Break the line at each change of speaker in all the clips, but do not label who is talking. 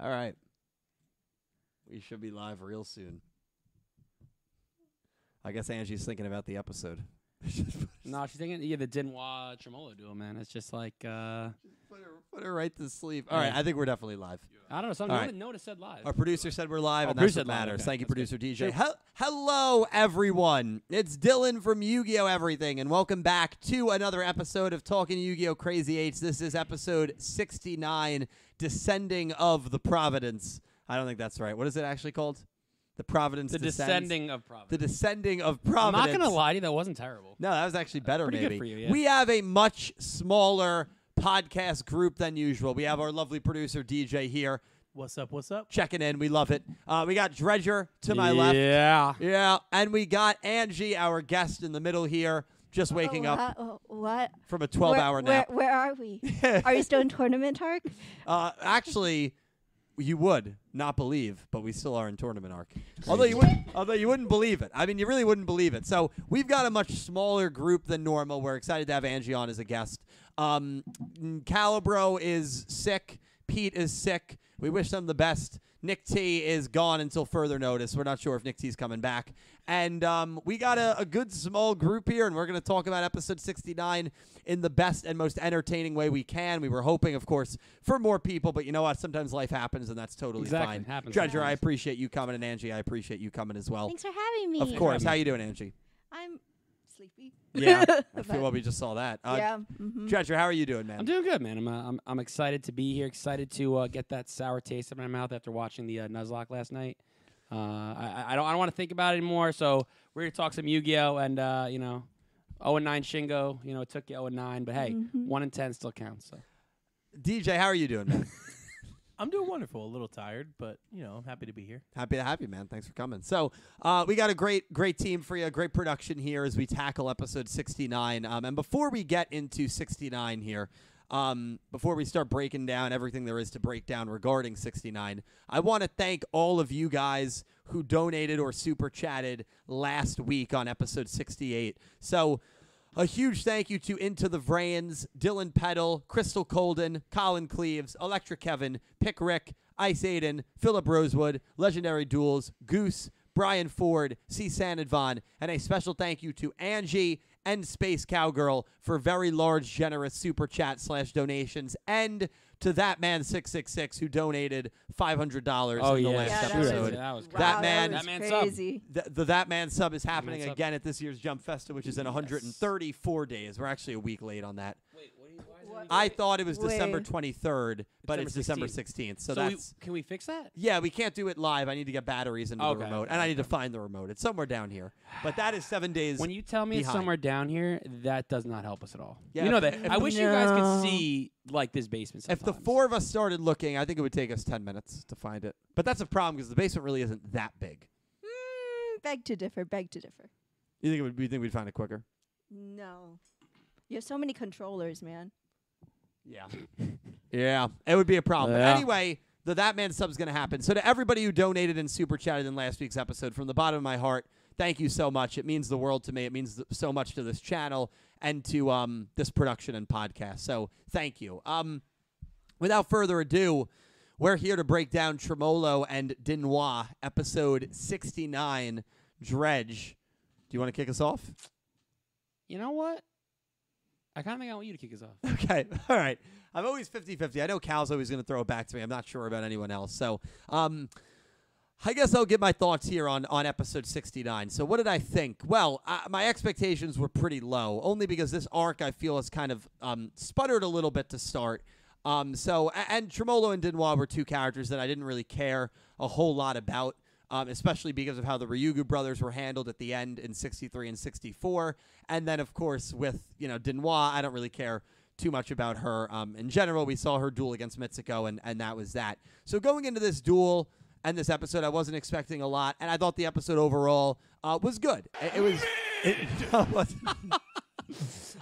All right. We should be live real soon. I guess Angie's thinking about the episode.
No, she's thinking yeah, the Dinwa Tremolo duo, man. It's just like uh,
Put her, put her right to sleep. All right, I think we're definitely live.
I don't know. Some
All
right.
right.
notice said live.
Our producer said we're live,
Oh,
and
Bruce
that's
said
what
live,
matters.
okay.
Thank you,
That's
producer DJ. Hel- hello, everyone. It's Dylan from Yu-Gi-Oh! Everything, and welcome back to another episode of Talking Yu-Gi-Oh! Crazy Eights. This is episode 69, Descending of the Providence. I don't think that's right. What is it actually called? The Providence
the
Descends?
descending of Providence.
The Descending of
I'm
Providence.
not gonna lie to you, that wasn't terrible.
No, that was actually better.
pretty good
maybe
for you, yeah.
we have a much smaller podcast group than usual. We have our lovely producer DJ here
What's up? What's up?
checking in. We love it. Uh, we got Dredger to my left.
Yeah.
Yeah, and we got Angie, our guest in the middle here, just waking
Oh,
up
wha- oh, What?
from a 12-hour
where,
nap.
Where, where are we? are we still in tournament, Hark?
Uh, actually, you would not believe, but we still are in tournament arc. Although you wouldn't, although you wouldn't believe it. I mean, you really wouldn't believe it. So we've got a much smaller group than normal. We're excited to have Angie on as a guest. Um, n- Calibro is sick. Pete is sick. We wish them the best. Nick T is gone until further notice. We're not sure if Nick T's coming back. And um, we got a, a good small group here, and we're going to talk about episode 69 in the best and most entertaining way we can. We were hoping, of course, for more people, but you know what? Sometimes life happens, and that's totally
Exactly.
fine.
It happens
Dredger, I
sometimes.
appreciate you coming, and Angie, I appreciate you coming as well.
Thanks for having me.
Of course. How you doing, Angie?
I'm sleepy.
Yeah, I
But-
feel well. We just saw that. Uh,
yeah. mhm.
Dredger, how are you doing, man?
I'm doing good, man. I'm, uh, I'm I'm excited to be here. Excited to uh, get that sour taste in my mouth after watching the uh, Nuzlocke last night. Uh, I, I- I don't I don't want to think about it anymore. So we're gonna talk some Yu-Gi-Oh and uh, you know, 0 and 9 Shingo. You know, it took you 0 and 9, but hey,
Mm-hmm.
one and 10 still counts. So
DJ, how are you doing, man?
I'm doing wonderful. A little tired, but you know, I'm happy to be here.
Happy to have you, man. Thanks for coming. So, uh, we got a great, great team for you, great production here as we tackle episode 69. Um, and before we get into 69 here, um, before we start breaking down everything there is to break down regarding 69, I want to thank all of you guys who donated or super chatted last week on episode 68. So, a huge thank you to Into the Vrains, Dylan Peddle, Crystal Colden, Colin Cleves, Electric Kevin, Pick Rick, Ice Aiden, Philip Rosewood, Legendary Duels, Goose, Brian Ford, C. Sanadvan, and a special thank you to Angie and Space Cowgirl for very large, generous super chat slash donations, and to that man six six six who donated five hundred dollars
Oh,
in the
yeah.
last
Yeah, that was-
episode.
That was
wow,
That man-
That,
That
was
man's up.
crazy.
Th- the That Man sub is happening
Man Sub.
again at this year's Jump Festa, which is in 134 days. We're actually a week late on that.
Wait, what
I thought it was
Wait.
December 23rd, but it's
December
December 16th. So,
so we,
that's.
can we fix that?
yeah, we can't do it live. I need to get batteries into
Okay,
the remote,
okay,
and I need to find the remote. It's somewhere down here. But that is seven days.
When you tell me it's
behind.
somewhere down here, that does not help us at all.
Yeah,
you know
if-
that.
if
I
the-
wish you guys
No.
could see like this basement.
if the
sometimes.
four of us started looking, I think it would take us 10 minutes to find it. But that's a problem because the basement really isn't that big.
Mm, beg to differ. Beg to differ.
You think, it would, you think we'd find it quicker?
No. You have so many controllers, man.
Yeah. yeah. It would be a problem.
Yeah.
But anyway, the That Man sub's going to happen. So to everybody who donated and super chatted in last week's episode, from the bottom of my heart, thank you so much. It means the world to me. It means th- so much to this channel and to um, this production and podcast. So thank you. Um, without further ado, we're here to break down Tremolo and Dinois, episode 69, Dredge. Do you want to kick us off?
you know what? I kind of think I want you to kick us off.
Okay. All right. I'm always 50 50. I know Cal's always going to throw it back to me. I'm not sure about anyone else. So, um, I guess I'll get my thoughts here on, on episode 69. So, what did I think? Well, I, my expectations were pretty low, only because this arc I feel has kind of um, sputtered a little bit to start. Um, so, a- and Tremolo and Dinois were two characters that I didn't really care a whole lot about um, especially because of how the Ryugu brothers were handled at the end in 63 and 64. And then, of course, with, you know, Dinois, I don't really care too much about her. Um, in general, we saw her duel against Mitsuko, and, and that was that. So going into this duel and this episode, I wasn't expecting a lot, and I thought the episode overall uh, was good. It, it was... It, no, it wasn't.
It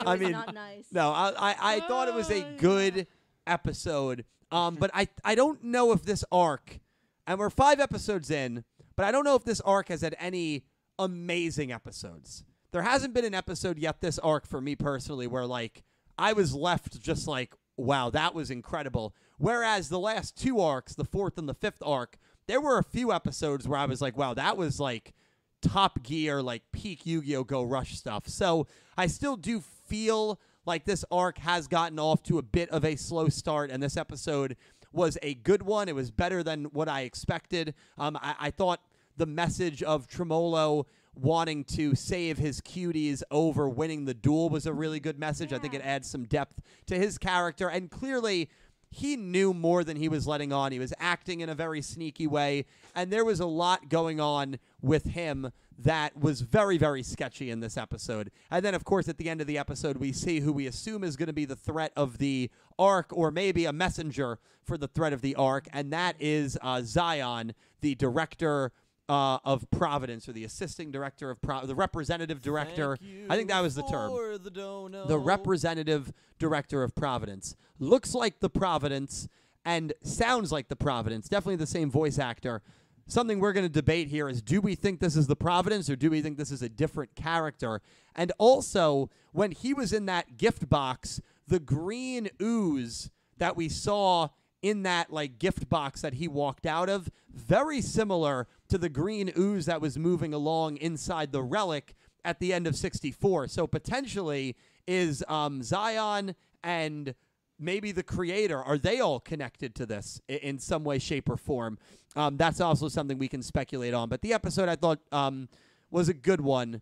I
was
mean,
not nice.
No, I I, I thought it was a
Oh, yeah.
good episode. Um, but I I don't know if this arc, and we're five episodes in, but I don't know if this arc has had any amazing episodes. There hasn't been an episode yet this arc for me personally where like I was left just like wow, that was incredible. Whereas the last two arcs, the fourth and the fifth arc, there were a few episodes where I was like, wow, that was like top gear, like peak Yu Gi Oh! Go Rush stuff. So I still do feel like this arc has gotten off to a bit of a slow start, and this episode was a good one. It was better than what I expected. Um, I, I thought the message of Tremolo wanting to save his cuties over winning the duel was a really good message. I think it adds some depth to his character, and clearly he knew more than he was letting on. He was acting in a very sneaky way, and there was a lot going on with him that was very, very sketchy in this episode. And then, of course, at the end of the episode, we see who we assume is going to be the threat of the arc, or maybe a messenger for the threat of the arc, and that is uh, Zion, the director. Uh, of Providence, or the assisting director of Pro- the representative director. I think that was the term
The, dono.
the representative director of Providence. Looks like the Providence and sounds like the Providence. Definitely the same voice actor. Something we're going to debate here is do we think this is the Providence or do we think this is a different character? And also, when he was in that gift box, the green ooze that we saw in that like gift box that he walked out of, very similar to the green ooze that was moving along inside the relic at the end of 64. So potentially is um, Zion and maybe the creator are they all connected to this i- in some way shape or form um, that's also something we can speculate on but the episode i thought um, was a good one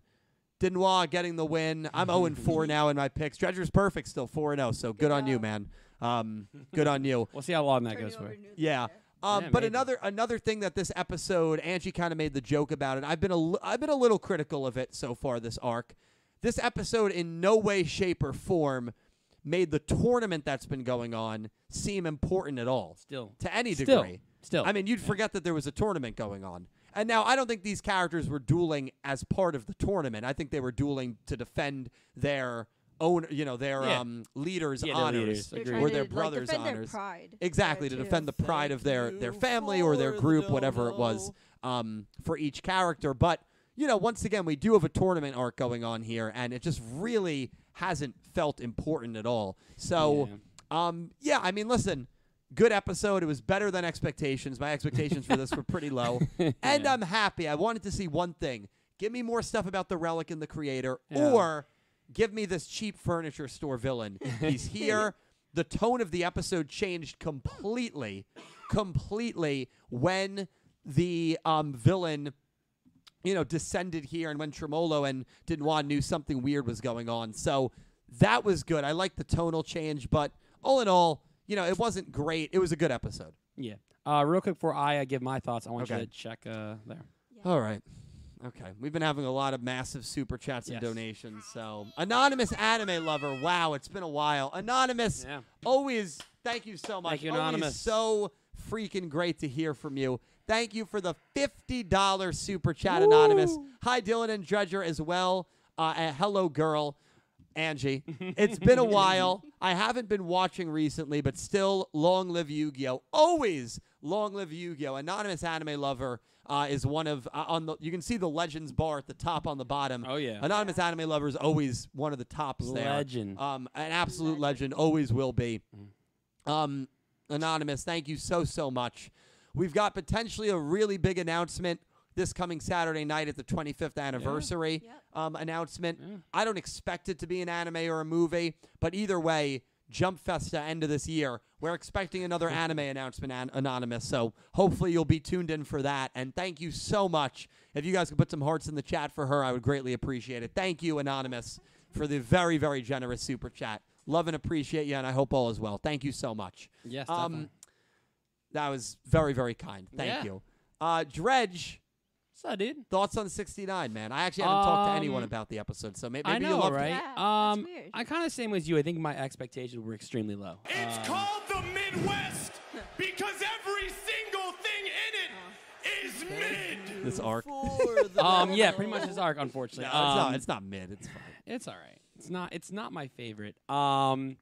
denois getting the win i'm 0-4 now in my picks treasure's perfect still 4-0 so good on you
job.
man um, good on you
We'll see how long that
Turn
goes
over
for.
new
yeah.
leader.
Um,
Yeah,
but
maybe.
another another thing that this episode, Angie kind of made the joke about it. I've been a li- I've been a little critical of it so far this arc. This episode, in no way, shape, or form, made the tournament that's been going on seem important at all
Still,
to any
Still.
degree.
still.
I mean, you'd forget that there was a tournament going on. And now I don't think these characters were dueling as part of the tournament. I think they were dueling to defend their own, you know, their
Yeah.
um, leaders'
Yeah, their
honors
leaders.
They're
Agreed.
trying
Or
to,
their
like,
brothers'
defend
honors.
Their pride
Exactly,
there,
to
too.
defend the pride of their
Thank
their
you
family or their
for the
group, whatever it was, um, for each character. But you know, once again, we do have a tournament arc going on here, and it just really hasn't felt important at all. So, um, yeah, I mean, listen, good episode. It was better than expectations. My expectations for this were pretty low, and I'm happy. I wanted to see one thing: give me more stuff about the relic and the creator,
Yeah.
or give me this cheap furniture store villain. He's here. the tone of the episode changed completely, completely when the um, villain, you know, descended here and when Tremolo and Dinois knew something weird was going on. So that was good. I like the tonal change, but all in all, you know, it wasn't great. It was a good episode.
yeah. Uh, real quick before I uh, give my thoughts, I want
Okay.
you to check uh, there.
All right. Okay. We've been having a lot of massive super chats and
Yes.
donations. So, anonymous anime lover. Wow, it's been a while. Anonymous.
Yeah.
Always thank you so much.
you,
Always
Anonymous.
so freaking great to hear from you. Thank you for the $50 super chat anonymous. Hi Dylan and Dredger as well. Uh, and hello girl. Angie, it's been a while. I haven't been watching recently, but still, long live Yu Gi Oh! Always long live Yu Gi Oh! Anonymous anime lover uh, is one of uh, on the. You can see the Legends bar at the top on the bottom.
Oh, yeah.
Anonymous anime lover is always one of the tops there.
Legend.
Um, an absolute legend, always will be.
Mm.
Um, Anonymous, thank you so, so much. We've got potentially a really big announcement this coming Saturday night at the 25th anniversary
Yep.
um, announcement. I don't expect it to be an anime or a movie, but either way, Jump Festa end of this year. We're expecting another anime announcement, an- Anonymous. So hopefully you'll be tuned in for that. And thank you so much. If you guys could put some hearts in the chat for her, I would greatly appreciate it. Thank you, Anonymous, for the very, very generous super chat. Love and appreciate you, and I hope all is well. Thank you so much.
Yes.
Um, that was very, very kind. Thank
Yeah.
you. Uh, Dredge.
What's up, dude?
Thoughts on 69, man. I actually haven't talked to anyone
Um,
about the episode, so may- maybe
I
you
know,
loved
right?
it.
Yeah, that's
um,
weird.
I kind of same as you. I think my expectations were extremely low.
It's
Um,
called the Midwest because every single thing in it is mid.
this arc. no,
For the
um, yeah,
dono.
pretty much this arc, unfortunately.
it's,
um,
not, it's not mid. It's fine.
It's all right. It's not. It's not my favorite. Um,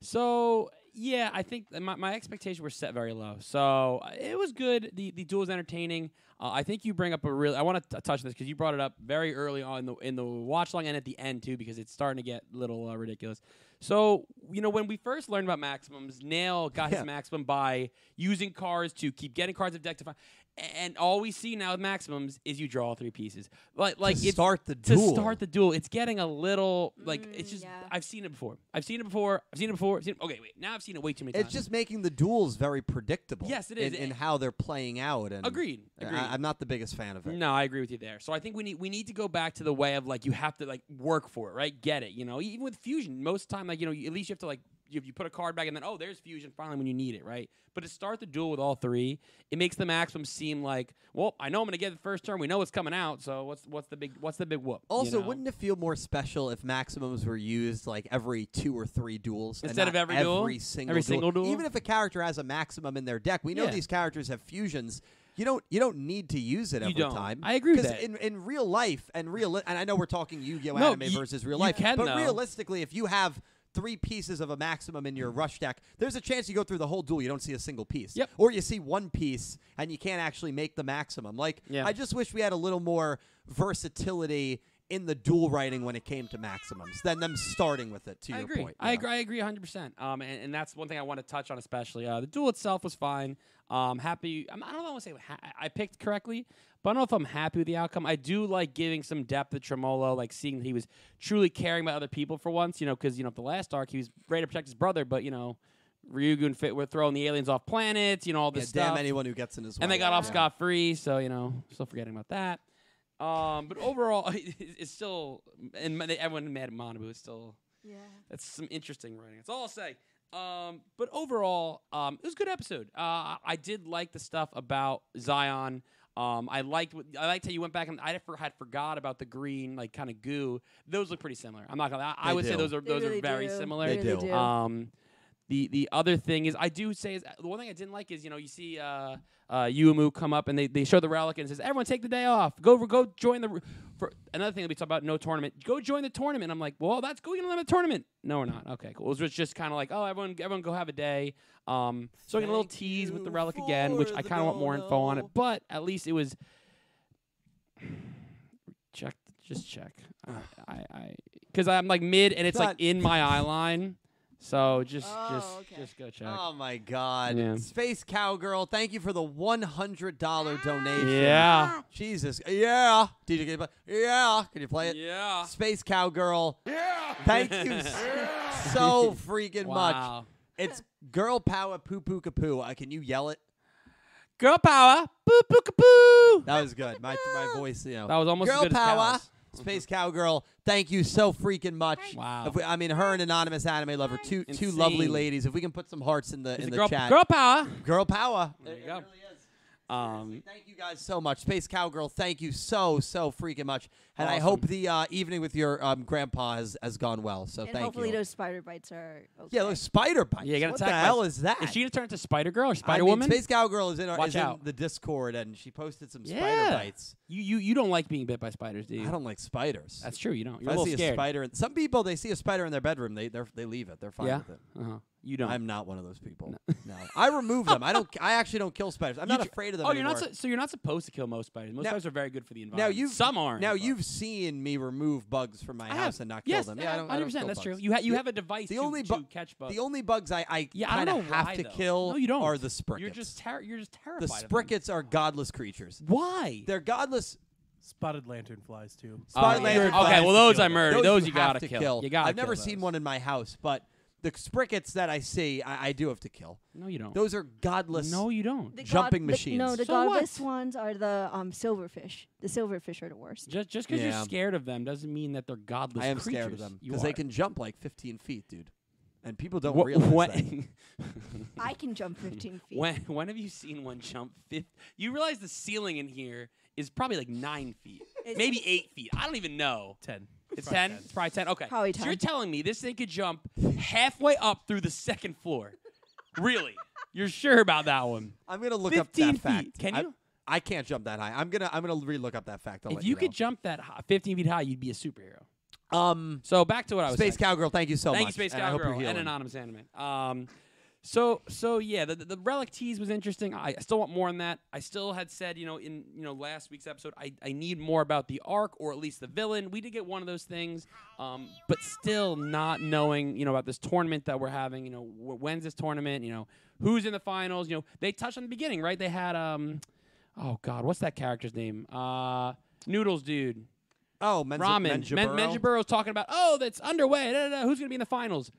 so yeah, I think that my, my expectations were set very low. So uh, it was good. The the duel was entertaining. Uh, I think you bring up a real. I want to touch this because you brought it up very early on in the in the watch long and at the end too because it's starting to get a little uh, ridiculous. So you know when we first learned about maximums, Nail got
Yeah.
his maximum by using cards to keep getting cards of deck to find. And all we see now with maximums is you draw three pieces. Like like it's-
start the
to
duel.
start the duel. It's getting a little like it's
Mm,
just
yeah.
I've seen it before. I've seen it before. I've seen it before. I've seen it, okay, wait. Now I've seen it way too many
It's
times.
just making the duels very predictable.
Yes, it is.
In, in how they're playing out. And
Agreed, agreed.
I, am not the biggest fan of it.
No, I agree with you there. So I think we need we need to go back to the way of like you have to like work for it, right? Get it, you know. Even with fusion, most time like you know you, at least you have to like you, you put a card back and then oh there's fusion finally when you need it, right? But to start the duel with all three, it makes the maximum seem like well I know I'm gonna get the first turn. We know it's coming out, so what's what's the big what's the big whoop? you
Also,
know?
wouldn't it feel more special if maximums were used like every two or three duels and
Instead
not
of every duel?
Every single
Every
duel.
single duel?
Even if a character has a maximum in their deck, we know
Yeah.
these characters have fusions. You don't. You don't need to use it every
don't.
time.
I agree with
'Cause
that.
In, in real life and real, and I know we're talking Yu-Gi-Oh
No,
anime
you-
versus real
you
life,
can,
but
though.
realistically, if you have three pieces of a maximum in your rush deck, there's a chance you go through the whole duel, you don't see a single piece,
Mm-hmm. Yep.
or you see one piece and you can't actually make the maximum. Like
Yeah.
I just wish we had a little more versatility in the duel writing when it came to maximums than them starting with it. To
I
your
agree.
point,
I
yeah.
agree. I agree 100%. Um, and, and that's one thing I want to touch on, especially. Uh, the duel itself was fine. Um, happy. I'm, I don't know if I want to say ha- I picked correctly, but I don't know if I'm happy with the outcome. I do like giving some depth to Tremolo, like seeing that he was truly caring about other people for once, you know, because, you know, the last arc, he was ready to protect his brother, but, you know, Ryugu and Fit were throwing the aliens off planets, you know, all
Yeah,
this
damn
stuff.
anyone who gets in his way.
And they got off
Yeah.
scot free, so you know, still forgetting about that. Um, but overall, it's still and everyone mad at Monabu is still
Yeah.
that's some interesting writing. That's all I'll say. Um, but overall, um, it was a good episode. Uh, I- I did like the stuff about Zion. Um, I liked what, I liked how you went back and I had for- had forgot about the green like kind of goo. Those look pretty similar. I'm not gonna. I, I
They
would say
do.
those are
They
those
really
are very
do.
similar.
They
really
do. Uh,
Um, the the other thing is, I do say is the one thing I didn't like is you know you see uh, uh, Uemu come up and they, they show the relic and says everyone take the day off go go join the for another thing that we talk about no tournament go join the tournament I'm like well that's going to another tournament no we're not okay cool it was just kind of like oh everyone everyone go have a day um so I get a little
Thank
tease with the
you
relic again which
for
I
the
kind of want more info on it
dono.
but at least it was check just check I I because I'm like mid and it's like
But-
in my eye line. So just
Oh,
just
okay.
just go check.
Oh my God,
Yeah.
Space Cowgirl! Thank you for the one hundred dollar donation.
yeah.
Jesus, yeah, DJ, can you play? yeah. Can you play it?
Yeah.
Space Cowgirl.
Yeah!
Thank you s- so freaking much.
Wow.
It's girl power, poo poo kapoo. Uh, can you yell it?
Girl power. Boo boo kaboo.
That was good. My my voice, you know.
That was almost as
girl
good as
power.
Cal's.
Space cowgirl. Thank you so freaking much.
Wow.
If we, I mean, her and anonymous anime lover, two two lovely
Insane.
ladies. If we can put some hearts in the
It's
in
a
the
girl,
chat.
girl power.
Girl power.
There
It-
you
it
go.
really is.
Um,
Thank you guys so much, Space Cowgirl. Thank you so so freaking much, and I hope the uh, evening with your um, grandpa has, has gone well. So
And
thank
hopefully
you.
those spider bites are okay.
yeah, those spider bites.
yeah, you got
what the
attacked. by-
hell is that?
Is she gonna turn into Spider Girl or
I
Spider
mean,
Woman?
Space Cowgirl is in our
Watch
is in
out.
the Discord, and she posted some
Yeah.
spider bites.
you you you don't like being bit by spiders, do you?
I don't like spiders.
That's true. You don't.
If
You're a
I
little
see
scared.
a spider, in, some people they see a spider in their bedroom, they they're- they leave it. They're fine
yeah.
with it.
Uh huh. You don't.
I'm not one of those people. No, I remove them. I don't. I actually don't kill spiders. I'm
You
not
tr-
afraid of them.
oh, you're not.
anymore.
So, so you're not supposed to kill most spiders. Most
Now-
spiders are very good for the
now
environment.
you've
some aren't.
Now
but-
you've seen me remove bugs from my
I
house
have-
and not
yes,
kill them. Yeah, I don't. I
Hundred
don't
percent.
kill
That's true.
bugs.
You ha- you have a device
the
to,
only
to
bu-
catch bugs.
The only bugs I I
yeah, I
kinda
don't know
have
why,
to
though.
kill
no, you don't.
are the sprickets.
You're just ter- you're just
the
terrified. of them.
sprickets are godless creatures.
Why?
They're godless.
Spotted lantern flies too.
Uh,
Spotted
you're-
lantern
okay,
flies
well
to
those
kill
I
them.
murdered. Those, you
have
gotta
to
kill. You gotta
I've never
kill
seen
those.
one in my house, but the sprickets that I see, I, I do have to kill.
No, you don't.
Those are godless.
no, you don't.
The god-
Jumping
the-
machines.
no, the
So
godless
what?
ones are the um, silverfish. The silverfish are the worst.
Just just because
Yeah.
you're scared of them doesn't mean that they're godless.
I am
creatures.
scared of them
You
because they
are.
can jump like 15 feet, dude. And people don't
Wh-
realize that.
when,
I can jump 15 feet.
when when have you seen one jump? Fifth, you realize the ceiling in here is probably like nine feet,
It's-
maybe eight feet. I don't even know.
Ten.
It's
Probably
ten. It's probably ten. Okay.
Probably
So you're
10.
telling me this thing could jump halfway up through the second floor? really? You're sure about that one?
I'm gonna look up
15
that
feet.
fact.
Can
I-
you?
I, can't jump that high. I'm gonna I'm gonna relook up that fact. I'll
if
let
you
know.
could jump that high, 15 feet high, you'd be a superhero.
um
So back to what I was
Space
saying.
Cowgirl, thank you so
Thank
much.
you, Space
and I hope you're
Cowgirl, and uh,
healing.
Anonymous Anime. Um, So so yeah, the, the the relic tease was interesting. I I still want more on that. I still had said you know in you know last week's episode I, I need more about the arc or at least the villain. We did get one of those things, um, but still not knowing you know about this tournament that we're having. You know wh- when's this tournament? You know who's in the finals? You know they touched on the beginning right? They had um oh god what's that character's name? Uh, Noodles dude.
Oh, Menza-
Ramen. Men-
Menjiburo?
Menjiboro's talking about oh that's underway. Da, da, da, who's gonna be in the finals?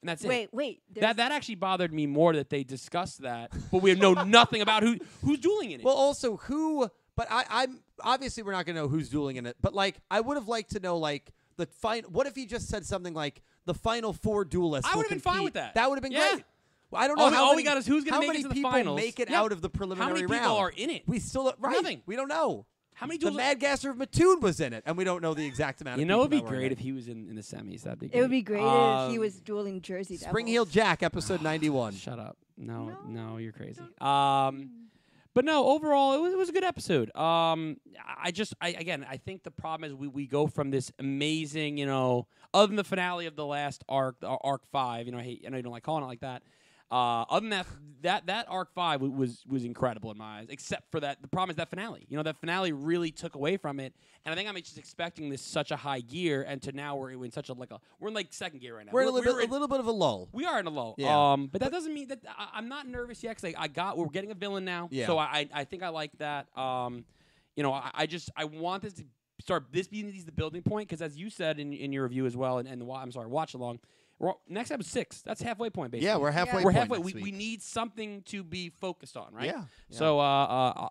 And that's it.
Wait, wait.
That that actually bothered me more that they discussed that, but we know nothing about who who's dueling in it.
Well, also who? But I, I'm obviously we're not gonna know who's dueling in it. But like, I would have liked to know like the final. What if he just said something like the final four duelists?
I
would
would've
have
been fine with that.
That would have been
Yeah.
great. Well, I don't know
All we-
how
all we
many-
got is who's gonna
how
make it
many
to the
people
finals.
make it
Yeah.
out of the preliminary
people
round.
are in it?
We still right.
Nothing.
We don't know.
How many
The
duels?
Mad Gasser of Mattoon was in it, and we don't know the exact amount.
you
of
know, it'd
people that
be
were in
great
it.
if he was in, in the semis. That'd be. Great.
It would be great if he
Um,
was dueling Jersey Devils.
Spring Heel Jack, episode ninety-one.
Shut up! No, no,
No, Hmm.
you're crazy. Um, but no, overall, it was, it was a good episode. Um, I- I just, I again, I think the problem is we we go from this amazing, you know, other than the finale of the last arc, the ar- arc five. You know, I hate, I know you don't like calling it like that. Uh, other than that, that that arc five wa- was was incredible in my eyes. Except for that, the problem is that finale. You know, that finale really took away from it. And I think I'm just expecting this such a high gear, and to now we're in such a like a we're in like second gear right now.
We're in a
we
little
were
bit,
in-
a little bit of a lull.
we are in a low.
Yeah.
Um, but that doesn't mean that I, I'm not nervous yet because I, I got we're getting a villain now.
Yeah.
So I I, I think I like that. Um, you know I, I just I want this to start this being the building point because as you said in, in your review as well and, and the wa- I'm sorry watch along. We're, next episode six. That's halfway point basically.
Yeah, we're halfway.
halfway
We're
point
halfway. We,
next
we
week.
need something to be focused on, right?
Yeah, yeah.
So uh, uh, uh,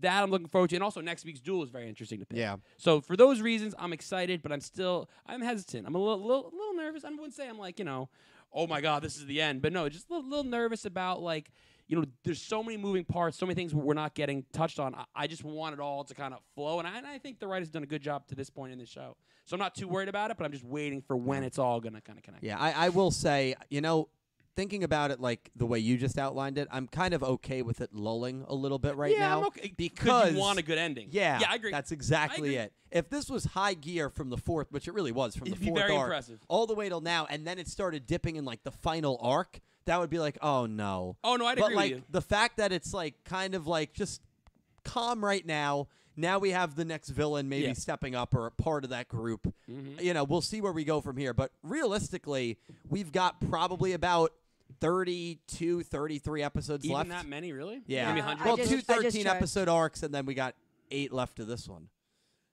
that I'm looking forward to, and also next week's duel is very interesting to pick.
Yeah.
So for those reasons, I'm excited, but I'm still I'm hesitant. I'm a little little, little nervous. I wouldn't say I'm like you know, oh my god, this is the end, but no, just a little, little nervous about like you know, there's so many moving parts, so many things we're not getting touched on. I, I just want it all to kind of flow, and I, and I think the writers done a good job to this point in the show. So I'm not too worried about it, but I'm just waiting for when it's all gonna kind of connect.
Yeah, I, I will say, you know, thinking about it like the way you just outlined it, I'm kind of okay with it lulling a little bit right
yeah,
now.
I'm okay.
Because
you want a good ending.
Yeah,
yeah, I agree.
That's exactly
agree.
it. If this was high gear from the fourth, which it really was from
It'd
the
be
fourth
very
arc
impressive.
all the way till now, and then it started dipping in like the final arc, that would be like, oh no.
Oh, no, I'd
but
agree with
like
you.
the fact that it's like kind of like just calm right now. Now we have the next villain maybe
Yeah. Mm-hmm.
stepping up or a part of that group. You know, we'll see where we go from here. But realistically, we've got probably about 32, 33 episodes
Even
left.
that many, really?
Yeah.
Maybe
Yeah,
100?
I
Well,
just-
two
I just
13
checked.
episode arcs, and then we got eight left to this one.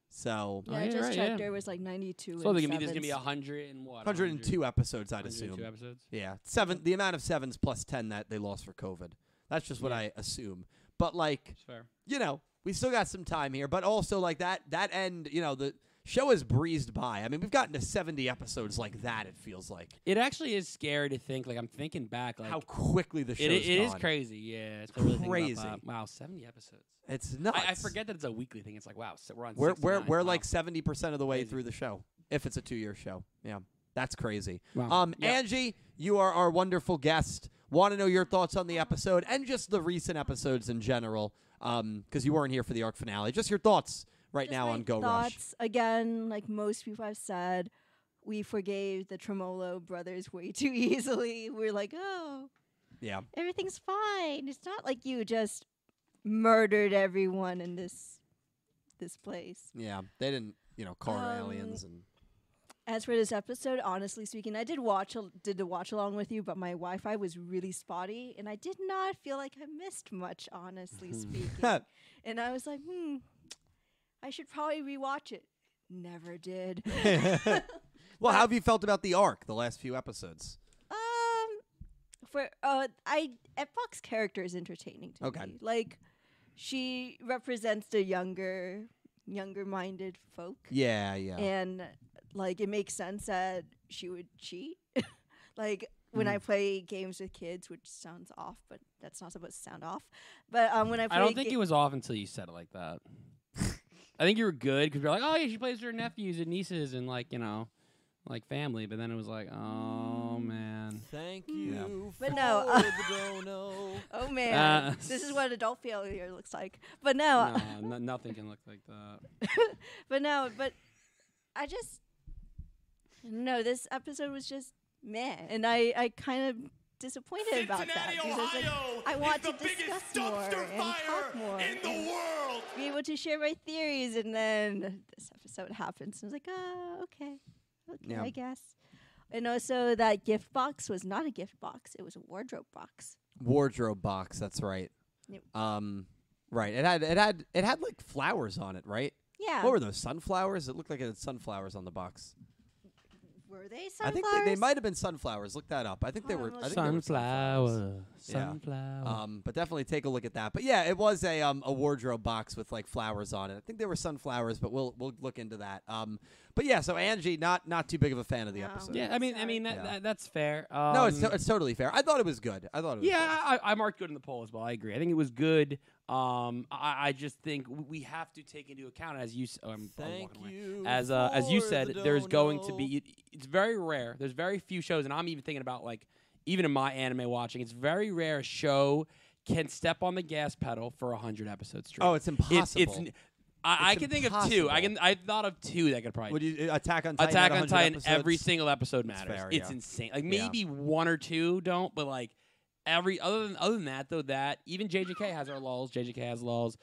So
Yeah,
Oh, yeah,
I just
right,
checked.
yeah.
There was like 92.
So
and
there's gonna be there's gonna be a
sevens.
hundred and what?
102 episodes, I'd
102
assume.
episodes.
Yeah, seven. The amount of sevens plus 10 that they lost for COVID. That's just what I assume. But like,
It's fair.
you know, we still got some time here. But also like that that end, you know, the show has breezed by. I mean, we've gotten to 70 episodes like that. It feels like
It actually is scary to think. Like I'm thinking back, like
how quickly the show
it, it is crazy. Yeah, it's really think about
Crazy.
that. Wow, 70 episodes.
It's nuts.
I, I forget that it's a weekly thing. It's like wow, so we're on.
We're we're
69.
we're
Wow.
like seventy percent of the way
Crazy.
through the show. If it's a two year show, yeah, that's crazy.
Wow.
Um,
Yeah.
Angie, you are our wonderful guest. Want to know your thoughts on the episode and just the recent episodes in general? Um, because you weren't here for the arc finale. Just your thoughts right
Just
now
my
on Go Rush.
thoughts, Again, like most people have said, we forgave the Tremolo brothers way too easily. We're like, oh,
Yeah,
everything's fine. It's not like you just murdered everyone in this this place.
yeah. They didn't, you know, car
Um,
aliens and
As for this episode, honestly speaking, I did watch al- did the watch along with you, but my Wi-Fi was really spotty, and I did not feel like I missed much, honestly speaking. and I was like, hmm, I should probably rewatch it. Never did.
well, how have you felt about the arc the last few episodes?
Um, for uh, I Epoch's character is entertaining to
Okay.
me. Like, she represents the younger, younger-minded folk,
Yeah, yeah,
and like it makes sense that she would cheat. like when
Mm.
I play games with kids, which sounds off, but that's not supposed to sound off. But um, when I play
I don't think
ga-
it was off until you said it like that. I think you were good because you're like, oh yeah, she plays with her nephews and nieces and like you know, like family. But then it was like, oh
Mm.
man.
Thank
Yeah.
you.
But Mm. no,
for
uh,
the dono.
Oh man,
Uh,
this is what adult failure looks like. But no,
Oh.
No, n- nothing can look like that.
but no, but I just no. This episode was just meh, and I I kind of disappointed about that.
Cincinnati,
because I was like,
Ohio
I want
is
to
the biggest
discuss more
dumpster
and
fire
talk more
in
and
the world.
be able to share my theories, and then this episode happens. And I was like, oh, okay, okay,
Yeah.
I guess. And also, that gift box was not a gift box; it was a wardrobe box.
Wardrobe box. That's right.
Yep.
Um, right. It had it had it had like flowers on it, right?
Yeah,
What were those sunflowers? It looked like it had sunflowers on the box.
were they
I
sunflowers?
think they, they might have been sunflowers. Look that up. I think they
Hold on,
were.
I'm
I
looking.
think they were sunflowers.
Sunflower.
Yeah.
Sunflower.
Um, but definitely take a look at that. But yeah, it was a um, a wardrobe box with like flowers on it. I think there were sunflowers, but we'll we'll look into that. Um, but yeah, so Angie, not not too big of a fan of the
No.
episode.
yeah, I mean, I
Sorry.
mean that,
Yeah.
that that's fair.
No, it's,
Um,
to- it's totally fair. I thought it was good. I thought it was
Yeah,
good.
I, I- I marked good in the poll as well. I agree. I think it was good. Um, I, I just think w- we have to take into account, as you, s- oh, I'm, I'm walking away.
you.
as uh, as you
for
said,
the
there's going to
dono.
be. It's very rare. There's very few shows, and I'm even thinking about like even in my anime watching, it's very rare a show can step on the gas pedal for hundred episodes straight.
Oh, it's
It-
impossible.
it's. n- I, I
It's
can think of two. I can.
impossible.
I thought of two that could probably.
Would you uh, Attack on Titan?
Attack
had 100
on Titan, every
episodes?
single episode
That's
matters.
fair,
it's
yeah.
insane. Like
Yeah.
maybe one or two don't, but like every other than other than that though, that even JJK has our lulls. JJK has lulls.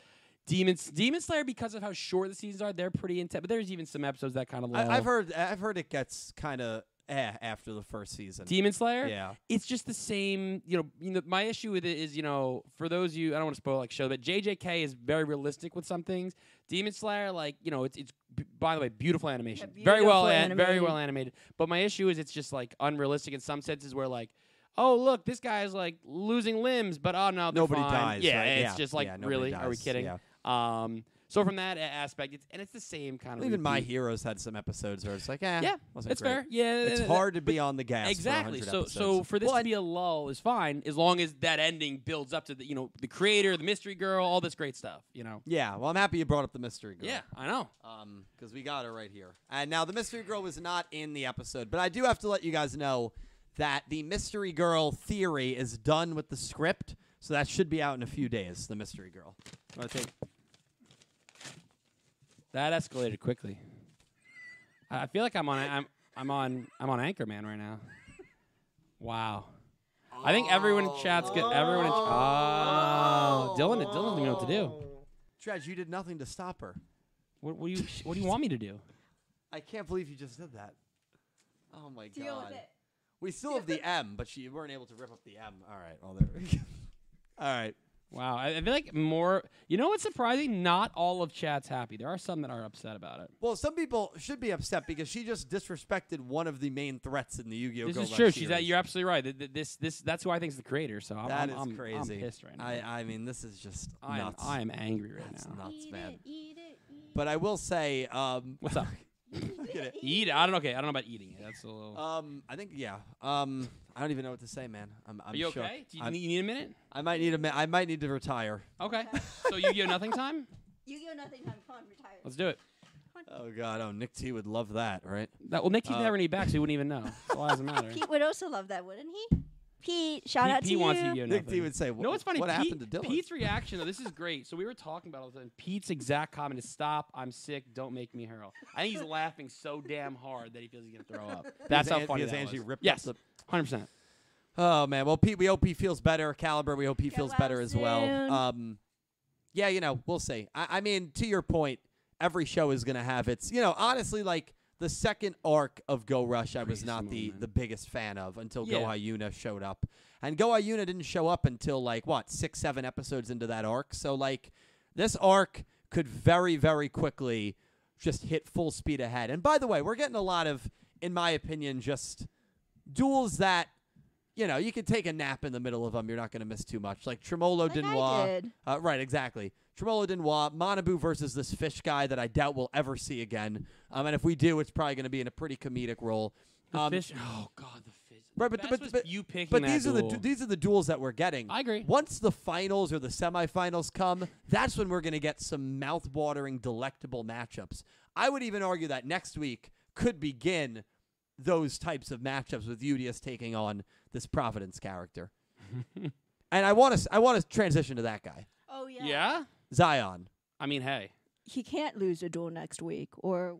Demons, Demon Slayer, because of how short the seasons are, they're pretty intense. But there's even some episodes that kind of lull.
I, I've heard. I've heard it gets kind of eh after the first season.
Demon Slayer.
yeah.
It's just the same, you know, you know. My issue with it is, you know, for those of you, I don't want to spoil like show, but JJK is very realistic with some things. Demon Slayer, like you know, it's it's b- by the way beautiful animation, very well,
beautiful
an- very
animated.
well animated. But my issue is it's just like unrealistic in some senses, where like, oh look, this guy is like losing limbs, but oh no, they're
Nobody
fine.
dies,
Yeah,
right?
and
Yeah.
it's just like
Yeah, nobody
really, are we
dies.
kidding?
Yeah.
Um, so from that a- aspect, it's and it's the same kind of
Even my
repeat.
heroes had some episodes where it's like, eh,
yeah,
wasn't
it's
great.
fair. Yeah,
It's
th- th-
hard to be on the gas. for
Exactly.
100
So
episodes.
so for this
But-
to be a lull is fine as long as that ending builds up to the you know the creator, the mystery girl, all this great stuff. You know.
yeah, well, I'm happy you brought up the mystery girl.
Yeah, I know.
Um, because we got her right here. And now the mystery girl was not in the episode, but I do have to let you guys know that the mystery girl theory is done with the script, so that should be out in a few days. The mystery girl. Wanna take-
That escalated quickly. I I feel like I'm on I'm I'm on I'm on Anchorman right now. Wow. I think everyone in chat's good. Everyone in ch- oh, Dylan, Dylan doesn't even know what to do.
Dredge, you did nothing to stop her.
What, what do you What do you want me to do?
I can't believe you just did that. Oh my
Deal
god.
with it.
We still have the M, but you weren't able to rip up the M. All right. Well, there we go. All right.
Wow, I, I feel like more. You know what's surprising? Not all of chat's happy. There are some that are upset about it.
Well, some people should be upset because she just disrespected one of the main threats in the Yu-Gi-Oh!
This
Go
is
Left
true. She's at,
series.
you're absolutely right. Th- th- This this that's who I think is the creator. So I'm,
That
I'm,
is
I'm-
crazy.
I'm pissed right now.
I, I mean, this is just
I am,
nuts.
I am angry right
That's
now.
nuts,
Eat
man.
it, eat it, eat
But I will say, um,
What's up?
look at it.
Eat? it. I don't. Okay, I don't know about eating it. That's a little.
Um, I think yeah. Um, I don't even know what to say, man. I'm, I'm
are you
shook.
okay? Do you,
I'm-
need, you need a minute?
I might need a. mi- I might need to retire.
Okay. so you give nothing time?
You go nothing time. Come on, retire.
Let's do it.
Oh God, oh Nick T would love that, right?
That, well, Nikki's
Uh,
never any back, so he wouldn't even know. So why does it matter?
Pete would also love that, wouldn't he? Pete, shout
Pete-
out
Pete
to
wants
you.
you to give
Nick
nothing.
T would say, "What,
No, it's funny.
What
Pete,
happened to Dylan?"
Pete's reaction though, this is great. So we were talking about all the time. Pete's exact comment is "Stop! I'm sick. Don't make me hurl." I think he's laughing so damn hard that he feels he's gonna throw up.
Because
That's how
An-
funny
because
that
Angie
was.
ripped up
yes,
the-
hundred percent.
Oh man, well Pete, we hope he feels better. Caliber, we hope he
Get
feels
well
better as well.
soon.
Um, yeah, you know, we'll see. I, I mean, to your point, every show is gonna have its. You know, honestly, like the second arc of Go Rush, I was
Pretty
not
small,
the
man.
the biggest fan of until Go
Yeah.
Hyuna showed up, and Go Hyuna didn't show up until like what six, seven episodes into that arc. So like, this arc could very, very quickly just hit full speed ahead. And by the way, we're getting a lot of, in my opinion, just duels that you know you could take a nap in the middle of them. You're not going to miss too much. Like Tremolo
Like I
Denois,
did.
Uh, right? Exactly. Tremolo Denois, Manabu versus this fish guy that I doubt we'll ever see again. Um, and if we do, it's probably going to be in a pretty comedic role. Um,
fish. Oh God, the fish.
Right,
The
but-
best
but-
was
but-
you picking
but
that
these are the
duel.
du- these are the duels that we're getting.
I agree.
Once the finals or the semifinals come, that's when we're going to get some mouth-watering, delectable matchups. I would even argue that next week could begin those types of matchups with UDS taking on this Providence character. and I want to I want to transition to that guy,
Oh yeah.
yeah.
Zion.
I mean, hey,
He can't lose a duel next week, or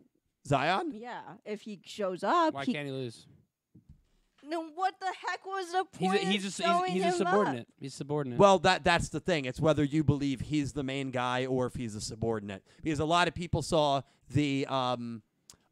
Zion?
yeah, if he shows up,
why
he,
can't he lose?
Then what the heck was the
He's a,
point?
he's a,
of
s- he's,
showing
he's a
him up?
subordinate. He's subordinate.
Well, that that's the thing. It's whether you believe he's the main guy or if he's a subordinate. Because a lot of people saw the um,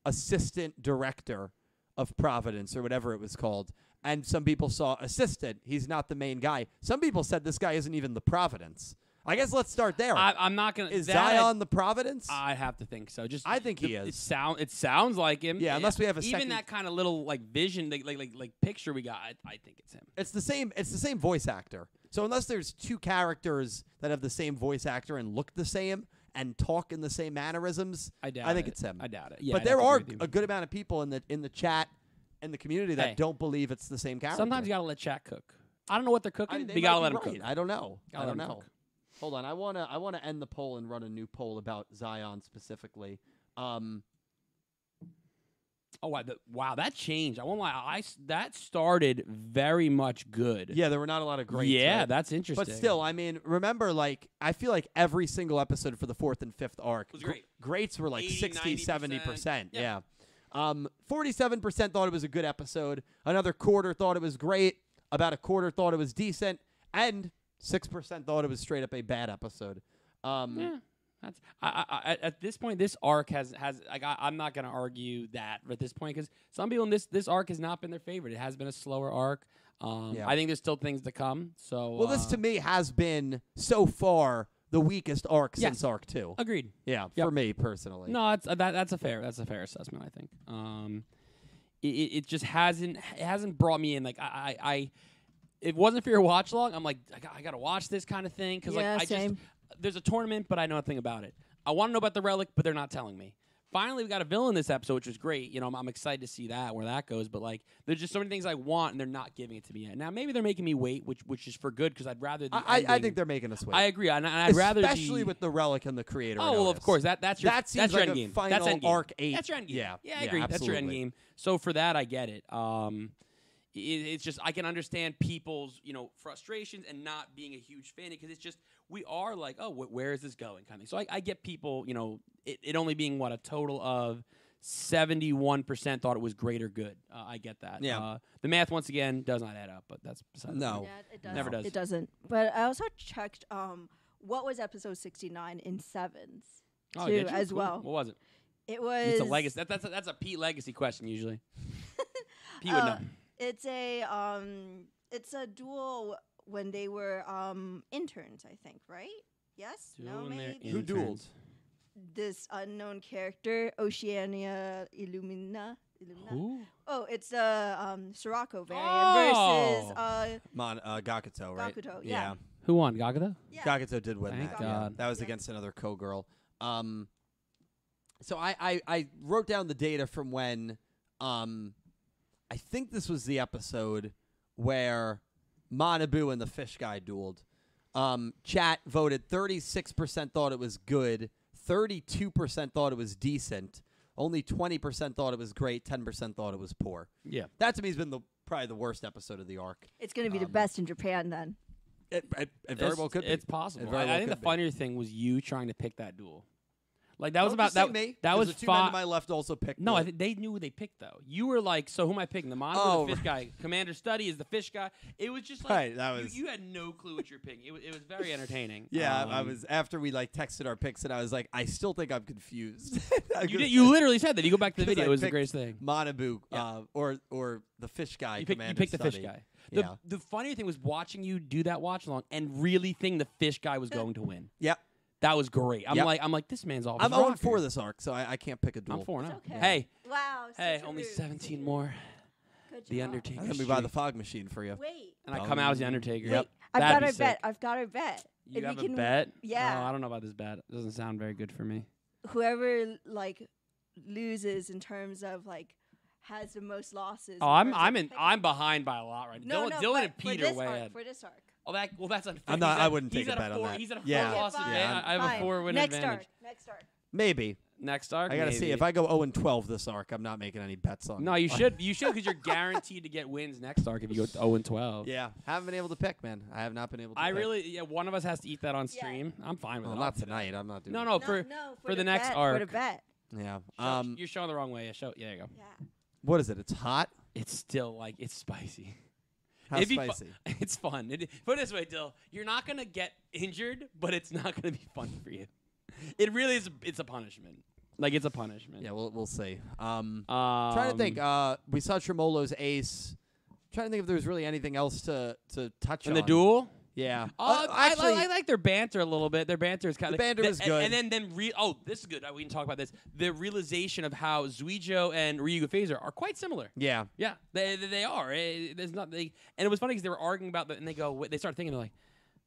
assistant director of Providence or whatever it was called, and some people saw assistant. He's not the main guy. Some people said this guy isn't even the Providence. I guess let's start there.
I, I'm not gonna.
Is
that
Zion the Providence?
I have to think so. Just
I think he
It
is.
sound it sounds like him.
Yeah,
Eh,
unless we have a
even
second-
that kind of little like vision, like like like, like picture we got. I, I think it's him.
it's the same. It's the same voice actor. So unless there's two characters that have the same voice actor and look the same and talk in the same mannerisms,
I doubt.
I think
it.
it's him.
I doubt it. Yeah,
but
I'd
there
have to
are
agree with you.
a good amount of people in the in the chat and the community that
Hey.
don't believe it's the same character.
Sometimes you gotta let chat cook. I don't know what they're
I mean, they
cooking.
might
but you gotta
be
let them
right.
cook.
I don't know.
Gotta
I
let
don't
'em
know.
cook.
Hold on. I wanna I wanna end the poll and run a new poll about Zion specifically. Um,
Oh wow, the, wow, that changed. I won't lie. I s- that started very much good.
yeah, there were not a lot of great.
yeah, that's interesting.
But still, I mean, remember, like, I feel like every single episode for the fourth and fifth arc
Was
gr-
great.
Greats were like
80,
60, 70%.
90%.
Yeah. Um, 47% thought it was a good episode. Another quarter thought it was great. About a quarter thought it was decent. And 6% thought it was straight up a bad episode. Um,
Yeah. That's, I, I- I, at- at this point, this arc has has like I, I'm not gonna argue that at this point because some people in this this arc has not been their favorite. It has been a slower arc. Um,
Yeah.
I think there's still things to come. So
Well, this
uh,
to me has been so far the weakest arc
Yes.
since arc two.
agreed.
Yeah,
Yep.
for me personally.
No, it's, uh, that that's a fair that's a fair assessment. I think. Um, it, it it just hasn't it hasn't brought me in. Like I I, I if it wasn't for your watch log, I'm like I, got, I gotta watch this kind of thing because
Yeah,
like I
same.
just there's a tournament, but I know nothing about it. I want to know about the relic, but they're not telling me. Finally, we got a villain this episode, which was great. You know, I'm, I'm excited to see that where that goes. But like, there's just so many things I want, and they're not giving it to me yet. Now, maybe they're making me wait, which which is for good because I'd rather. The
I, I, I
ending-
think they're making us wait.
I agree, and, I- and I'd rather
Especially
the-
with the relic and the creator.
Oh well, of
notice.
course that that's your
That seems
that's your
like
end
a
game.
final
that's end game.
arc eight.
That's your end game.
Yeah.
yeah, I
Yeah,
agree. That's your end
absolutely.
game. So for that, I get it. Um, it, it's just I can understand people's you know frustrations and not being a huge fan because it's just we are like oh wh- where is this going kind of thing. So I, I get people you know it, it only being what a total of. 71% thought it was great or good. Uh, I get that.
Yeah.
Uh, the math, once again, does not add up, but that's besides the
No.
point.
Yeah, it does.
Never does.
It doesn't. But I also checked um, what was episode 69 in sevens
Oh,
too
did you?
as
Cool.
well.
What was it?
It was
It's a legacy. That, that's, a, that's a Pete legacy question, usually. Pete would
Uh,
know.
It's a um, it's a duel when they were um interns, I think, right? Yes. no,
Doing their
maybe
Who
interns.
this unknown character, Oceania Illumina. Illumina?
Who?
Oh, it's uh, um Sirocco variant
Oh!
versus uh,
Mon, uh, Gakuto, right?
Gakuto, yeah.
Who won? Gakuta?
yeah.
Gakuto did win
Thank
that. yeah.
God.
That was
Yeah.
against another co-girl. Um, so I, I, I wrote down the data from when um, I think this was the episode where Manabu and the fish guy dueled. Um, chat voted 36% thought it was good, 32% thought it was decent, only 20% thought it was great, 10% thought it was poor.
Yeah.
That to me has been the probably the worst episode of the arc.
It's gonna be the
Um,
best in Japan then.
It, it, it very well could be.
It's possible.
It very
I,
well
I think the
could be.
funnier thing was you trying to pick that duel. Like that was
Don't
about
just say
that.
me,
That
'cause
was
the two men
fi-
to my left also picked.
No,
the-
I think they knew who they picked though. You were like, so who am I picking? The monster
Oh,
or the fish guy? Commander Study is the fish guy. It was just like
Right, that
you-
was-
you, had no clue what you're picking. It was, it was very entertaining.
Yeah, I
Um,
was after we like texted our picks, and I was like, I still think I'm confused.
You did, you literally said that. You go back to the
'Cause
video.
I
It was the
picked
greatest thing.
Manabu,
Yeah.
uh, or or the fish guy.
You picked, you
Commander
picked the fish
Sunny.
guy. The,
Yeah.
the funnier thing was watching you do that watch along and really think the fish guy was going to win.
Yep,
That was great. I'm
Yep.
like, I'm like, this man's off.
I'm
his
0 for
rocker.
this arc, so I, I can't pick a duel.
I'm four now.
okay.
Hey,
Wow. such
hey,
a
only
ruse.
17 more.
Good
The
job.
Undertaker.
I'm gonna be by the fog machine for you.
Wait.
and I come out as the Undertaker.
Yep.
I've
That'd
got
be
our
sick.
bet. I've got our bet.
You
If
have
we can-
a bet?
yeah.
Oh, I don't know about this bet. It doesn't sound very good for me.
Whoever like loses in terms of like has the most losses.
Oh, I'm
terms of
I'm in
picking-
I'm behind by a lot right now.
No,
Dylan,
no,
Dylan
but
and
for
Peter
this
way
arc,
ahead.
For this arc.
Oh, that well, that's unfair.
I'm not-
He's at-
I wouldn't
he's
take a
at
bet on
four,
that.
He's at a
Yeah.
four loss
fine,
advantage. I have
fine.
a four win
Next
advantage.
arc. Next arc.
Maybe
Next arc.
I gotta see
maybe.
if I go 0 and 12 this arc. I'm not making any bets on.
No, you should. You should because you're guaranteed to get wins next arc if you go 0 and 12.
Yeah, haven't been able to pick, man. I have not been able. to
I
pick.
really. Yeah. One of us has to eat that on
Yeah.
stream. I'm fine with
Well,
it.
not tonight. I'm not doing.
No, no.
No,
Oh, for
no,
for the next
bet,
arc.
For the bet.
Yeah.
Show-
Um.
you're showing the wrong way. Yeah, show. Yeah, there you go.
Yeah.
What is it? It's hot.
it's still like it's spicy.
How
It'd be fu-
spicy.
it's fun. It, put it this way, Dill, you're not gonna get injured, but it's not gonna be fun for you. It really is. It's a punishment. Like it's a punishment.
Yeah, we'll we'll see. Um,
Um,
trying to think. Uh, we saw Tremolo's ace. Trying to think if there was really anything else to to touch
in
on
the duel.
Yeah.
Oh,
Uh,
I, I, I like their banter a little bit. Their banter is kind
The
of
banter is good.
And, then then re- oh, this is good. Uh, We can talk about this. The realization of how Zuijo and Ryuga Phaser are quite similar.
yeah.
Yeah, they they, they are. Eh, there's not they, and it was funny because they were arguing about that, and they go, wait- they start thinking they're like,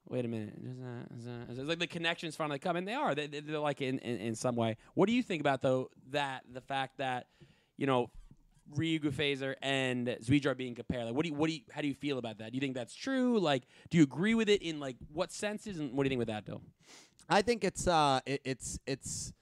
wait a minute, is that, is that, is that-" like the connections finally come, and they are. They, they- they're like in, in in some way. What do you think about though that the fact that you know Ryugu Phaser and Zuijo are being compared? Like, what do you what do you how do you feel about that? Do you think that's true? Like, do you agree with it in like what senses, and what do you think with that though?
I think it's uh it, it's it's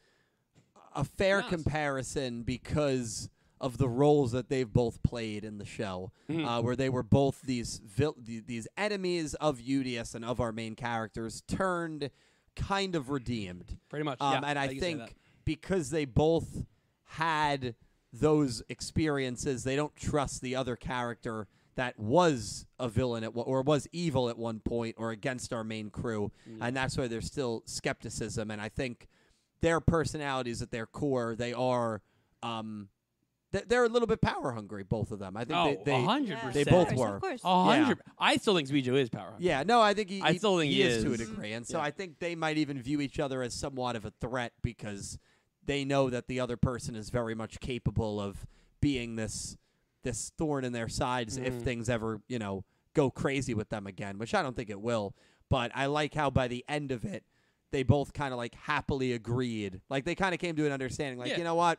a fair
Nice.
comparison because of the roles that they've both played in the show,
Mm-hmm.
uh, where they were both these vil- the- these enemies of UDS and of our main characters turned kind of redeemed.
Pretty much,
Um,
yeah,
and I,
I can say
think
that.
because they both had those experiences, they don't trust the other character that was a villain at wa- or was evil at one point or against our main crew,
Mm.
and that's why there's still skepticism. And I think their personalities at their core, they are. Um, th- they're a little bit power hungry, both of them. I think
Oh,
they, they,
hundred
Yeah.
they
percent.
both
Of course,
were.
Of course.
A hundred.
Yeah.
I still think Zuijo is power. hungry.
Yeah, no, I think he.
I
he-
still think he
to a
is.
degree, and so
Yeah.
I think they might even view each other as somewhat of a threat because they know that the other person is very much capable of being this this thorn in their sides if things ever you know go crazy with them again, which I don't think it will. But I like how by the end of it, they both kind of like happily agreed, like they kind of came to an understanding, like
Yeah.
you know what.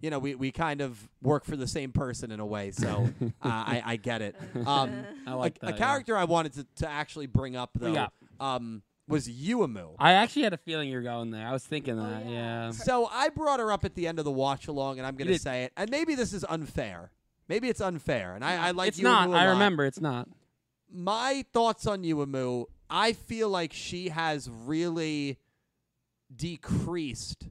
You know, we, we kind of work for the same person in a way, so uh, I, I get it. Um,
I like
a,
that.
a
yeah.
character I wanted to, to actually bring up
you
though
got?
um, was Yuumu.
I actually had a feeling you were going there. I was thinking that.
yeah.
yeah.
So I brought her up at the end of the watch along, and I'm going to
did.
say it. And maybe this is unfair. Maybe it's unfair, and I, I like
it's
Yuumu
not.
a
I
lot.
remember it's not.
my thoughts on Yuumu. I feel like she has really decreased,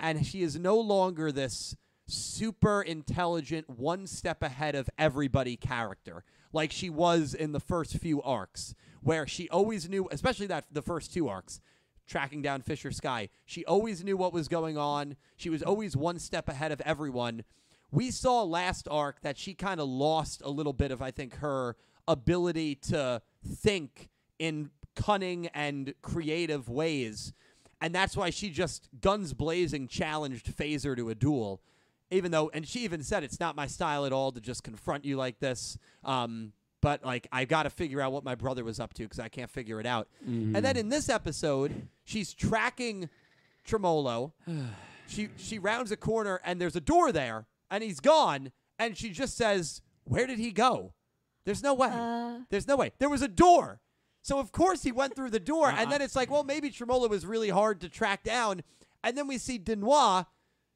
and she is no longer this super intelligent, one step ahead of everybody character like she was in the first few arcs, where she always knew, especially that the first two arcs. Tracking down Fisher Sky. She always knew what was going on. She was always one step ahead of everyone we saw last arc that she kind of lost a little bit of i think her ability to think in cunning and creative ways and that's why she just guns blazing challenged phaser to a duel even though and she even said it's not my style at all to just confront you like this um, but like i gotta figure out what my brother was up to because i can't figure it out and then in this episode she's tracking tremolo she she rounds a corner and there's a door there and he's gone and she just says where did he go there's no way
Uh.
there's no way there was a door so of course he went through the door
Uh-uh.
and then it's like well maybe tremola was really hard to track down and then we see denois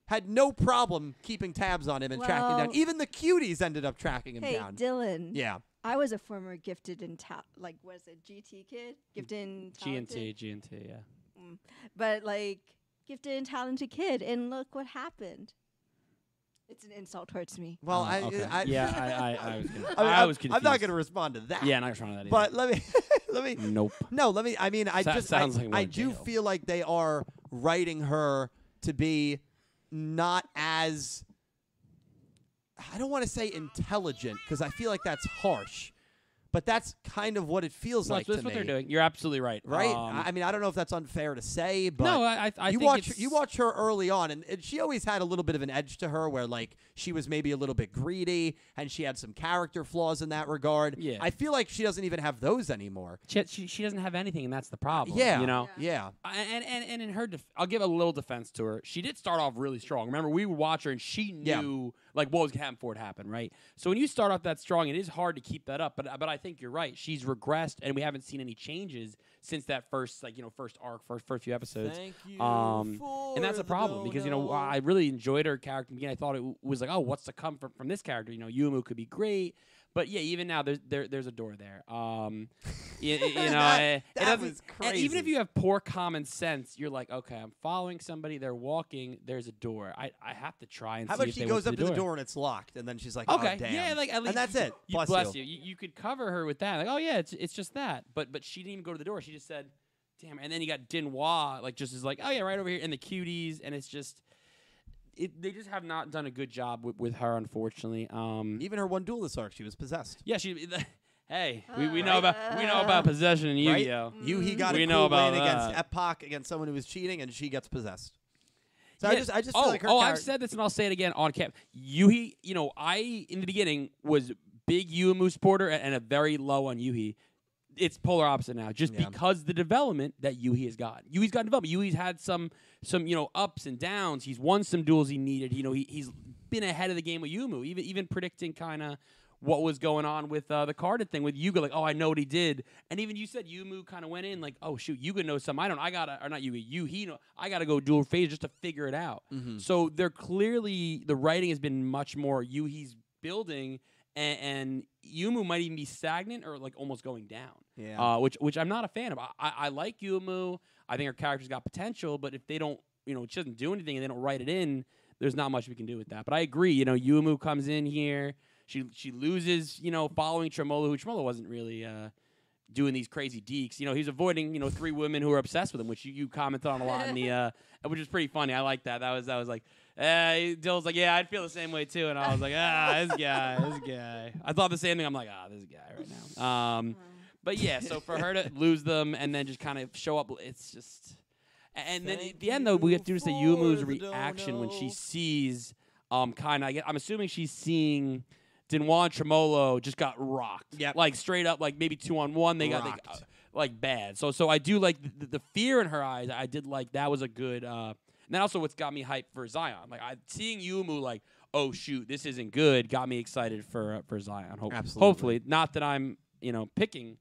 had no problem keeping tabs on him and tracking down
Well-
even the cuties ended up tracking him
Hey,
down
Dylan.
yeah
I was a former gifted and ta- like was a GT kid, gifted and talented,
GNT, GNT, yeah.
but like gifted and talented kid, and look what happened. It's an insult towards me.
well I, I,
Oh, yeah, I, I, I was confused. I,
mean, I'm-
was confused.
i'm not going to respond to that
Yeah, not trying to that.
but let me let me
either. nope.
No, let me. I mean, I
Sa-
just
sounds
I,
like more
I do
jail.
feel like they are writing her to be not as I don't want to say intelligent because I feel like that's harsh, but that's kind of what it feels
No,
like
that's
to
what
me,
they're doing. You're absolutely right.
right?
Um,
I I mean, I don't know if that's unfair to say, but
no, I, I, I
you
think
watch
it's-
you watch her early on, and, and she always had a little bit of an edge to her, where like she was maybe a little bit greedy, and she had some character flaws in that regard.
Yeah.
I feel like she doesn't even have those anymore.
She, she, she doesn't have anything, and that's the problem.
Yeah,
you know.
yeah.
I- and and and in her, def- I'll give a little defense to her. She did start off really strong. Remember, we would watch her, and she
Yeah.
knew like what was gonna happen before it happened, right? So when you start off that strong, it is hard to keep that up. But but I think you're right. She's regressed, and we haven't seen any changes since that first like you know first arc, first first few episodes. um, and that's a problem because you know I really enjoyed her character. Again, I thought it w- was like, oh, what's to come from, from this character? You know, Yumu could be great, But yeah, even now there's there, there's a door there. Um, you, you know, eh, it
that
doesn't-
was
and even if
crazy.
you have poor common sense, you're like, okay, I'm following somebody. They're walking. There's a door. I, I have to try and
How
see
about
if
she
they
goes
went
up to the door. and it's locked, and then she's like,
Okay,
"Oh damn!"
yeah, like at
and
least
that's it.
You, bless, you. you. You could cover her with that. Like, oh yeah, it's it's just that. But but she didn't even go to the door. She just said, "Damn!" And then you got Dinois, like just is like, oh yeah, right over here, and the cuties, and it's just. It, they just have not done a good job with, with her, unfortunately. Um,
Even her one duel this arc, she was possessed.
yeah, she. hey, we, we know about we know about possession in
Right?
Yu-Gi-Oh.
You he got
Mm. We
a
know
cool
about
win against
that.
Epoch against someone who was cheating, and she gets possessed. So I
Yeah.
just I just
oh,
feel like her
oh, I've
character-
said this and I'll say it again on camp. Yuhi, you know, I in the beginning was big Yuumu supporter and, and a very low on Yuhi. It's polar opposite now, just
Yeah.
because the development that Yuhi has got. Yuhi's gotten development. Yuhi's had some some you know ups and downs. He's won some duels he needed. You know, he, he's been ahead of the game with Yumu, even even predicting kind of what was going on with uh, the Carded thing with Yuga. Like, oh, I know what he did. And even you said Yumu kind of went in like, oh shoot, Yuga knows something I don't. I gotta or not Yuga, Yuhi. Know, I gotta go dual phase just to figure it out.
Mm-hmm. Mm.
So they're clearly the writing has been much more Yuhi's building, and, and Yumu might even be stagnant or like almost going down.
Yeah.
Uh, which which I'm not a fan of. I, I, I like Yumu. I think her character's got potential, but if they don't, you know, she doesn't do anything and they don't write it in, there's not much we can do with that. But I agree. You know, Yumu comes in here. She she loses. You know, following Tremolo, who Tremolo wasn't really. Uh, Doing these crazy deeks, you know, he's avoiding, you know, three women who are obsessed with him, which you, you commented on a lot in the, uh, which is pretty funny. I like that. That was that was like, uh, Dill's like, yeah, I'd feel the same way too, and I was like, ah, this guy, this guy. I thought the same thing. I'm like, ah, this guy right now. Um, but yeah, so for her to lose them and then just kind of show up, it's just. a- And then at the end, though, we have to notice the Yumu's
for the
reaction when she
dono.
sees, um, kind of. I'm assuming she's seeing. Dinwan and Tremolo just got rocked.
Yep.
like straight up, like maybe two on one. They got they got,
Rocked.
uh, like bad. So so I do like the, the fear in her eyes. I did like that was a good. uh And then also what's got me hyped for Zion. Like I seeing Yumu like oh shoot this isn't good got me excited for uh, for Zion. Hope,
Absolutely.
Hopefully not that I'm you know picking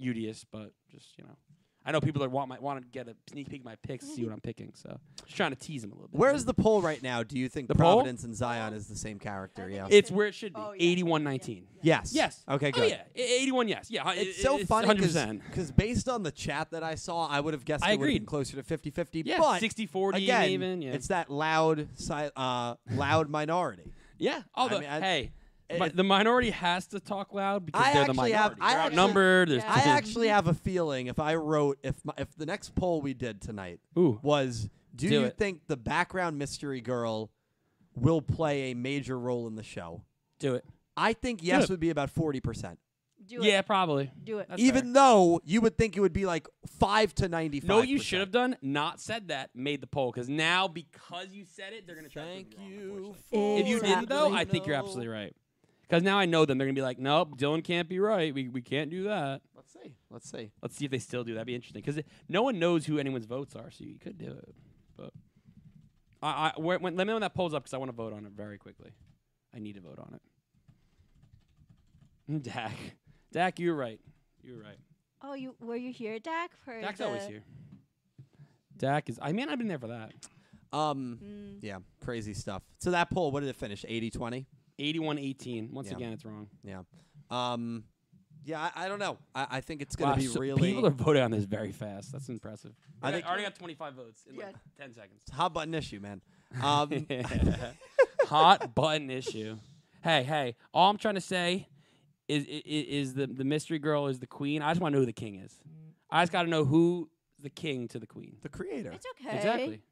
Udius, but just you know. I know people that want my want to get a sneak peek of my picks, see what I'm picking. So just trying to tease him a little bit.
Where's the poll right now? Do you think
The poll?
Providence and Zion is the same character? Yeah.
It's where it should be.
Oh, yeah.
Eighty-one nineteen.
yes.
Yes.
Okay. Good.
Oh yeah. E- Eighty-one. Yes. Yeah.
It's so funny
Hundred
because
percent.
based on the chat that I saw, I would have guessed it
I
would have been
agreed.
closer to 50-50.
Yeah.
but
60-40
again,
even. Yeah.
it's that loud, si- uh, loud minority.
Yeah. Although,
mean, I-
hey, mi-
it-
the minority has to talk loud because
I
they're the
actually
minority.
have- I
they're
actually-
outnumbered. There's
Yeah.
I actually have a feeling if I wrote if my, if the next poll we did tonight
Ooh.
was do,
Do
you
it.
think the background mystery girl will play a major role in the show?
do it.
I think yes
it.
would be about 40%.
Do
yeah,
it.
probably.
Do it.
That's
Even
fair.
though you would think it would be like 5 to 95.
no, you should have done not said that. Made the poll because now because you said it, they're gonna try to prove wrong, unfortunately.
for
If you didn't though, I think you're
No.
absolutely right. Because now I know them. They're gonna be like, nope, Dylan can't be right. We, we can't do that.
Let's see. Let's see.
Let's see if they still do. That'd be interesting because no one knows who anyone's votes are, so you could do it. But I, I where, when, let me know when that polls up because I want to vote on it very quickly. I need to vote on it. Dak, Dak, you're right. You're right.
Oh, you were you here, Dak? For
Dak's
the-
always here. Dak is. I mean, I've been there for that.
Um
Mm,
yeah, crazy stuff. So that poll, what did it finish? 80-20?
81-18. Once
Yeah.
again, it's wrong.
Yeah. Um yeah, I, I don't know. I, I think it's going
Wow,
to be
so
really
people are voting on this very fast. That's impressive.
I
I
think-
already got 25 votes in like
Yeah.
10 seconds.
hot button issue, man. Um
hot button issue. Hey, hey, all I'm trying to say is is, is the, the mystery girl is the queen. I just want to know who the king is. I just got to know who the king to the queen.
the creator.
It's okay.
Exactly.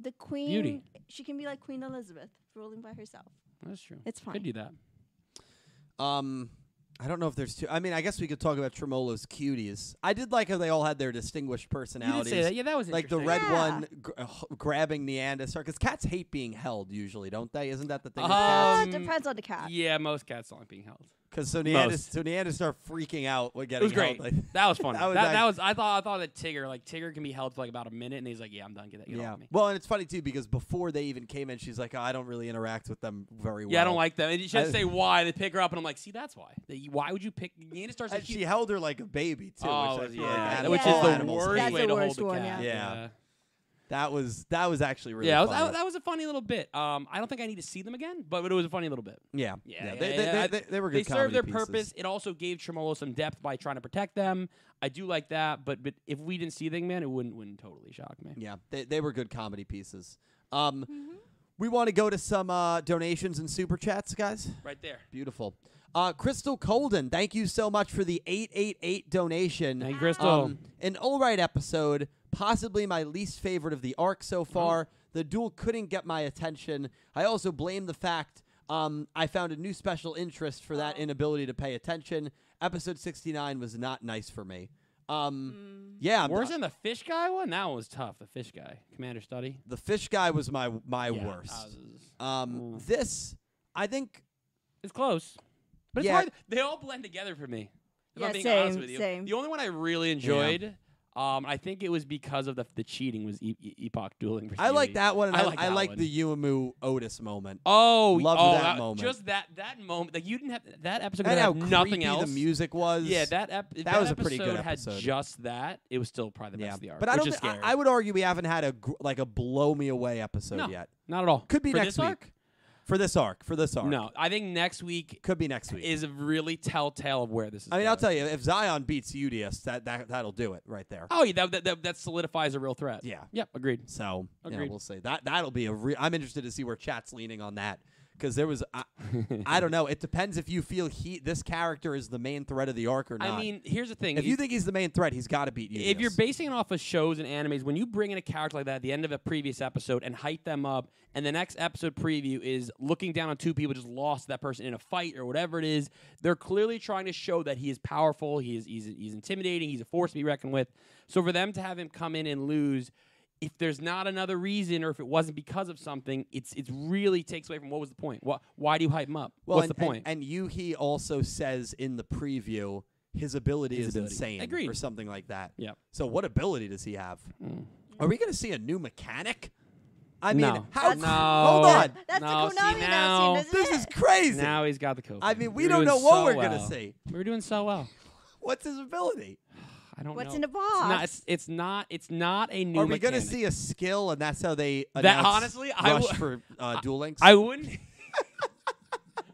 The queen.
Beauty.
She can be like Queen Elizabeth, ruling by herself.
That's true.
It's
Could
fine.
do that.
Um, I don't know if there's two. I mean, I guess we could talk about Tremolo's cuties. I did like how they all had their distinguished
You
personalities.
did say that. Yeah, that was
Like the
interesting.
red
Yeah.
one gr- uh, h- grabbing Neanderthal, because cats hate being held usually, don't they? Isn't that the thing?
Uh-huh.
Uh,
Um,
depends on the cat.
Yeah, most cats don't like being held.
Because so
most.
Neanderthal, so Neanderthal freaking out when
It
getting
was great.
held. Like,
That was fun.
That
that,
was
was that,
nice.
was. I thought. I thought that Tigger, like Tigger, can be held for like about a minute, and he's like, "Yeah, I'm done. Get that. Get
yeah.
off me."
Well, and it's funny too because before they even came in, she's like, oh, "I don't really interact with them very well."
Yeah, I don't like them. And she
I-
should say why. They pick her up, and I'm like, "See, that's why. They- Why would you pick?" Nina starts.
And she held her like a baby too.
Oh,
which I feel like
yeah,
out of
which
all
is the
animals,
worst
That's
way
the
to
worst
hold a
one,
cat.
yeah. Yeah. That was that was actually really
yeah, it was-
funny.
that, that was a funny little bit. Um, I don't think I need to see them again, but it was a funny little bit.
yeah,
Yeah, yeah,
they, they,
yeah, I-
They, they, they were good.
They
comedy
served their
pieces.
purpose. It also gave Tremolo some depth by trying to protect them. I do like that, but but if we didn't see Thing Man, it wouldn't wouldn't totally shock me.
Yeah, they, they were good comedy pieces. Um, We want to go to some uh, donations and super chats, guys.
Right there.
Beautiful. Uh, Crystal Colden, thank you so much for the 888 donation.
Thank you, Crystal.
Um, an all right episode, possibly my least favorite of the arc so
Mm-hmm.
far. The duel couldn't get my attention. I also blame the fact um, I found a new special interest for
Ah.
that inability to pay attention. Episode 69 was not nice for me. Um, Yeah, I'm-
Mm. Worse than the fish guy one? That one was tough. The fish guy, Commander Study.
the fish guy was my my
Yeah, I
worst.
was-
Um,
Ooh.
this, I think,
it's close, but
Yeah.
it's hard. They all blend together for me. If
Yeah,
I'm being honest
same,
with you,
same.
the only one I really enjoyed, um, I think it was because of the the cheating was e- E- Epoch dueling. For
I like
Stevie.
that one. And I,
I
I
like
like,
that one.
the Yuumu Otis moment.
Oh,
Loved
oh,
that moment.
Just that that moment. Like you didn't have that episode.
and how
had nothing
creepy
else.
the music was.
Yeah, that, ep- that,
was a
episode
pretty good episode.
had just that. It was still probably the
Yeah,
best of the arc.
but I
which
don't.
is
thi- I-
scary.
I, would argue we haven't had a gr- like a blow me away episode
No.
yet.
not at all.
Could be
For
next
this arc?
week. For this arc. For this arc.
No, I think next week
Could be next week.
is a really telltale of where this is.
I mean, I'll
going.
tell you, if Zion beats Udius, that that that'll do it right there.
Oh, yeah, that, that, that, that solidifies a real threat.
Yeah.
Yep. Agreed.
So yeah,
Agreed.
we'll see. That that'll be a real. I'm interested to see where chat's leaning on that because there was. I, I don't know. It depends if you feel he this character is the main threat of the arc or not.
I mean, here's the thing.
if you think he's the main threat, he's got to beat Udius.
if you're basing it off of shows and animes, when you bring in a character like that at the end of a previous episode and hype them up, and the next episode preview is looking down on two people just lost that person in a fight or whatever it is, they're clearly trying to show that he is powerful, he is he's, he's intimidating, he's a force to be reckoned with. So for them to have him come in and lose. If there's not another reason, or if it wasn't because of something, it's it's really takes away from what was the point. Why, why do you hype him up?
well,
What's
and,
the point?
And, and Yuhi also says in the preview his ability
His
is
ability.
insane
Agreed. Mm.
or something like that.
Yep.
So what ability does he have? Are we going to see a new mechanic? I mean,
No.
how?
That's-
Hold
No.
on.
That's
No,
the
see,
Konami
now-
announcement, isn't
This
it?
is crazy.
now he's got the code.
I mean, we
We're
don't
doing
know what
so
we're gonna
well.
see.
We were doing so well.
What's his ability?
I don't
What's
know.
in a
It's not,
box?
it's, it's not. It's not a new.
Are we
going
gonna
to
see a skill, and that's how they
That
announce
honestly,
rush
I wou-
for uh, duel links?
I wouldn't.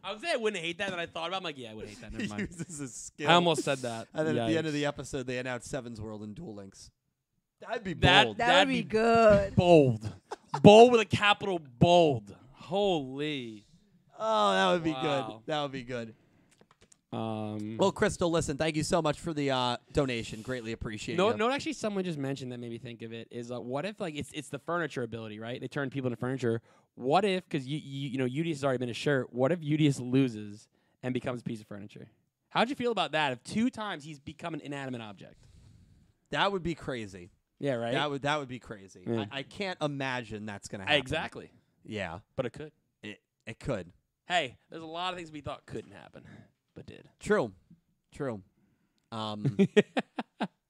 I would say I wouldn't hate that. That I thought about. I'm like, yeah, I would hate that. Never
He
mind.
uses a skill.
I almost said that.
And then at the end of
Yikes.
the episode, they announce Seven's World and duel links. That'd be
That-
bold.
that
That'd
would be
be-
good.
bold, bold with a capital bold. Holy.
oh, that would be
Wow.
good. That would be good.
Um.
Well, Crystal, listen, thank you so much for the uh, donation. Greatly appreciate
No,
you.
no. Actually, someone just mentioned that made me think of it. Is uh, what if like it's it's the furniture ability, right? They turn people into furniture. What if because you, you you know Udius has already been a shirt. What if Udius loses and becomes a piece of furniture? How'd you feel about that? If two times he's become an inanimate object.
that would be crazy.
Yeah. Right.
That would that would be crazy.
Yeah.
I, I can't imagine that's gonna
I-
happen.
exactly.
Yeah,
But it could.
it it could.
Hey, there's a lot of things we thought couldn't happen, but did.
True, true. Um,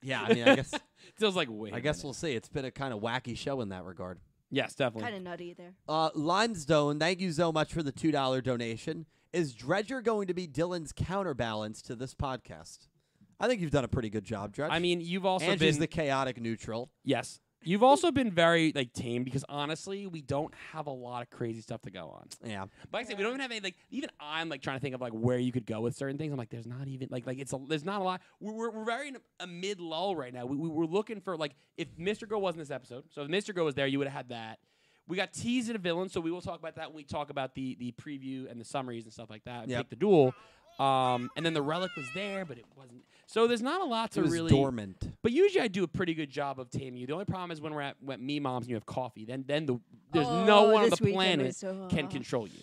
yeah, I mean, I guess
Feels like wait.
I guess we'll see. It's been a kind of wacky show in that regard.
yes, definitely.
Kind of nutty there.
Uh, Limestone, thank you so much for the two dollar donation. Is Dredger going to be Dylan's counterbalance to this podcast? I think you've done a pretty good job, Dredger.
I mean, you've also
Angie's
been
the chaotic neutral.
yes. You've also been very like tame because honestly, we don't have a lot of crazy stuff to go on.
Yeah,
But like I said, we don't even have any like. Even I'm like trying to think of like where you could go with certain things. I'm like, there's not even like like it's a, there's not a lot. We're we're, we're very in a, a mid lull right now. We, we were looking for like if Mr. Go wasn't this episode. So if Mr. Go was there, you would have had that. We got teased at a villain, so we will talk about that when we talk about the the preview and the summaries and stuff like that. And
Yep.
pick the duel. Um, and then the relic was there, but it wasn't. So there's not a lot
it
to
was
really.
dormant.
But usually I do a pretty good job of taming you. The only problem is when we're at when me moms and you have coffee. Then then the there's no
Oh,
one on the
this weekend
planet
was so-
can control you.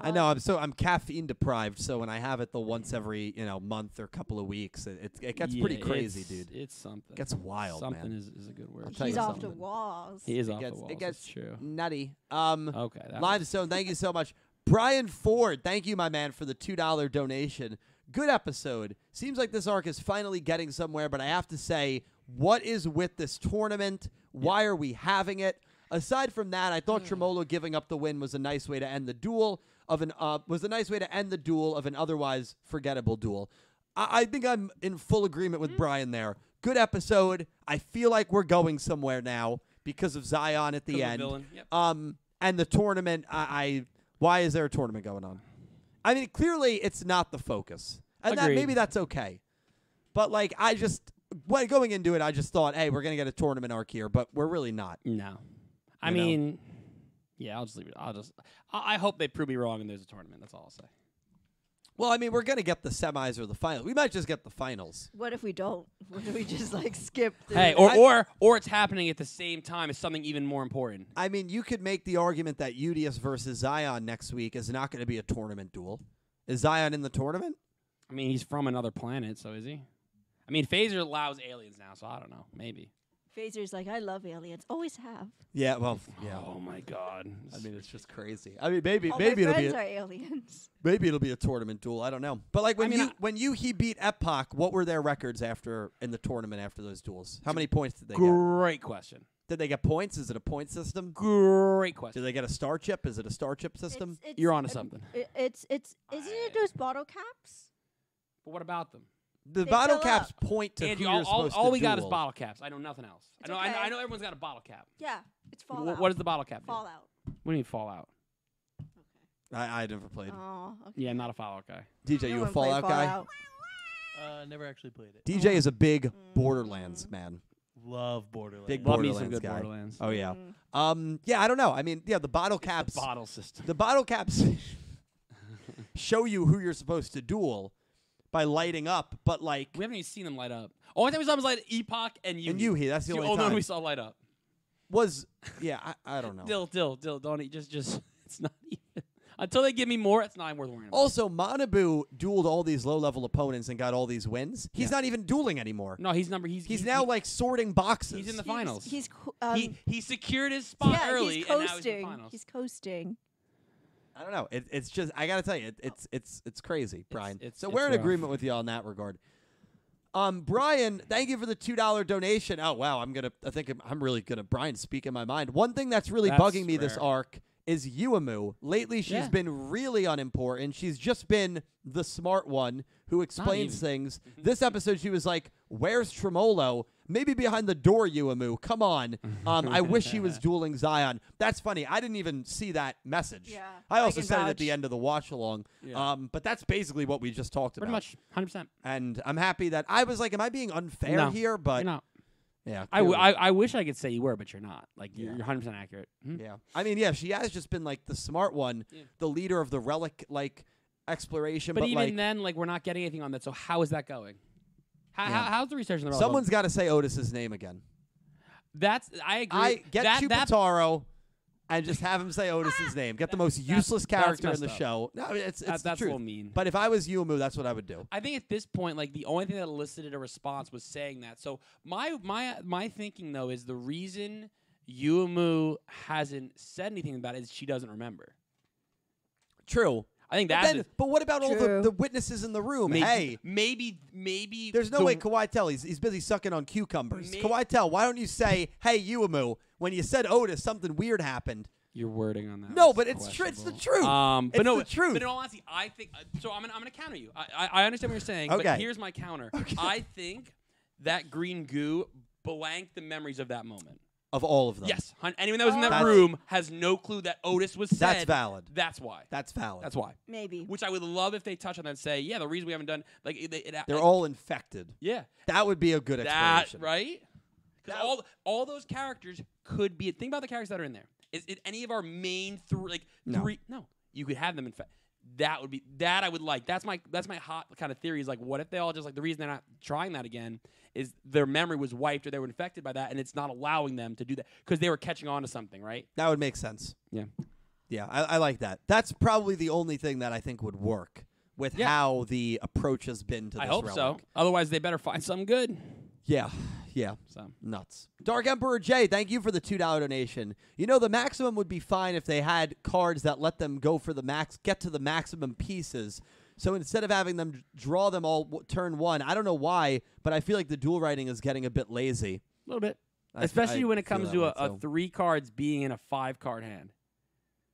I know. I'm so I'm caffeine deprived. So when I have it the once every you know month or couple of weeks, it it, it gets pretty
Yeah,
crazy,
it's-
dude. It
It's something.
gets wild,
something
man.
is, is a good word.
tell
He's
you
off the
something.
walls.
He is
it
off
gets
the walls.
it gets
that's true.
nutty. Um,
Okay. That was-
Limestone, thank you so much. Brian Ford, thank you, my man, for the $2 donation. Good episode. Seems like this arc is finally getting somewhere, but I have to say, what is with this tournament? Why are we having it? Aside from that, I
Hmm.
thought Tremolo giving up the win was a nice way to end the duel of an uh, was a nice way to end the duel of an otherwise forgettable duel. I, I think I'm
Hmm.
in full agreement with Brian there. Good episode. I feel like we're going somewhere now because of Zion at the
Because of the
end.
villain, yep.
Um, and the tournament, I, I why is there a tournament going on? I mean, clearly it's not the focus, and that
Agreed.
maybe that's okay. But like, I just when going into it, I just thought, hey, we're gonna get a tournament arc here, but we're really not.
No, I
You know?
mean, yeah, I'll just leave it. I'll just. I, I hope they prove me wrong and there's a tournament. That's all I'll say.
Well, I mean, we're gonna get the semis or the finals. We might just get the finals.
What if we don't? What if we just like skip? through
Hey,
it?
or
I-
or or it's happening at the same time as something even more important.
I mean, you could make the argument that Udius versus Zion next week is not going to be a tournament duel. Is Zion in the tournament?
I mean, he's from another planet, so is he? I mean, Phaser allows aliens now, so I don't know. Maybe.
Phaser's like, I love aliens. Always have.
Yeah. Well. Yeah.
Oh my God.
I mean, it's just crazy. I mean, maybe
All
maybe
my
it'll be
friends
a,
are aliens.
maybe it'll be a tournament duel. I don't know. But like when
mean,
you
I-
when you he beat Epoch, what were their records after in the tournament after those duels? How many points did they get?
great question.
Did they get points? Is it a point system?
Great
Did
question.
they get a star chip? Is it a star chip system?
It's- it's-
You're onto
um,
something.
i- It's it's isn't it
I-
those bottle caps?
But what about them?
The
they
bottle
fill
caps
up.
point to
Andrew,
who you're
all, all,
supposed
all
to
we got is
duel.
bottle caps. I know nothing else. I
It's
know, I know.
okay.
I know everyone's got a bottle cap.
Yeah, it's
Wh-
Fallout.
what is the bottle cap? do?
Fallout?
What do you mean Fallout?
I, I never played.
Oh, okay.
Yeah, I'm not a Fallout guy.
DJ,
No
you a
one played
Fallout guy?
Fallout.
Uh, never actually played it.
Mm.
DJ is a big Borderlands man.
Love Borderlands.
Big
Love me some
Borderlands
good
guy.
Borderlands.
Oh yeah.
Mm.
Um. Yeah. I don't know. I mean, yeah. The bottle
The
caps.
bottle system.
the bottle caps show you who you're supposed to duel by lighting up, but like
We haven't even seen them light up. Only time we saw them was light Epoch and you.
And Yuhi, that's the only
only one
time.
Oh, we saw light up.
was yeah. I, I don't know.
Dill, dill, dill. Don't eat. Just, just. It's not even. Until they give me more, it's not even worth worrying about.
Also, Manabu dueled all these low level opponents and got all these wins. He's
Yeah.
not even dueling anymore.
no, he's number. He's
He's
he-
now
he-
like sorting boxes.
He's in the
He was-
finals.
He's co- um,
he he secured his spot
yeah,
early,
he's
and now he's in the
coasting.
finals.
he's coasting.
I don't know. It, it's just I gotta tell you, it, it's it's it's crazy, Brian.
it's-
so
it's
we're in
rough.
agreement with you on that regard. Um, Brian, thank you for the two dollar donation. Oh wow, I'm gonna. I think I'm, I'm really gonna. Brian, speak in my mind. One thing that's really
That's
bugging me this
rare.
arc is Yuamu. Lately, she's
Yeah.
been really unimportant. She's just been the smart one who explains
even. Mm-hmm.
things. this episode, she was like, "Where's Tremolo?" Maybe behind the door, Yuamu. Come on. Um, I wish he was dueling Zion. That's funny. I didn't even see that message.
Yeah,
I
I
also
can
said it at the
vouch.
end of the watch along.
Yeah.
Um, but that's basically what we just talked
Pretty
about.
much, hundred percent.
And I'm happy that I was like, am I being unfair
No,
here? But
You're not.
yeah,
I, w-
clearly.
I, I wish I could say you were, but you're not. Like
Yeah.
you're you're hundred percent accurate. Hmm?
yeah. I mean, yeah, she has just been like the smart one,
Yeah.
the leader of the relic like exploration.
But,
But,
even
like,
then, like we're not getting anything on that. So how is that going? How,
Yeah.
how, how's the research? In the
someone's got to say Otis's name again.
that's I agree.
I get
that, that,
Chupitaro and just have him say Otis's name. Get the most
that's-
useless
that's
character in
messed
the
up.
show. No, I mean, it's, it's
that-
the
that's a
truth.
little mean.
But if I was Yumu, that's what I would do.
I think at this point, like the only thing that elicited a response was saying that. So my my my thinking though is the reason Yuumu hasn't said anything about it is she doesn't remember.
True.
I think
But,
that's
then, but what about all the,
True.
the witnesses in the room?
maybe,
hey,
maybe maybe
There's no
the-
way Kawhi Tell he's, he's busy sucking on cucumbers.
May-
Kawhi Tell, why don't you say, "Hey, Uemu"? When you said Otis, something weird happened.
Your wording on that.
No,
was
but it's tr- it's the
questionable.
truth.
Um, but
It's
no,
the truth.
But in all honesty, I think uh, so. I'm gonna, I'm gonna counter you. I, I, I understand what you're saying,
Okay.
but here's my counter. I think that green goo blanked the memories of that moment.
Of all of them,
Yes, hun- anyone that was in that
That's-
room has no clue that Otis was said.
That's valid.
That's why.
that's valid.
That's why.
Maybe.
Which I would love if they touch on that and say, yeah, the reason we haven't done like it, it, it-
They're all infected.
yeah
That would be a good
that
explanation.
right? Because
That-
all all those characters could be. Think about the characters that are in there. Is it any of our main three? Like
No.
three? No, you could have them. In fact, that would be that I would like. That's my that's my hot kind of theory. Is like, what if they all just like the reason they're not trying that again is their memory was wiped or they were infected by that, and it's not allowing them to do that because they were catching on to something, right?
That would make sense.
Yeah.
Yeah, I, I like that. That's probably the only thing that I think would work with
Yeah.
how the approach has been to this
I hope so.
relic.
Otherwise, they better find something good.
Yeah, yeah.
So.
Nuts. Dark Emperor J, thank you for the $2 donation. You know, the maximum would be fine if they had cards that let them go for the max, get to the maximum pieces. So instead of having them d- draw them all w- turn one, I don't know why, but I feel like the duel writing is getting a bit lazy.
A little bit.
I f-
Especially
I
when it
feel
comes
that
to
way,
a, a
too.
three cards being in a five card hand.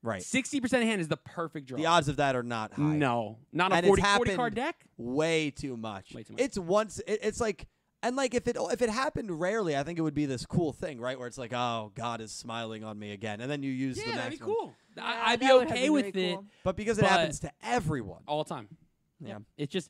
Right.
Sixty percent hand is the perfect draw.
The odds of that are not high.
No, not a
And it's
40, 40
happened
card deck.
Way too much.
Way too much.
It's once, it, it's like And like if it if it happened rarely, I think it would be this cool thing, right? Where it's like, oh, God is smiling on me again, and then you use the
Yeah,
next
that'd be
one.
cool.
Yeah,
I, I'd be
that would have
okay
been
with
really
it
cool.
But because it
But-
happens to everyone,
all the time.
Yeah.
It's just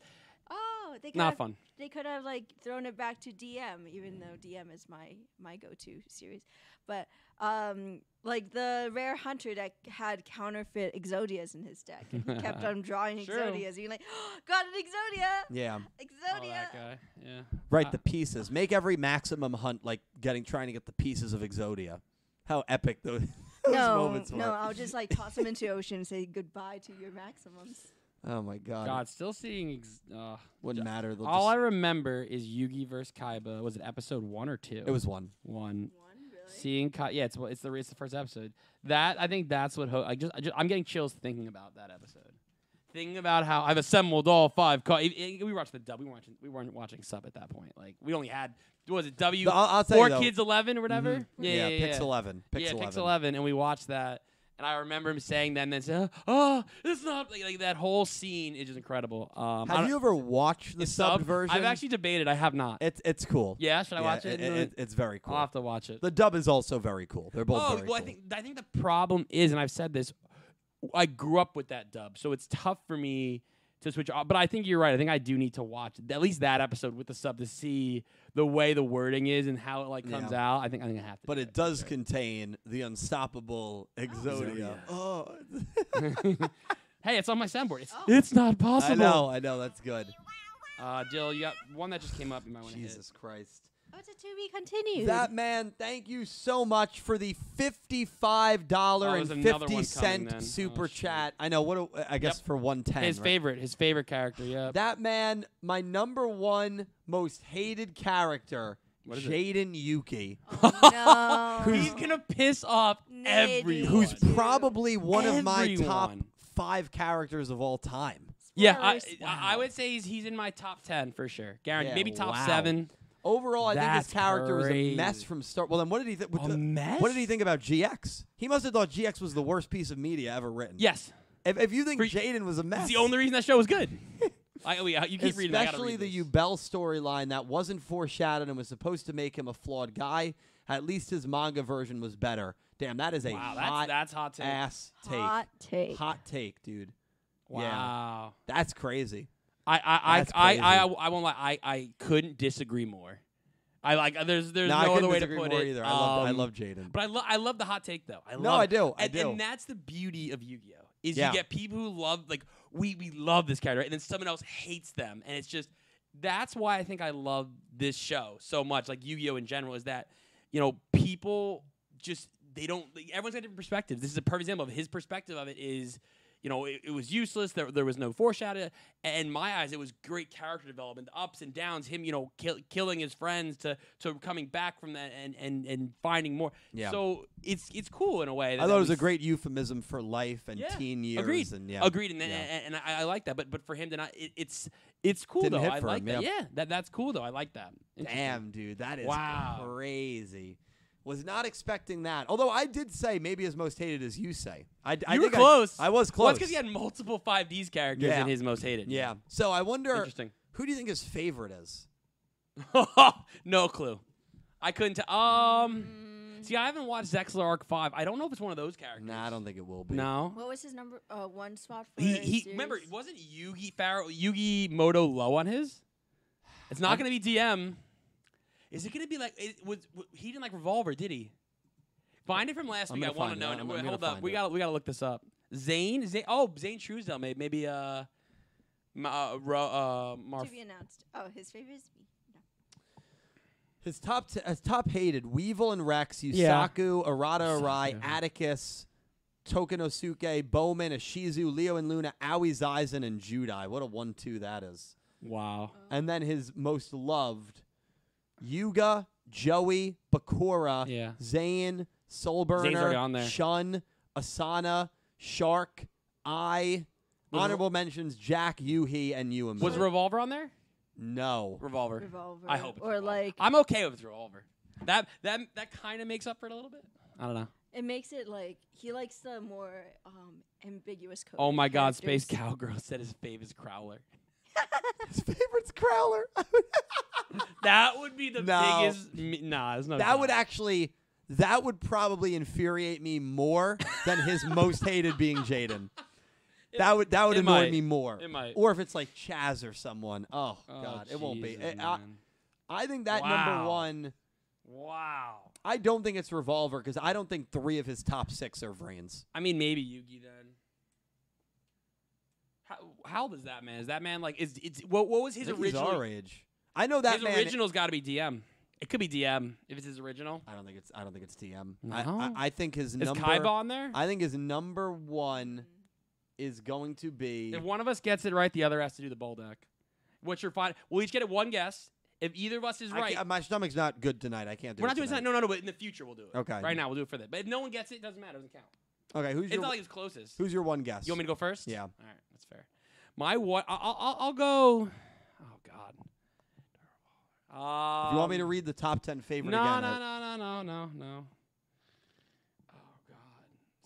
Oh, they could
not
have,
fun.
They could have like thrown it back to DM, even though DM is my my go-to series. But um, like the rare hunter that had counterfeit Exodias in his deck, and he kept on drawing
True.
Exodias. You're like, oh, got an Exodia,
yeah,
Oh,
Exodia.
that guy. Yeah.
right.
Uh,
the pieces make every maximum hunt like getting trying to get the pieces of Exodia. How epic those, those
no,
moments
no,
were!
I'll just like toss him into ocean and say goodbye to your maximums.
oh my God,
God, still seeing. Ex- uh,
wouldn't matter. They'll
all I
just-
remember is Yugi versus Kaiba. Was it episode one or two?
it was one.
one.
One really?
Seeing Kai, yeah, it's it's the it's the first episode. That I think that's what ho- I just, I just I'm getting chills thinking about that episode. Thinking about how I've assembled all five. Ca- i- i- we watched the dub. We weren't watching, we weren't watching sub at that point. Like we only had what was it W
No, I'll- I'll tell
four
you, though. Mm-hmm.
kids eleven or whatever. Yeah, yeah, yeah,
Pix
yeah.
eleven. Pix
yeah,
eleven.
Pix Eleven, and we watched that. And I remember him saying that, and then saying, "Oh, it's not like, like that whole scene is just incredible." Um, I
Have
don't-
you ever watched the
it's
sub
subbed?
version?
I've actually debated. I have not.
It's it's cool.
yeah, should I watch it? No,
It's very cool.
I'll have to watch it.
The dub is also very cool. They're both.
oh,
very
well, I
cool.
think I think the problem is, and I've said this, I grew up with that dub, so it's tough for me to switch off. But I think you're right. I think I do need to watch at least that episode with the sub to see the way the wording is and how it like comes out. I think I think I have to.
But
do
it does contain the unstoppable Exodia. Oh,
hey, it's on my soundboard. It's, it's not possible.
I know, I know. That's good.
Uh, Dill, you got one that just came up. You might want to hit.
Jesus Christ.
Oh, it's a to be continued.
That man, thank you so much for the fifty-five dollar
there's
and
another
fifty
one coming
cent
then.
super
Oh, shit.
chat. I know. What? do- I guess for one ten.
His favorite, his favorite character. Yeah.
That man, my number one most hated character,
What is it?
Jaden Yuki,
no.
He's gonna piss off
Nadine.
everyone.
who's
Dude.
probably one of my top
Everyone.
five characters of all time.
yeah, I,
Spoilers.
I I would say he's, he's in my top ten for sure. Guaranteed.
Yeah,
Maybe top
wow.
seven.
Overall, I think his
That's
character was a mess
crazy.
from start. Well, then what did he think? What,
A
the-
mess?
what did he think about GX? He must have thought GX was the worst piece of media ever written.
Yes,
If, if you think
For-
Jaden was a mess,
it's the only reason that show was good. I, oh, yeah, you keep reading. I gotta
especially
read
the
this.
Ubel storyline that wasn't foreshadowed and was supposed to make him a flawed guy. At least his manga version was better. Damn, that is a
Wow, that's
hot
that's hot take.
ass take.
Hot take.
Hot take, dude.
wow.
That's crazy.
I I
That's
I, I, I
crazy.
I won't lie. I I couldn't disagree more. I like uh, there's there's
no, I
no
couldn't
other way to
disagree
put
more
it.
either. I love I
Um,
love Jaden.
But I love I love the hot take though. I
No,
love
I
it.
do, I
and,
do.
And that's the beauty of Yu-Gi-Oh. Is
Yeah.
you get people who love like we we love this character and then someone else hates them and it's just that's why I think I love this show so much like Yu-Gi-Oh in general is that you know people just they don't like, everyone's got different perspectives. This is a perfect example of his perspective of it is you know, it, it was useless. There, there was no foreshadow. And in my eyes, it was great character development, the ups and downs. Him, you know, kill, killing his friends to to coming back from that and and and finding more.
Yeah.
So it's it's cool in a way.
I
that
thought it
we
was a
s-
great euphemism for life and
Yeah,
teen years.
Agreed.
And yeah,
Agreed. And, then-
Yeah.
and, and I, I like that. But but for him to not, it, it's it's cool
Didn't
though.
hit
I
for
like
him,
that.
yeah.
Yeah. That that's cool though. I like that. Interesting.
Damn, dude, that is
Wow.
crazy. Was not expecting that. Although I did say maybe his most hated is you say. I, I
You were
think I-
close.
I, was
Well,
close.
that's because he had multiple five D's characters
Yeah.
in his most hated.
yeah. So I wonder
Interesting.
who do you think his favorite is?
no clue. I couldn't tell.
Mm,
Um, see, I haven't watched Zexler Arc Five. I don't know if it's one of those characters.
Nah, I don't think it will be.
No.
What was his number? Uh, one spot for
He
a
he.
series?
Remember, wasn't Yugi Farrow Yugi Moto low on his? It's not going to be DM. Is it going to be like? It, was w- he didn't like Revolver? Did he? Find it from last
I'm
week. I
gonna
want to
find it.
know.
I'm- I'm
Wait,
gonna
hold up.
find
We
it.
got to we got to look this up. Zane Zane. Oh, Zane Truesdell. Maybe maybe uh, Ma, uh, Ro, uh Marf.
to be announced. Oh, his favorite is me. No.
His top t- his top hated Weevil and Rex,
Yeah.
Yusaku, Arata Arai,
Usaku.
Atticus, Tokunosuke, Bowman, Ashizu, Leo and Luna, Aoi Zaizen, and Judai. What a one-two that is.
Wow.
Oh,
And then his most loved Yuga, Joey, Bakura,
Yeah.
Zane,
Zane's already
Soulburner,
on there.
Shun, Asana, Shark, I.
Was-
Honorable mentions Jack, Yuhi, and Yuamura.
Was Revolver on there?
no.
Revolver.
Revolver.
I hope. It's
Or
Revolver.
like
I'm okay with Revolver. That that that kind of makes up for it a little bit. I don't know.
it makes it like he likes the more um, ambiguous code.
Oh
Oh my God, Space Cowgirl said his fave is Crowler.
His favorite's Crowler.
Oh, That would be the
No.
biggest. Me- nah, there's no.
that
shot.
would actually, that would probably infuriate me more than his most hated being Jaden. That would that would
it
annoy
might.
me more.
It might.
Or if it's like Chaz or someone. Oh,
Oh,
God, it won't be.
Jesus,
It- I,
man.
I think that number
Wow.
one.
wow.
I don't think it's Revolver because I don't think three of his top six are Vrains.
I mean, maybe Yugi then. How, how old is that man? Is that man like is it's what what was
I
his
think he's our
original?
age. I know that
his
man.
original's got to be DM. It could be DM if it's his original.
I don't think it's. I don't think it's TM. I, I,
No?
I think his
Is
number.
Kaiba on there?
I think his number one is going to be.
if one of us gets it right, the other has to do the bowl deck. What's your final? We'll each get it one guess. If either of us is
I
right,
can't- my stomach's not good tonight. I can't do.
we're
it
not doing
tonight.
that. No, no, no. But in the future, we'll do it.
Okay.
Right now, we'll do it for that. But if no one gets it, it doesn't matter. It doesn't count.
Okay, who's
It's
your
not like it's closest.
who's your one guess?
You want me to go first?
Yeah.
All right, that's fair. My what? I'll, I'll, I'll go. Oh God. Um,
if you want me to read the top ten favorite
No,
again?
no,
I-
no, no, no, no, no. Oh God.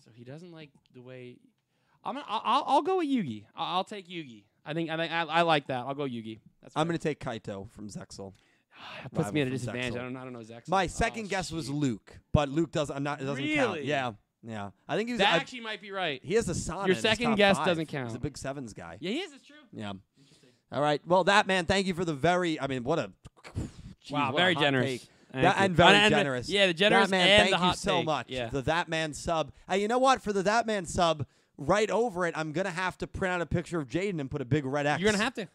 So he doesn't like the way. I'm gonna. I'll, I'll- I'll go with Yugi. I'll, I'll take Yugi. I think. I think. I, I like that. I'll go Yugi. That's.
I'm going
fair.
to take Kaito from Zexel.
That puts me at
rival
a
from
disadvantage.
Zexel.
I don't. I don't know Zexel.
My
Oh,
second guess was
shit.
Luke, but Luke does. I'm not. It doesn't count.
Really?
Yeah, yeah. I think he was.
That
I-
actually might be right.
he has a son.
Your second guess doesn't
He's a
count.
big sevens guy.
Yeah, he is. It's true.
Yeah. All right. Well, that man. Thank you for the very. I mean, what a. Jeez,
wow,
what a
very
hot
generous.
take.
Thank
That,
you.
and very
the-
generous.
Yeah, the generous
that man,
and
thank
the
you
hot
so
take.
much.
Yeah.
The that man sub. Hey, you know what? For the that man sub, right over it, I'm gonna have to print out a picture of Jaden and put a big red X.
You're gonna have to.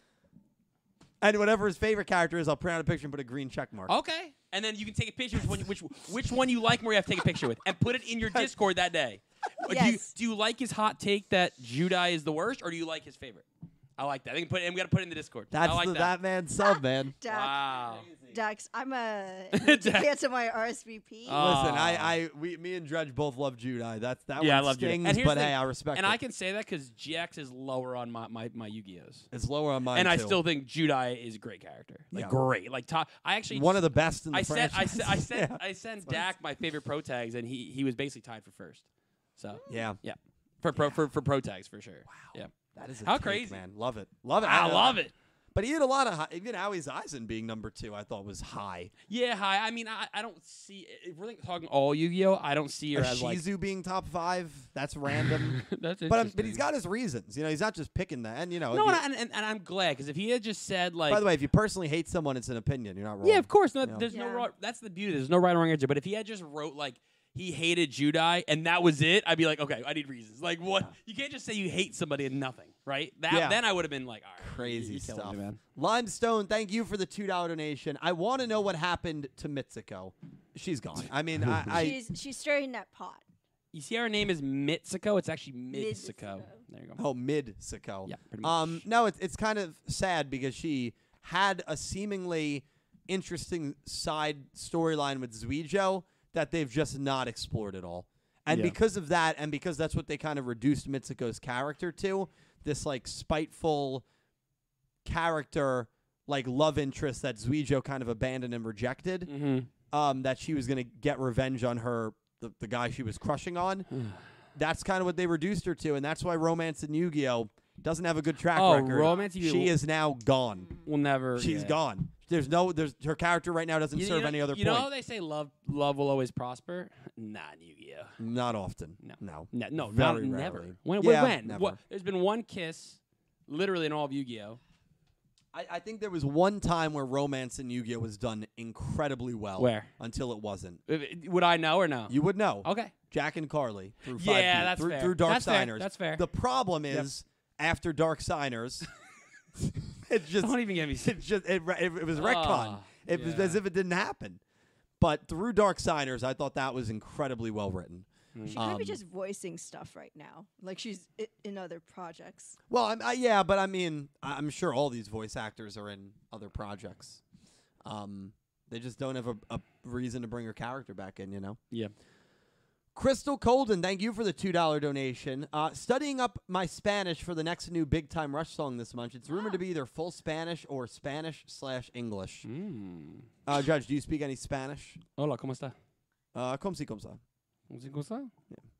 And whatever his favorite character is, I'll print out a picture and put a green check mark.
Okay. And then you can take a picture of which one, which, which one you like more you have to take a picture with and put it in your Discord that day. Do, you,
Yes.
do you like his hot take that Judai is the worst or do you like his favorite? I like that. I think put and we gotta put it in the Discord.
That's
I like
the
that.
that. man sub, man.
Dax,
Wow.
Dax, I'm a
Dax.
can't to my RSVP.
Uh,
Oh.
Listen, I, I, we, me and Dredge both love Judai. That's that
Yeah,
one
I love Judai.
stings,
And here's
but
the
hey,
thing-
I respect
And
it.
I can say that because GX is lower on my, my, my Yu-Gi-Ohs.
it's lower on mine
and I
too.
still think Judai is a great character. Like
Yeah.
great. Like top I actually
one of the best in the
I sent, I
franchise.
sent I sent
yeah.
I sent Dak my favorite pro tags and he he was basically tied for first. So
yeah,
yeah. For pro for, for pro tags for sure. Wow. Yeah.
that is a
How
take,
crazy.
man. Love it, love it. uh,
I love it.
But he had a lot of high, even Howie's Eisen being number two. I thought was high.
Yeah, hi. I mean, I, I don't see. If we're like talking all Yu-Gi-Oh, I don't see her
Or
as like.
Shizu being top five. That's random.
That's
but um, but he's got his reasons. You know, he's not just picking that. And you know, if
no,
you-
and, I- and, and, and I'm glad because if he had just said like,
by the way, if you personally hate someone, it's an opinion. You're not wrong.
yeah, of course, no,
Yeah.
there's no
Yeah.
right, that's the beauty. There's no right or wrong answer. But if he had just wrote like he hated Judai and that was it, I'd be like, okay, I need reasons. Like what? You can't just say you hate somebody and nothing, right? That
Yeah.
then I would have been like, all right, you-
Crazy
you killing
stuff.
me, man.
Limestone, thank you for the two dollar donation. I want to know what happened to Mitsuko. She's gone. I mean, I, I
she's she's stirring that pot.
You see, her name is Mitsuko. It's actually Mitsuko.
Mitsuko.
There you go.
oh mid Sicko.
Yeah, pretty
Um,
much.
no, it's it's kind of sad because she had a seemingly interesting side storyline with Zuijo that they've just not explored at all. And
Yeah.
because of that, and because that's what they kind of reduced Mitsuko's character to, this like spiteful character, like love interest that Zuijo kind of abandoned and rejected
Mm-hmm.
um, that she was going to get revenge on her, the, the guy she was crushing on. that's kind of what they reduced her to, and that's why romance in Yu Gi Oh doesn't have a good track
Oh,
record.
romance in Yu-Gi-Oh!
She is now
Mm.
gone.
Mm-hmm.
We'll never.
She's
yeah.
gone. There's no. There's her character right now doesn't serve
know,
any other
you
point.
know how they say love love will always prosper? Not Yu Gi Oh.
Not often.
No.
No.
No, no not,
Very
never.
rarely.
When?
Yeah,
when? when?
never.
What- uh, There's been one kiss, literally in all of Yu Gi Oh.
I, I think there was one time where romance in Yu Gi Oh was done incredibly well.
Where?
Until it wasn't.
Uh, Would I know or no?
You would know.
okay.
Jack and Carly through
Yeah,
five P,
that's
through,
fair.
through Dark
That's fair,
Signers.
that's fair.
The problem is after Dark Signers, it just
Don't even get me.
it just it, re- it, it was retcon.
Ah,
it was
yeah.
as if it didn't happen. But through Dark Signers, I thought that was incredibly well written.
She could
Um,
be just voicing stuff right now, like she's i- in other projects.
Well, I'm, I, yeah, but I mean, I- I'm sure all these voice actors are in other projects. Um, they just don't have a, a reason to bring her character back in, you know.
Yeah.
Crystal Colden, thank you for the two dollar donation. Uh, studying up my Spanish for the next new Big Time Rush song this month. It's rumored to be either full Spanish or Spanish slash English.
Mm.
Uh, Judge, do you speak any Spanish?
Hola, cómo está? Mm.
Uh, como si, como sa.
¿Cómo se- cómo está?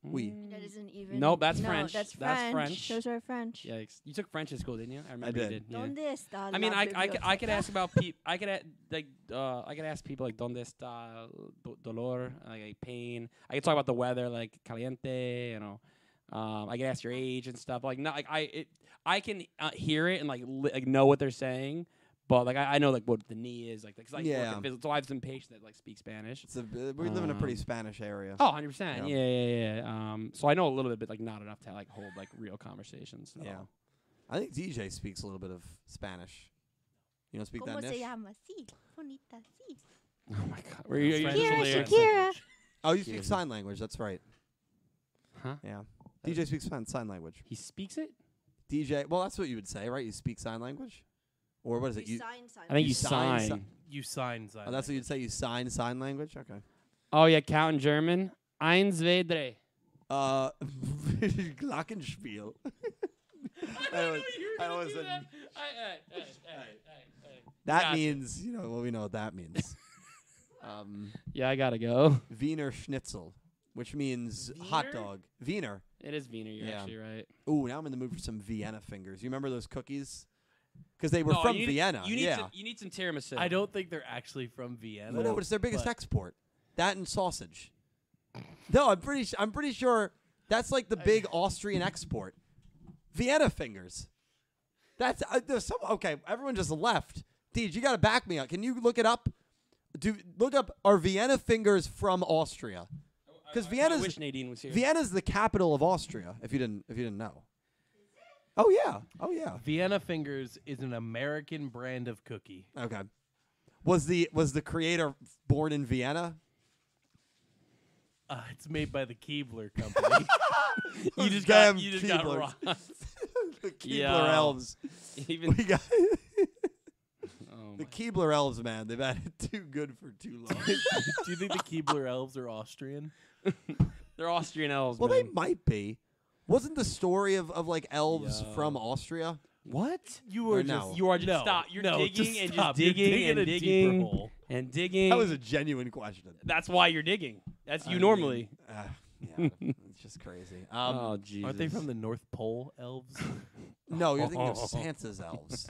We.
That isn't even.
Nope, that's
no,
French.
That's French.
That's French.
Those are French.
Yikes! You took French in school, didn't you? I remember
did.
you did. yeah.
Donde está
I mean,
la
I, I, c- I could
biblioteca?
ask about people. I could a- like uh, I could ask people like donde está do- dolor, like, like pain. I could talk about the weather, like caliente. You know, um, I could ask your age and stuff. Like not like I it, I can uh, hear it and like li- like know what they're saying, but like I, I know like what the knee is like. 'cause I yeah.
Yeah.
Work in physics, so I have some patients that like speak Spanish.
It's a, uh, we live in a pretty
Um,
Spanish area.
Oh, 100 percent.
Yeah.
Yeah, yeah, yeah. Um, so I know a little bit, but like not enough to like hold like real conversations. at
Yeah.
all.
I think DJ speaks a little bit of Spanish. You don't speak
¿Cómo
that
se
Nish?
llama? Sí, bonita, sí.
Oh my god. Were you,
French
Shakira,
is
Shakira.
lyrics.
Shakira.
Oh, you speak
Excuse
sign language. That's right.
Huh?
Yeah. DJ speaks sign, sign language.
He speaks it.
DJ, well, that's what you would say, right? You speak sign language? Or what is it? You,
sign, sign.
I think
You
you,
sign
sign.
some-
You sign sign.
oh, that's what you'd say. You sign sign language? Okay.
Oh yeah, count in German. Eins, zwei, drei.
Uh, Glockenspiel. I always- I always said- that
Gotcha.
means, you know, well, we know what that means. um,
Yeah, I gotta go.
Wiener Schnitzel, which means hot
Wiener?
dog. Wiener.
It is Wiener. You're
Yeah.
actually right.
Ooh, now I'm in the mood for some Vienna fingers. You remember those cookies? Because they were from Vienna.
You need
yeah.
some, you need some tiramisu.
I don't think they're actually from Vienna.
Well, no, it's their biggest
but-
export. That and sausage. No, I'm pretty. Sh- I'm pretty sure that's like the big Austrian export. Vienna fingers. That's uh, there's some. Okay, everyone just left. Deej, you got to back me up. Can you look it up? Do look up are Vienna fingers from Austria? Because
Oh, I
Vienna's
wish Nadine was here.
Vienna's the capital of Austria. If you didn't, if you didn't know. Oh yeah. Oh yeah.
Vienna Fingers is an American brand of cookie.
Okay. Was the was the creator born in Vienna?
Uh, it's made by the Keebler Company.
you just got
Damn
you just got
Keeblers.
robbed.
the Keebler
Yo.
elves.
Even
We got
oh
the
my.
Keebler elves, man. They've had it too good for too long.
Do you think the Keebler elves are Austrian?
they're Austrian elves.
well, they
man.
might be. Wasn't the story of, of like elves
Yo.
from Austria?
what?
You
Or
were
no.
just
You are just
no,
stop. You're
no,
digging
just
and just
stop. You're
digging, and
a
digging
deeper hole.
and digging.
That was a genuine question.
That's why you're digging. That's
I
you
mean,
normally.
uh, yeah, it's just crazy. Um,
oh Jesus.
Aren't they from the North Pole elves?
no, you're thinking of Santa's elves.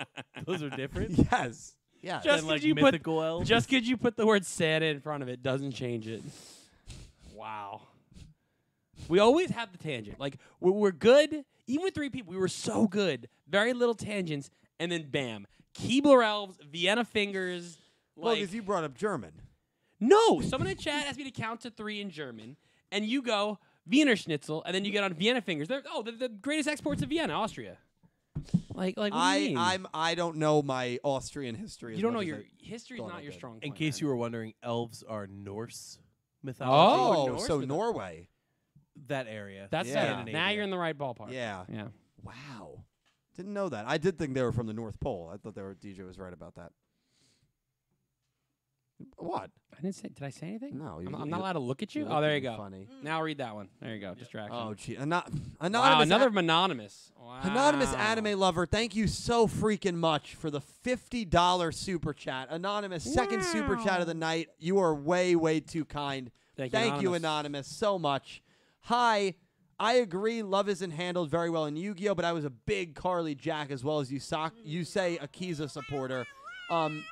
Those are different.
yes, yeah.
Just
than,
'cause
like
you put-
mythical elves.
Just because you put the word Santa in front of it doesn't change it. Wow. We always have the tangent. Like, we're, we're good. Even with three people, we were so good. Very little tangents. And then, bam. Keebler Elves, Vienna Fingers.
well,
like-
because you brought up German.
no, someone in chat asked me to count to three in German, and you go Wiener Schnitzel, and then you get on Vienna Fingers. They're, oh, they're the greatest exports of Vienna, Austria. Like, like what
I
do you mean?
I'm I don't know my Austrian history.
you
as
don't
much
know
as
your
I-
history's
thought I
not your
did.
strong.
In
point,
case
man.
you were wondering, elves are Norse mythology.
Oh,
Norse
so
with a-
Norway.
that area.
That's
Yeah.
yeah. Now
Scandinavia.
you're in the right ballpark.
Yeah.
Yeah.
Wow. Didn't know that. I did think they were from the North Pole. I thought they were DJ was right about that. What?
I didn't say. Did I say anything?
No, you-
I'm, I'm
you-
not allowed to look at you.
you're
Oh, there you
looking
go.
funny.
Now read that one. There you go. Distraction.
Oh, gee. Ano-
wow,
anonymous
another
a-
mononymous. Wow.
anonymous anime lover. Thank you so freaking much for the fifty dollar super chat. Anonymous, second super chat of the night. You are way, way too kind.
Thank you,
you,
Anonymous.
anonymous, so much. Hi. I agree, love isn't handled very well in Yu-Gi-Oh, but I was a big Carly Jack as well as you sock you say Akiza supporter. Um,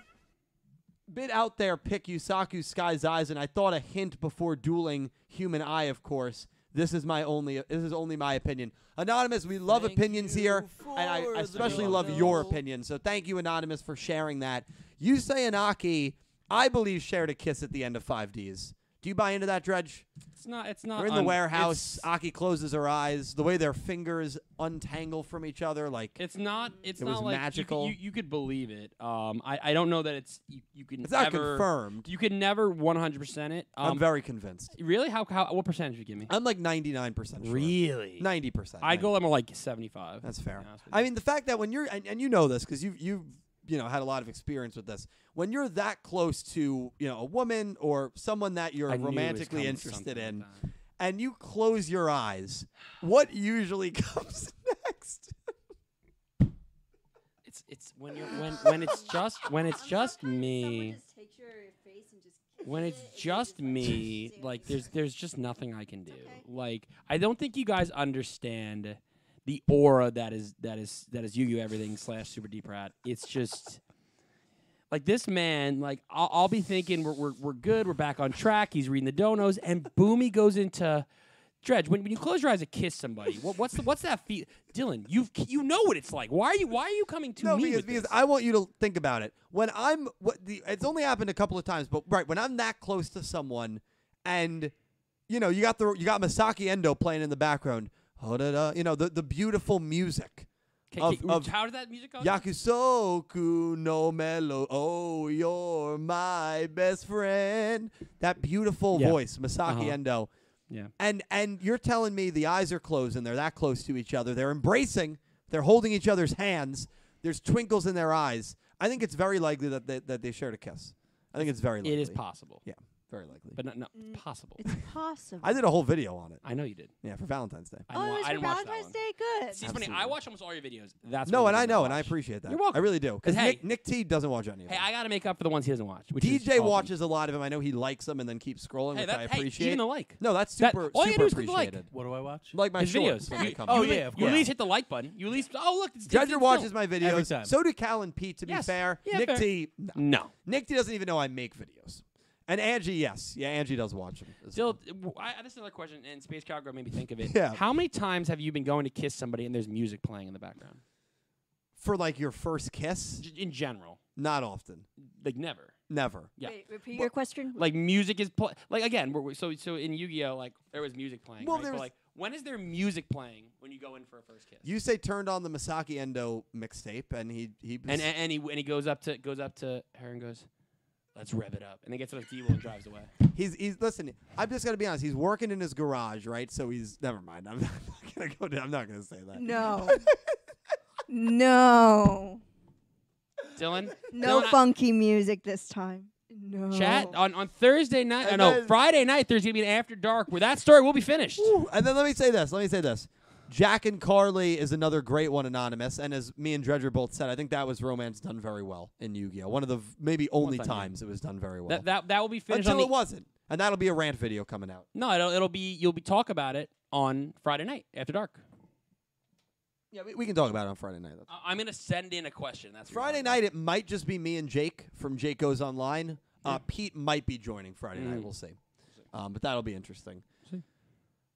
bit out there pick Yusaku Sky's eyes, and I thought a hint before dueling Human Eye, of course. This is my only this is only my opinion. Anonymous, we love opinions here. And I, I especially love your opinion. So thank you, Anonymous, for sharing that. Yusei Anaki, I believe, shared a kiss at the end of five Ds. Do you buy into that, Dredge?
It's not. It's not.
They're in the
un-
warehouse.
Uh-uh. It's,
Aki closes her eyes. The way their fingers untangle from each other, like
it's not. It's
It was
not like you could-
magical.
You, you, could believe it. Um, I, I don't know that it's you, you can.
it's not
ever,
confirmed.
You can never 100 percent it. Um,
I'm very convinced.
really. How, how? What percentage would you give me?
I'm like 99% sure.
Really?
90%.
I go. I'm like 75.
That's fair.
honest with
I
you.
mean, the fact that when you're and, and you know this because you you you know had a lot of experience with this. When you're that close to you know a woman or someone that you're
I knew it was
romantically
coming
interested
something like
in,
that.
and you close your eyes, what usually comes next?
It's it's when you're when when it's just when it's just
Sometimes someone
me.
just takes your face
face and just kick
when
it,
it's
and
just
like,
me,
seriously.
like there's there's just nothing I can do.
okay.
Like I don't think you guys understand the aura that is that is that is Yu Yu Everything slash Super Deep Rat. It's just like this man. Like I'll, I'll be thinking we're, we're we're good. We're back on track. He's reading the donos, and boom, he goes into. Dredge, when, when you close your eyes to kiss somebody, what, what's the, what's that feel, Dylan? You you know what it's like. Why are you Why are you coming to
no,
me?
because,
with
because
this?
I want you to think about it. When I'm, what the, it's only happened a couple of times, but right when I'm that close to someone, and you know, you got the you got Masaki Endo playing in the background, oh, da, da, you know, the the beautiful music.
K-
of-
K-
of
how did that music go? again?
Yakusoku no melo. Oh, you're my best friend. That beautiful
Yeah.
voice, Masaki
Uh-huh.
Endo.
Yeah.
And and you're telling me the eyes are closed and they're that close to each other. They're embracing. They're holding each other's hands. There's twinkles in their eyes. I think it's very likely that they, that they shared a kiss. I think it's very likely.
It is possible,
Yeah, very likely.
but not, not possible.
It's possible.
I did a whole video on it.
I know you did.
Yeah, for Valentine's Day.
I
oh,
didn't, wa-
it was
I
for
didn't watch that
Valentine's
one.
Day. Good.
See, it's funny. I
Absolutely.
watch almost all your videos. That's
no,
one
and
didn't
I know, and I
watch.
appreciate that.
You're welcome.
I really do. Because
hey-
Nick, Nick T doesn't watch any of it.
Hey, I gotta make up for the ones he doesn't watch. Which is
DJ
all of
watches a lot of them. I know he likes them and then keeps scrolling,
them. Hey,
which
that,
I
Hey,
appreciate.
even the like.
no, that's
That-
super
all you
super
gotta do is click like.
appreciated.
What do I watch?
Like my
His
shorts
videos.
when they
You-
come
Oh,
out.
you,
yeah,
like-
of
You at
course.
least hit the like button. You at least. Oh look, it's
Judger
it's
watches
still-
my
Every
videos.
time.
So do Cal and Pete. To be
Yes.
fair,
Yeah,
Nick
fair.
T. no.
No,
Nick T doesn't even know I make videos. And Angie, yes, yeah, Angie does watch them. as
still.
well.
I, I- this is another question, and Space Cowgirl made me think of it.
Yeah.
How many times have you been going to kiss somebody and there's music playing in the background?
for like your first kiss,
J- in general,
not often,
like never.
never.
Yeah.
Wait, repeat your question.
Like music is pl- like again. We're, we're- so so in Yu Gi Oh, like there was music playing.
Well,
right?
there
But,
was-
like when is there music playing when you go in for a first kiss?
You say turned on the Masaki Endo mixtape, and he he was-
and and, and he and he goes up to goes up to her and goes, "Let's rev it up." And then gets on his D wheel and drives away.
He's he's listen. I'm just gonna be honest. He's working in his garage, right? So he's never mind. I'm not gonna go. down- I'm not gonna say that.
no. no.
Dylan,
No
Dylan, I-
funky music this time. No.
chat on, on Thursday night.
And
uh, no,
then-
Friday night. There's gonna be an after dark where that story will be finished.
Ooh, And then let me say this. Let me say this. Jack and Carly is another great one, anonymous. And as me and Dredger both said, I think that was romance done very well in Yu-Gi-Oh. One of the v- maybe only
time, yeah.
times it was done very well.
That, that that will be finished. on
Until it
the-
wasn't, and that'll be a rant video coming out.
No, it'll it'll be you'll be talk about it on Friday night after dark.
Yeah, we, we can talk about it on Friday night.
I- I'm gonna send in a question. That's what
Friday
I'm-
night, it might just be me and Jake from Jake Goes Online. Uh, Pete might be joining Friday night.
Mm.
We'll see. Um, but that'll be interesting.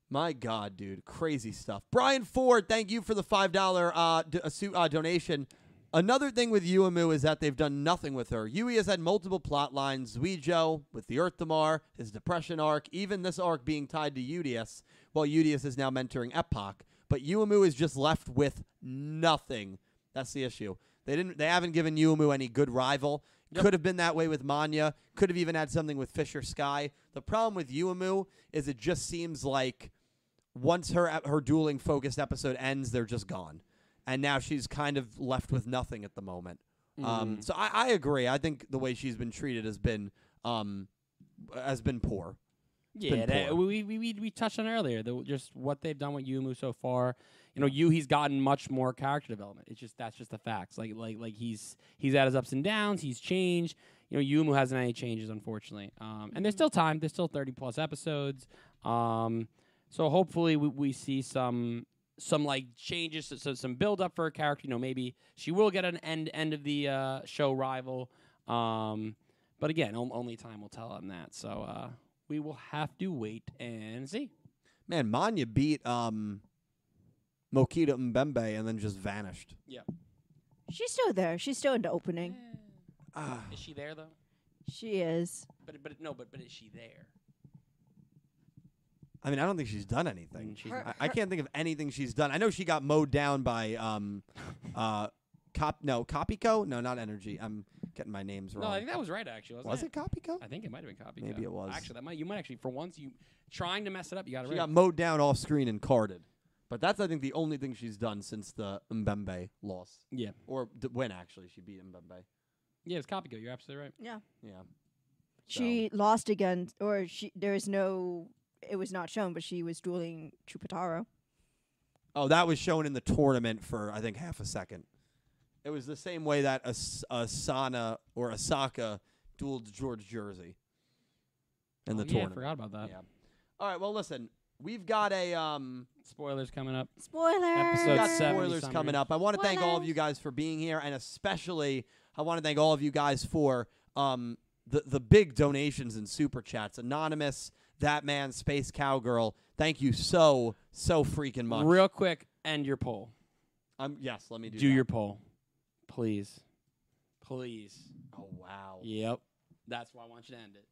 My God, dude, crazy stuff. Brian Ford, thank you for the five dollar uh, d- uh, su- uh, donation. Another thing with Uemu is that they've done nothing with her. Yui has had multiple plot lines. Zuijo with the Earth Damar, his depression arc, even this arc being tied to Udius, while Udius is now mentoring Epoch. But Uemu is just left with nothing. That's the issue. They didn't. They haven't given Uemu any good rival. Could have been that way with Manya. Could have even had something with Fisher Sky. The problem with Uemu is it just seems like once her ep- her dueling focused episode ends, they're just gone, and now she's kind of left with nothing at the moment. Um,
Mm.
so I, I agree. I think the way she's been treated has been um, has been poor.
Yeah,
been
that,
poor.
we, we, we we touched on it earlier the, just what they've done with Yumu so far. You know, Yu he's gotten much more character development. It's just that's just the facts. Like like like he's he's had his ups and downs. He's changed. You know, Yumu hasn't had any changes unfortunately. Um, and
Mm-hmm.
there's still time. There's still 30 plus episodes. Um, so hopefully we, we see some some like changes, so, so some build up for her character. You know, maybe she will get an end end of the uh, show rival. Um, but again, on- only time will tell on that. So uh, we will have to wait and see.
Man, Manya beat um, Mokita Mbembe and then just vanished.
She's still there. She's still in the opening.
Ah.
Is she there though?
She is.
But but no, but but is she there?
I mean, I don't think she's done anything.
she's
I, I can't think of anything she's done. I know she got mowed down by um, uh, cop. No, Copico. No, not Energy. I'm getting my names wrong.
No, I think that was right actually. Wasn't
was it Copico?
I think it might have been copy.
Maybe it was.
Actually, that might you might actually for once you trying to mess it up. You got it
She
right.
got mowed down off screen and carded. But that's, I think, the only thing she's done since the Mbembe loss.
yeah,
Or d- when, actually, she beat Mbembe.
yeah, it's copy. You're absolutely right.
Yeah.
She lost again, or she. There is no. It was not shown, but she was dueling Chupataro.
Oh, that was shown in the tournament for, I think, half a second. It was the same way that As- Asana or Asaka duel George Jersey in the
Oh, yeah, I
tournament.
forgot about that.
Yeah. All right. Well, listen, we've got a um,
Spoilers coming up.
Spoiler.
we
Episode
got
That's seven.
spoilers
70
coming
summary.
up. I want to thank all of
Spoilers.
you guys for being here, and especially I want to thank all of you guys for um the the big donations and super chats. Anonymous, that man, Space Cowgirl. Thank you so so freaking much.
Real quick, end your poll.
Um, yes, let me do,
Do,
that.
your poll, please, please.
Oh wow.
Yep, that's why I want you to end it.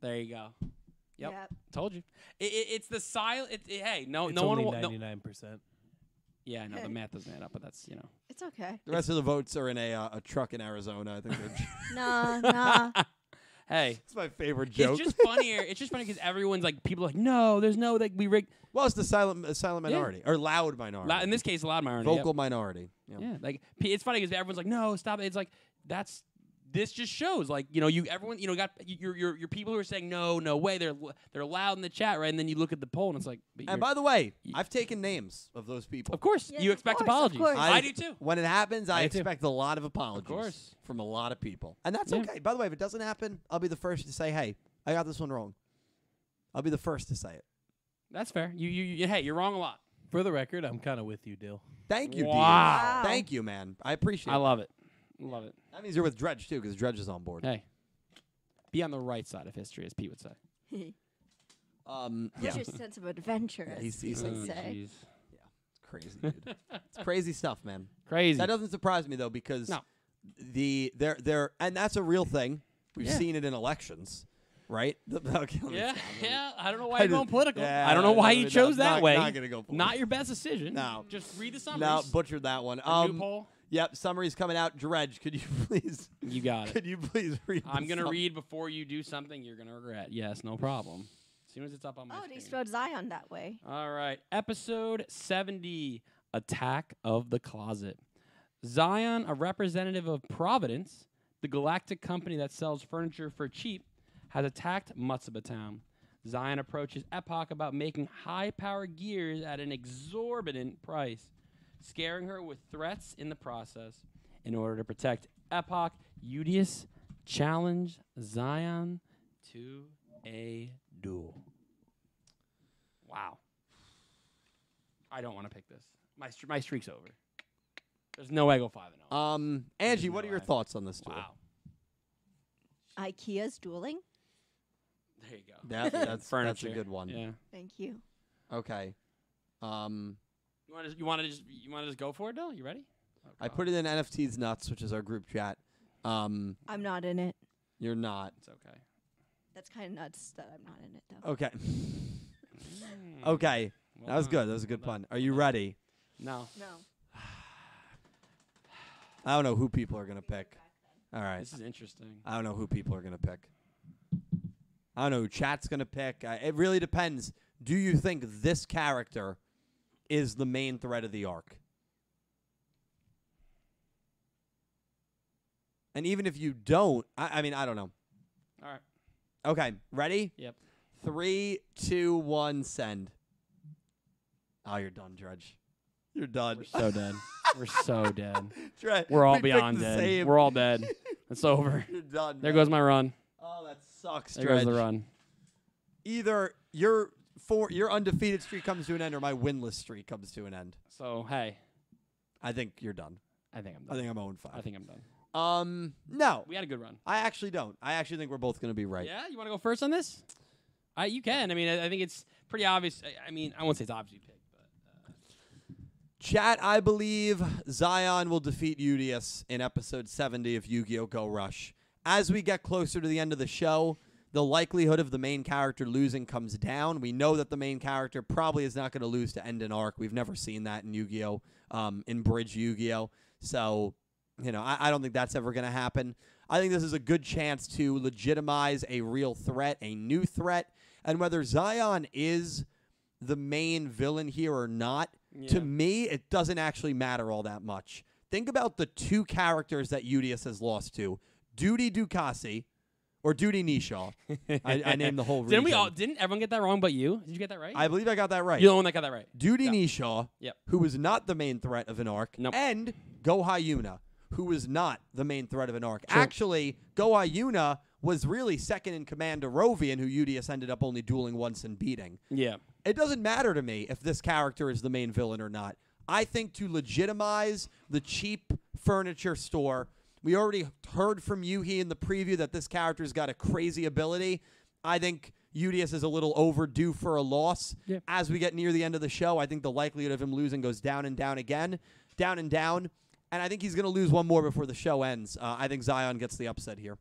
There you go. Yep.
Yep.
Told you. It, it, it's the silent. It, it- hey, no,
It's
no one.
only
Will, no,
ninety nine percent.
yeah, I know the math doesn't add up, but that's you know.
It's okay.
The rest of the votes are in a uh, a truck in Arizona. I think they're.
Nah, nah.
Hey,
It's my favorite joke.
it's just funnier. it's just funny because everyone's like, people are like, no, there's no like we rigged.
well, it's the silent, uh, silent
Yeah.
minority or loud minority,
Loud, in this case, loud minority.
vocal minority. Yeah.
Yep. Yeah, like p- it's funny because everyone's like, no, stop. it. It's like that's this just shows like you know you everyone you know got y- your your your people who are saying no, no way. They're l- they're loud in the chat, right? And then you look at the poll and it's like, but
And
you're-
by the way,
y-
I've taken names of those people.
of course
Yes,
you
of
expect
course, of
apologies.
course.
I,
I-
do too.
When it happens, I
Me too.
expect a lot of apologies
course.
from a lot of people. And that's
Yeah.
okay. By the way, if it doesn't happen, I'll be the first to say, hey, I got this one wrong. I'll be the first to say it.
That's fair. You, you you hey, you're wrong a lot.
For the record, I'm kind of with you, Dill.
Thank you, Dean.
Wow.
Wow.
Thank you, man. I appreciate
I
it.
love it. Love it.
That means you're with Dredge, too, because Dredge is on board.
Hey, be on the right side of history, as Pete would say.
Um, yeah.
What's your sense of adventure?
Yeah, he's- he's
as they
like-
say?
It's crazy, dude. it's crazy stuff, man.
Crazy.
That doesn't surprise me, though, because
No.
the they're, they're, and that's a real thing. We've
Yeah.
seen it in elections, right? The- okay, let me
Yeah,
stop. Let me-
yeah. I don't know why
I
you're
just-
going political.
yeah,
I don't know why
no,
you
no,
chose that
not-
way.
not gonna go
Not
political.
your best decision.
No.
Just read the summaries.
No, butchered that one.
A new
Um,
poll.
Yep, summary's coming out. Dredge, could you please?
You got it.
Could you please read?
I'm
the
gonna
sum-
read before you do something you're gonna regret. Yes, no problem. As soon as it's up on my
Oh, they
screen.
spelled Zion that way.
All right, episode 70 Attack of the Closet. Zion, a representative of Providence, the galactic company that sells furniture for cheap, has attacked Mutsaba Town. Zion approaches Epoch about making high power gears at an exorbitant price, scaring her with threats in the process. In order to protect Epoch, Udius challenged Zion to a duel. Wow. I don't want to pick this. My str my streak's over. There's no way I go five and zero.
Um, Angie, what are
no
your
way.
thoughts on this duel?
wow.
IKEA's dueling.
There you go.
That, that's that's a
Furniture.
good one.
Yeah.
Thank you.
Okay. Um,
You want to you want to just you want to just go for it, Dill? You ready?
I put it in NFTs nuts, which is our group chat. Um,
I'm not in it.
you're not
It's okay.
That's kind of nuts that I'm not in it though.
okay.
Hmm. Oh.
okay, that was good. That was a good pun. Are you ready?
No,
No.
I don't know who people are gonna pick. All right.
this is interesting.
I don't know who people are gonna pick. I don't know who chat's gonna pick. I, it really depends. Do you think this character is the main thread of the arc? And even if you don't, I, I mean, I don't know.
All right.
Okay, ready?
Yep.
Three, two, one, send. Oh, you're done, Dredge. You're done.
We're so dead. We're so dead.
Dredge,
We're all
we picked
beyond
the
dead.
same.
We're all dead. It's over.
You're done.
There
man.
goes my run.
Oh, that sucks,
There
Dredge.
goes the run.
either your four your undefeated streak comes to an end or my winless streak comes to an end.
So hey,
I think you're done.
I think I'm done.
I think I'm 0 5.
I think I'm done.
Um no.
We had a good run.
I actually don't. I actually think we're both going to be right.
Yeah, you want to go first on this? I you can. I mean, I, I think it's pretty obvious. I, I mean, I won't say it's obviously picked, but
Chat, I believe Zion will defeat Udius in episode 70 of Yu-Gi-Oh Go Rush. As we get closer to the end of the show, the likelihood of the main character losing comes down. We know that the main character probably is not going to lose to end an arc. We've never seen that in Yu-Gi-Oh, um, in Bridge Yu-Gi-Oh. So, you know, I, I don't think that's ever going to happen. I think this is a good chance to legitimize a real threat, a new threat, and whether Zion is the main villain here or not,
Yeah.
to me, it doesn't actually matter all that much. Think about the two characters that Udius has lost to Duty Ducasi or Duty Nishaw. I, I named the whole region.
didn't we all? Didn't everyone get that wrong? But you? Did you get that right?
I believe I got that right.
You're the one that got that right.
Duty
Yeah.
Nishaw,
Yep.
who was not the main threat of an arc,
Nope.
and Gohayuna, who was not the main threat of an arc. Actually, Go Ayuna was really second in command to Rovian, who UDS ended up only dueling once and beating.
Yeah.
It doesn't matter to me if this character is the main villain or not. I think to legitimize the cheap furniture store, we already heard from Yuhi in the preview that this character's got a crazy ability. I think UDS is a little overdue for a loss.
Yeah.
As we get near the end of the show, I think the likelihood of him losing goes down and down again, down and down. And I think he's going to lose one more before the show ends. Uh, I think Zion gets the upset here.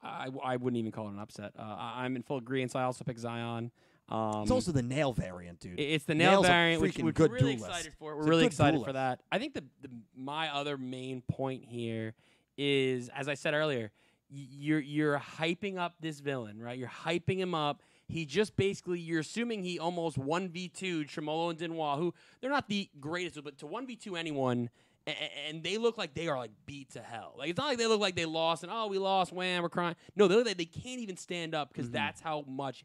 I, I wouldn't even call it an upset. Uh, I, I'm in full agreement. I also pick Zion. Um,
It's also the nail variant, dude.
I- It's the nail
Nail's a
variant, which
freaking
we're
good
really
duelist.
excited for. We're
It's a
really
good
excited for
duelist.
that. I think the, the my other main point here is, as I said earlier, y- you're you're hyping up this villain, right? You're hyping him up. He just basically you're assuming he almost one v two Tremolo and Dinois, who they're not the greatest, but to one v two anyone. a- a- And they look like they are like beat to hell. Like it's not like they look like they lost and oh we lost, wham, we're crying. No, they look like they can't even stand up because that's how much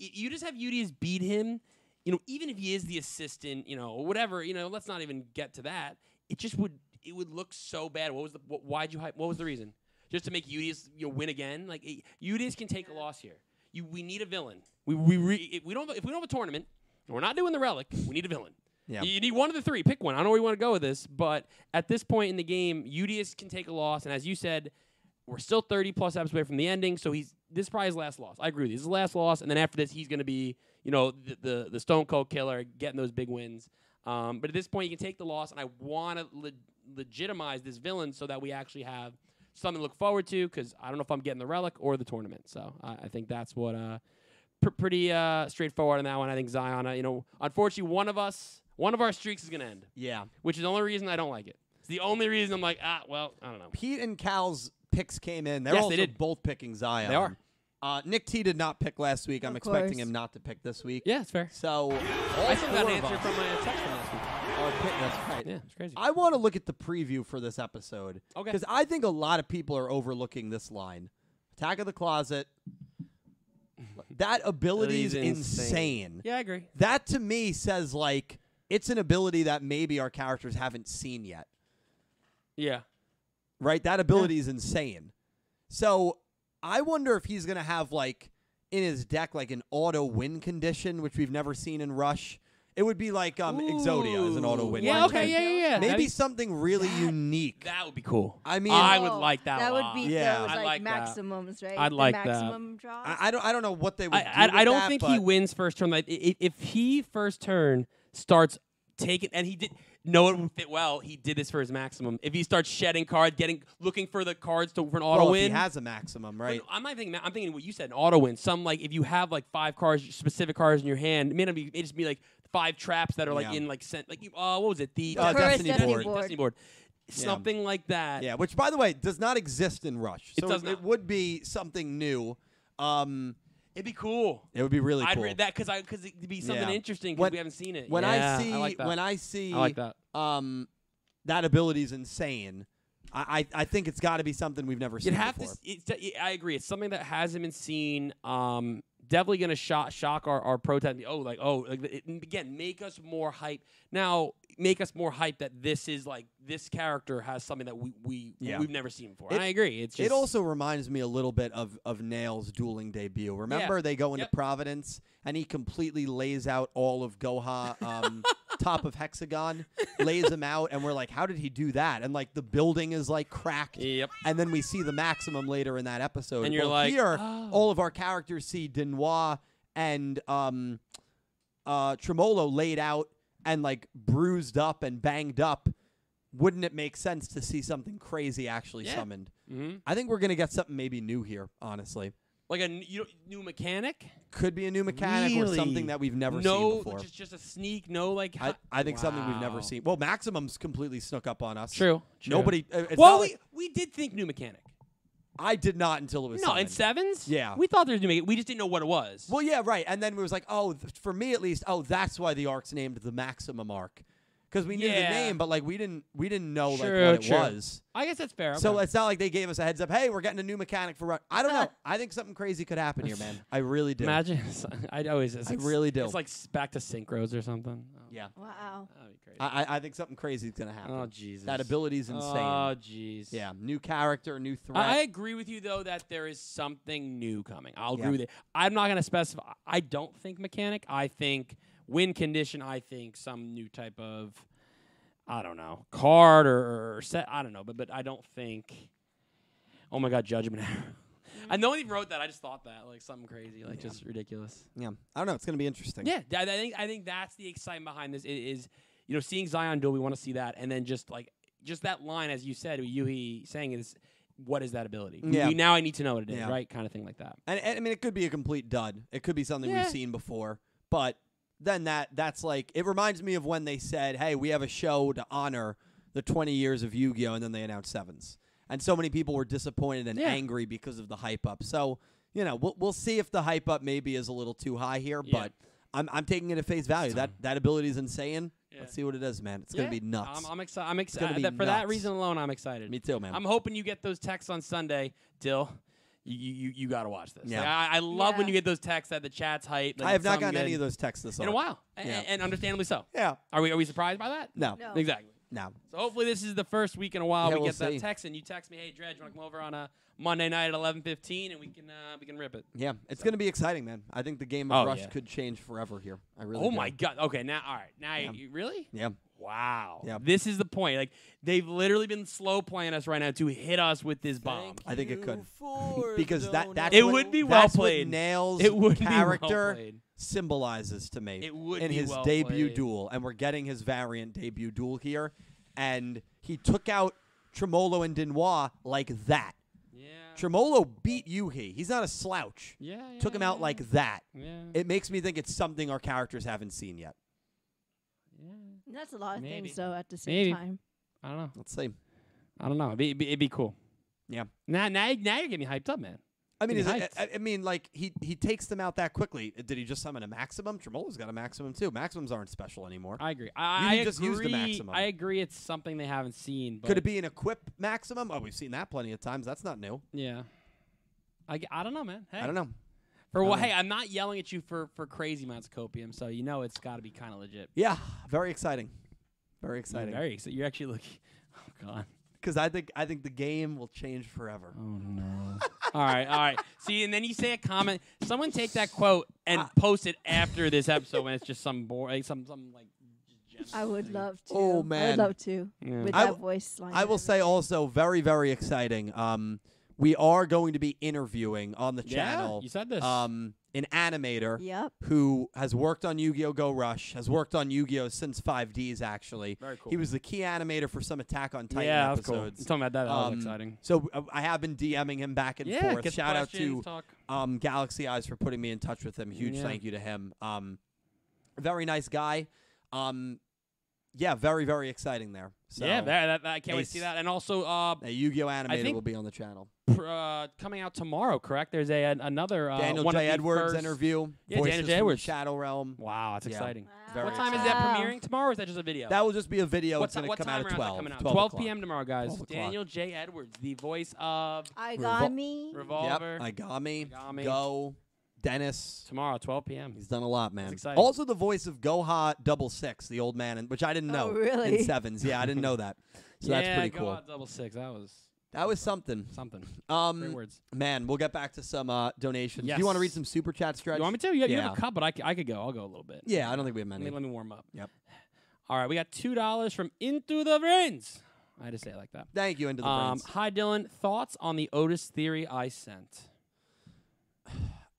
y- you just have UDS beat him, you know, even if he is the assistant, you know, or whatever, you know, let's not even get to that. It just would it would look so bad. What was the what, why'd you hype? What was the reason? Just to make UDS you know, win again? Like it, UDS can take a loss here. You we need a villain. We we re, if we don't if we don't have a tournament and we're not doing the relic, we need a villain.
Yeah.
You you need one of the three. Pick one. I don't know where you want to go with this, but at this point in the game, UDS can take a loss, and as you said, we're still 30 plus episodes away from the ending, so he's this is probably his last loss. I agree with you. This is his last loss, and then after this, he's going to be you know the, the the Stone Cold Killer, getting those big wins. Um, but at this point, you can take the loss, and I want to le- legitimize this villain so that we actually have something to look forward to. Because I don't know if I'm getting the relic or the tournament, so I, I think that's what uh, pr- pretty uh, straightforward on that one. I think Zion, uh, you know, unfortunately, one of us, one of our streaks is going to end,
Yeah.
which is the only reason I don't like it. It's the only reason I'm like, ah, well, I don't know.
Pete and Cal's picks came in. They're
Yes, they
also
did.
both picking Zion.
They are.
Uh, Nick T did not pick last week. I'm
Of
expecting
course.
him not to pick this week.
Yeah, it's fair.
So all
I still got
four
an
of
answer
us
from my text from last week.
are pick- that's right.
Yeah, it's crazy.
I want to look at the preview for this episode.
Okay.
Because I think a lot of people are overlooking this line. Attack of the Closet. That ability is
Ability's insane.
insane.
yeah, I agree.
That to me says like it's an ability that maybe our characters haven't seen yet.
Yeah.
right? That ability is insane. So I wonder if he's going to have like in his deck like an auto win condition, which we've never seen in Rush. It would be like um, Exodia is an auto win.
Yeah,
condition.
okay, yeah, yeah, yeah.
Maybe
That'd
something really unique.
be- that would be cool.
I mean,
I
I,
would
Oh,
like that
That
a
would
lot.
be
Yeah.
those
I'd
like,
like that.
maximums, right?
I'd
the
like that.
maximum draws.
I don't, I don't know what they would.
I,
do with
I, I don't
that,
think
but
he wins first turn. Like, i- i- if he first turn starts taking, and he did, no, it would fit well. He did this for his maximum. If he starts shedding cards, getting, looking for the cards to for an auto
Well, if
win.
he has a maximum,
But
right?
I'm not thinking. that- I'm thinking what you said. An auto win. Some like if you have like five cards, specific cards in your hand, it may not be. It just be like five traps that are like
Yeah.
in like sent. Like you- uh, what was it? The
Uh,
Curse
Destiny
Destiny
board.
board.
Destiny board. Something like that.
Yeah, which by the way does not exist in Rush.
It
So
does
it
not.
would be something new. Um,
It'd be cool.
it would be really
I'd
cool.
read that because I because it'd be something
Yeah.
interesting
When-
because we haven't seen it.
when
Yeah,
I see
like that.
when I see
I like that.
um that ability is insane. I I, I think it's got to be something we've never seen
You'd have to.
before.
s- It's, de- I agree. It's something that hasn't been seen. Um, definitely going to shock shock our our prototype. Oh, like oh, like, it, again, make us more hype. Now, make us more hype that this is like this character has something that we we
Yeah.
we've never seen before.
It-
and I agree. It's just
it also reminds me a little bit of of Nail's dueling debut. Remember they go into
Yep.
Providence and he completely lays out all of Goha um top of hexagon, lays him out and we're like how did he do that? And like the building is like cracked.
Yep.
And then we see the maximum later in that episode.
And you're
Well,
like,
here,
"Oh."
all of our characters see Dinois and um, uh, Tremolo laid out and like bruised up and banged up. Wouldn't it make sense to see something crazy actually
Yeah.
summoned?
Mhm.
I think we're gonna get something maybe new here. Honestly,
like a n- you know, new mechanic.
could be a new mechanic or
Really?
something that we've never
no,
seen before.
just just a sneak. No, like
I,
hi-
I think something we've never
Wow.
seen. Well, Maximum's completely snuck up on us.
True, true.
Nobody. uh, It's
Well,
not
we
like-
we did think new mechanic.
I did not until it was.
No, in
summoned.
sevens.
Yeah.
we thought there was new mechanic. We just didn't know what it was.
Well, yeah, right. And then it was like, oh, th- for me at least, oh, that's why the arc's named the Maximum Arc. because we knew
Yeah.
the name, but like we didn't we didn't know
True,
like what
true.
it was.
I guess that's fair.
So
okay.
it's not like they gave us a heads up. Hey, we're getting a new mechanic for run. I don't know. I think something crazy could happen here, man. I really do.
imagine. I always. It's
I
like s-
really do.
It's like s- back to synchros or something. Oh,
Yeah.
Wow.
That'd be crazy.
I, I- I think something crazy is gonna happen.
oh Jesus.
That ability's insane.
Oh jeez.
yeah, new character, new threat.
I I agree with you though that there is something new coming. I'll
Yeah.
agree with it. I'm not going to specify. I don't think mechanic. I think win condition. I think some new type of, I don't know, card or, or set. I don't know, but but I don't think. Oh my God, judgment hour. And no one even wrote that. I just thought that like something crazy, like just ridiculous.
yeah, I don't know. It's gonna be interesting.
Yeah, th- I think I think that's the excitement behind this. i- Is you know seeing Zion do we want to see that, and then just like just that line as you said, Yuhi saying is what is that ability? We-
Yeah.
we- now I need to know what it is,
Yeah.
right? Kind of thing like that.
And, and I mean, it could be a complete dud. It could be something
Yeah.
we've seen before. But then that that's like it reminds me of when they said, "Hey, we have a show to honor the 20 years of Yu-Gi-Oh," and then they announced sevens, and so many people were disappointed and
Yeah.
angry because of the hype up. So you know, we'll we'll see if the hype up maybe is a little too high here,
Yeah.
but. I'm, I'm taking it at face value. That that ability is insane.
Yeah.
Let's see what it is, man. It's gonna be
Yeah.
nuts.
I'm, I'm excited. I'm
gonna be
excited for that
nuts.
reason alone. I'm excited.
Me too, man.
I'm hoping you get those texts on Sunday, Dill. You you, you, you got to watch this.
Yeah.
Like, I, I love when
Yeah.
you get those texts that the chat's hype. like,
I have not
something
gotten
good
any of those texts this
in a
summer.
while, a-
Yeah.
and understandably so.
Yeah.
Are we are we surprised by that?
No.
No.
Exactly.
No.
So hopefully this is the first week in a while
Yeah,
we
we'll
get
see.
that text and you text me, hey Dredge, want to come over on a Monday night at eleven fifteen and we can uh, we can rip it.
Yeah, it's going to be exciting, man. I think the game of
Oh,
Rush
yeah.
could change forever here. I really.
oh
do.
my god. Okay, now all right. Now you, you- really?
Yeah,
Wow.
Yeah.
This is the point. Like they've literally been slow playing us right now to hit us with this bomb.
I think it could because that that's
It
what-
would be well
that's what
played.
Nails
It would be well
character
played.
symbolizes to me.
It would
in
be
his
well
debut
played.
duel, and we're getting his variant debut duel here, and he took out Tremolo and Dinois like that.
Yeah.
Tremolo beat Yuhi. He's not a slouch.
Yeah, yeah.
Took him out like that.
Yeah.
It makes me think it's something our characters haven't seen yet.
yeah.
That's a lot of
Maybe.
things though at the same
Maybe.
time.
I don't know.
Let's see.
I don't know. It'd be, it'd be, it'd be cool.
Yeah.
Now now now you're getting me hyped up, man.
I mean,
Give
is
me
it,
heights.
I, I mean, like he he takes them out that quickly. Uh, Did he just summon a maximum? Tremolo's got a maximum too. Maximums aren't special anymore.
I agree. I,
You
I
can just
agree.
use the maximum.
I agree. It's something they haven't seen. But
Could it be an equip maximum? Oh, we've seen that plenty of times. That's not new.
Yeah. I, g- I don't know, man. Hey.
I don't know.
For
I
what?
don't
Hey, I'm not yelling at you for for crazy amounts of copium, so you know it's got to be kind of legit.
Yeah, very exciting, very
You're
exciting.
Very excited. You're actually looking. Oh god.
Because I think I think the game will change forever.
Oh no. all right, all right. See, and then you say a comment. Someone take that quote and
Ah.
post it after this episode when it's just some boring, like, some some like. just
I
general
would
thing.
love to.
Oh,
I
man.
would love to.
Yeah.
With
I
that
w-
voice
Oh,
line.
I will
and
say also very very exciting. Um, we are going to be interviewing on the
Yeah,
channel.
you said this.
Um, an animator.
everything. Yep.
who has worked on Yu-Gi-Oh! Go Rush, has worked on Yu-Gi-Oh! since 5Ds actually.
Very cool.
He was the key animator for some Attack on Titan
yeah, that's cool.
episodes.
Talking about that, that
Um,
was exciting.
So uh, I have been DMing him back and
Yeah,
forth.
get
Shout out
questions,
to
talk.
um, Galaxy Eyes for putting me in touch with him. Huge
Yeah.
thank you to him. Um, very nice guy. Um, yeah, very very exciting there. So
yeah, that, that, that- I can't wait to see
Ace.
that. And also, uh,
a Yu-Gi-Oh! animator
think-
will be on the channel.
pr- uh, coming out tomorrow, correct? There's a an, another uh,
Daniel
one of
J.
the
Edwards
first-
interview.
Yeah, Daniel
Voices
J.
from
Edwards.
Shadow Realm.
Wow, that's
Yeah.
exciting.
Very
What time is
exciting.
that
Wow.
premiering tomorrow? Or is that just a video?
That will just be a video.
What
it's going
ti-
to
what
come
time
out at
around is that
12.
coming out?
12,
12
o'clock.
p.m. tomorrow, guys.
12 o'clock.
Daniel J. Edwards, the voice of
I
Revol-
got me.
Revolver.
Yep. Agami,
Agami.
Go, Dennis.
Tomorrow, 12 p.m.
He's done a lot, man.
exciting.
Also, the voice of Goha Double Six, the old man, and which I didn't know
Oh, really?
in sevens. Yeah, I didn't know that. So
yeah,
that's pretty
go
cool.
out double six. That was
That was something.
something. Great
Um,
words.
man, we'll get back to some uh, donations. Do you want to
Yes.
read some super chats, Stretch?
You want me to? Yeah, you
Yeah.
have a cup, but I, c- I could go. I'll go a little bit.
Yeah, I don't think we have
Let
many.
me, let me warm up.
Yep.
All right, we got two dollars from Into the Brains. I had to say it like that.
Thank you, Into the
Um,
Brains.
hi, Dylan. Thoughts on the Otis theory I sent?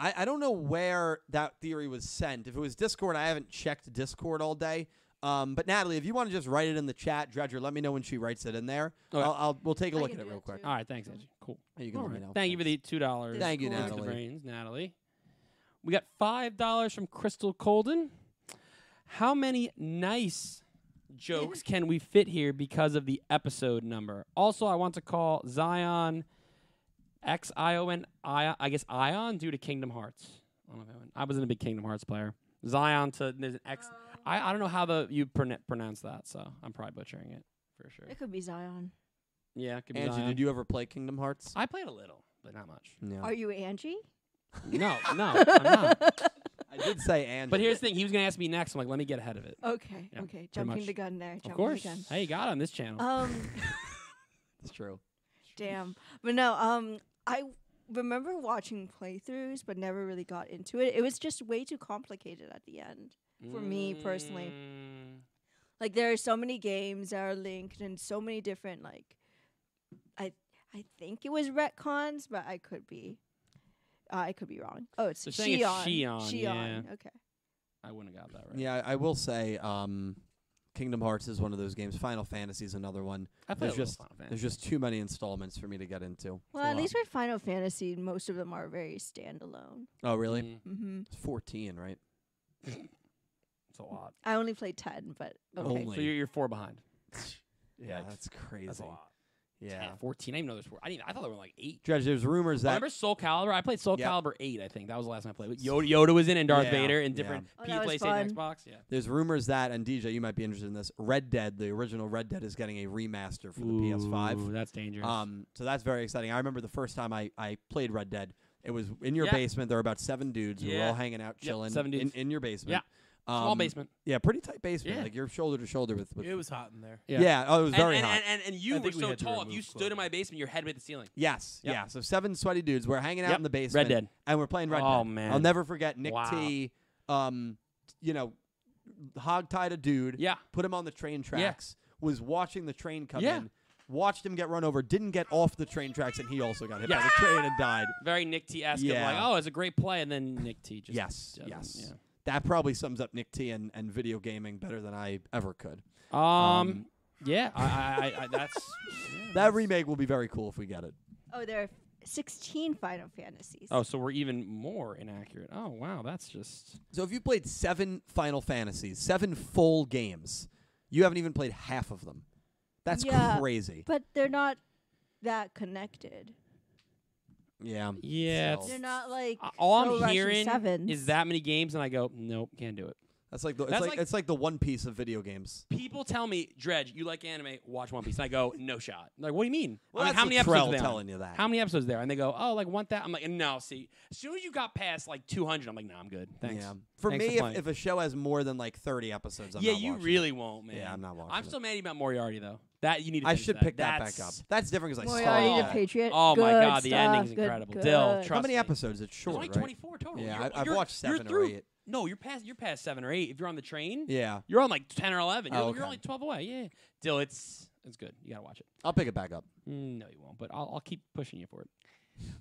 I, I don't know where that theory was sent. If it was Discord, I haven't checked Discord all day. Um, but Natalie, if you want to just write it in the chat, Dredger, let me know when she writes it in there.
Okay.
I'll, I'll we'll take a
I
look at
can
it
do
real
it
quick.
too.
All right, thanks, Angie. Cool.
You can
All
let
right.
me know.
Thank you for
Thanks.
the two dollars.
Thank you,
Back
Discord.
to the
Natalie.
brains, Natalie. We got five dollars from Crystal Colden. How many nice jokes can we fit here because of the episode number? Also, I want to call Zion X I O N I I guess Ion due to Kingdom Hearts. I don't know if I went- I wasn't a big Kingdom Hearts player. Zion to there's an X. I I, I don't know how the you prona- pronounce that, so I'm probably butchering it for sure.
It could be Zion.
Yeah, it could be
Angie,
Zion.
did you ever play Kingdom Hearts?
I played a little, but not much.
No.
Are you Angie?
No, no, I'm not.
I did say Angie.
But here's the thing: he was gonna ask me next. I'm like, let me get ahead of it.
Okay,
Yeah,
okay. Jumping
much.
the gun there. Jumping
of course.
the gun.
Hey, you got on this channel.
Um,
it's true.
damn. But no, um, I remember watching playthroughs, but never really got into it. It was just way too complicated at the end. for me personally.
Mm,
Like there are so many games that are linked and so many different like I I think it was retcons, but I could be uh, I could be wrong. Oh, it's
They're saying it's
Shion.
Shion, yeah.
Okay.
I wouldn't have got that right.
Yeah, I- I will say um, Kingdom Hearts is one of those games. Final Fantasy is another one.
I played
There's
a little
just-
Final
There's
Fantasy.
just too many installments for me to get into.
Well,
a
at
lot.
least with Final Fantasy, most of them are very standalone.
Oh, really?
Mm,
Mm-hmm.
It's 14, right?
it's a lot.
I only played ten, but okay.
Only.
So you're, you're four behind.
Yeah,
Yikes.
that's crazy.
That's a lot.
Yeah.
Yeah, fourteen. I didn't even know there's four. I didn't. I thought there were like eight.
Judge, there's rumors that
Remember Soul Calibur? I played Soul
Yep.
Calibur eight. I think that was the last time I played. Yoda, Yoda was in, and Darth
Yeah,
Vader, and
yeah.
different
Oh,
P-
that was
PlayStation,
fun.
Xbox. Yeah.
there's rumors that and DJ, you might be interested in this. Red Dead, the original Red Dead, is getting a remaster for the PS5.
That's dangerous.
Um, so that's very exciting. I remember the first time I, I played Red Dead. It was in your
Yeah.
basement. There were about seven dudes who were
Yeah.
all hanging out, chilling
seven
in,
dudes.
in your basement. Um, Yeah,
Small basement.
Yeah, pretty tight basement.
Yeah.
Like you're shoulder to shoulder with. with
It was hot in there.
yeah. Oh, it was
and,
very
and,
hot.
And, and, and you
I
were
think we
so
had to
tall. If
remove
you stood
clothing.
in my basement, your head hit the ceiling.
yes.
Yep.
Yeah. So seven sweaty dudes. We're hanging out
Yep.
in the basement.
Red Dead.
and we're playing Red
Oh,
Dead. I'll
man.
never forget Nick
Wow.
T. Um, you know, hogtied a dude.
Yeah.
Put him on the train tracks. Was watching the train come
Yeah.
in. Watched him get run over. Didn't get off the train tracks, and he also got hit by the train and died.
Very Nick T esque.
Yeah.
Like, oh, it's a great play, and then Nick T just
yes.
doesn't-
Yes.
yeah.
That probably sums up Nick T and, and video gaming better than I ever could.
Um,
Um,
yeah, I, I, I, I that's
That remake will be very cool if we get it.
Oh, there are sixteen Final Fantasies.
Oh, so we're even more inaccurate. Oh, wow, that's just
So if you played seven Final Fantasies, seven full games, you haven't even played half of them. That's
Yeah.
crazy.
But they're not that connected.
Yeah.
yeah.
So-
They're not like
uh, all
Pro
I'm
Russian
hearing
sevens.
is that many games, and I go, nope, can't do it.
That's like the it's
That's
like,
like-
it's like the One Piece of video games.
People tell me, Dredge, you like anime? Watch One Piece. And I go, no shot. Like, what do you mean?
Well,
I'm like,
that's
how many
the
episodes?
Trell
are they on?
telling you that.
How many episodes there? And they go, oh, like want that? I'm like, no. See, as soon as you got past like 200, I'm like, no, I'm good. Thanks.
Yeah. For
Thanks
me,
playing.
if, if a show has more than like thirty episodes, I'm
yeah,
not
you
watching
really
it.
won't, man.
Yeah, I'm not watching
I'm
it.
still mad about Moriarty though. That you need. to
I
finish
should
that.
pick that back up.
That's-
That's different because I
Moriarty
saw
the
that.
Patriot.
Oh my
Good
God, the
stuff.
ending's
Good,
incredible.
good.
Dill,
How
trust
many
me.
episodes? It's short,
There's only
right?
24 total.
Yeah,
You're-
I- I've
you're-
watched
you're
seven or
through-
eight.
No, you're past. You're past seven or eight. If you're on the train,
Yeah,
you're on like 10 or 11. You're,
Oh,
you're
okay.
only 12 away. Yeah, Dill, it's it's good. You gotta watch it.
I'll pick it back up.
Mm, No, you won't. But I'll, I'll keep pushing you for it.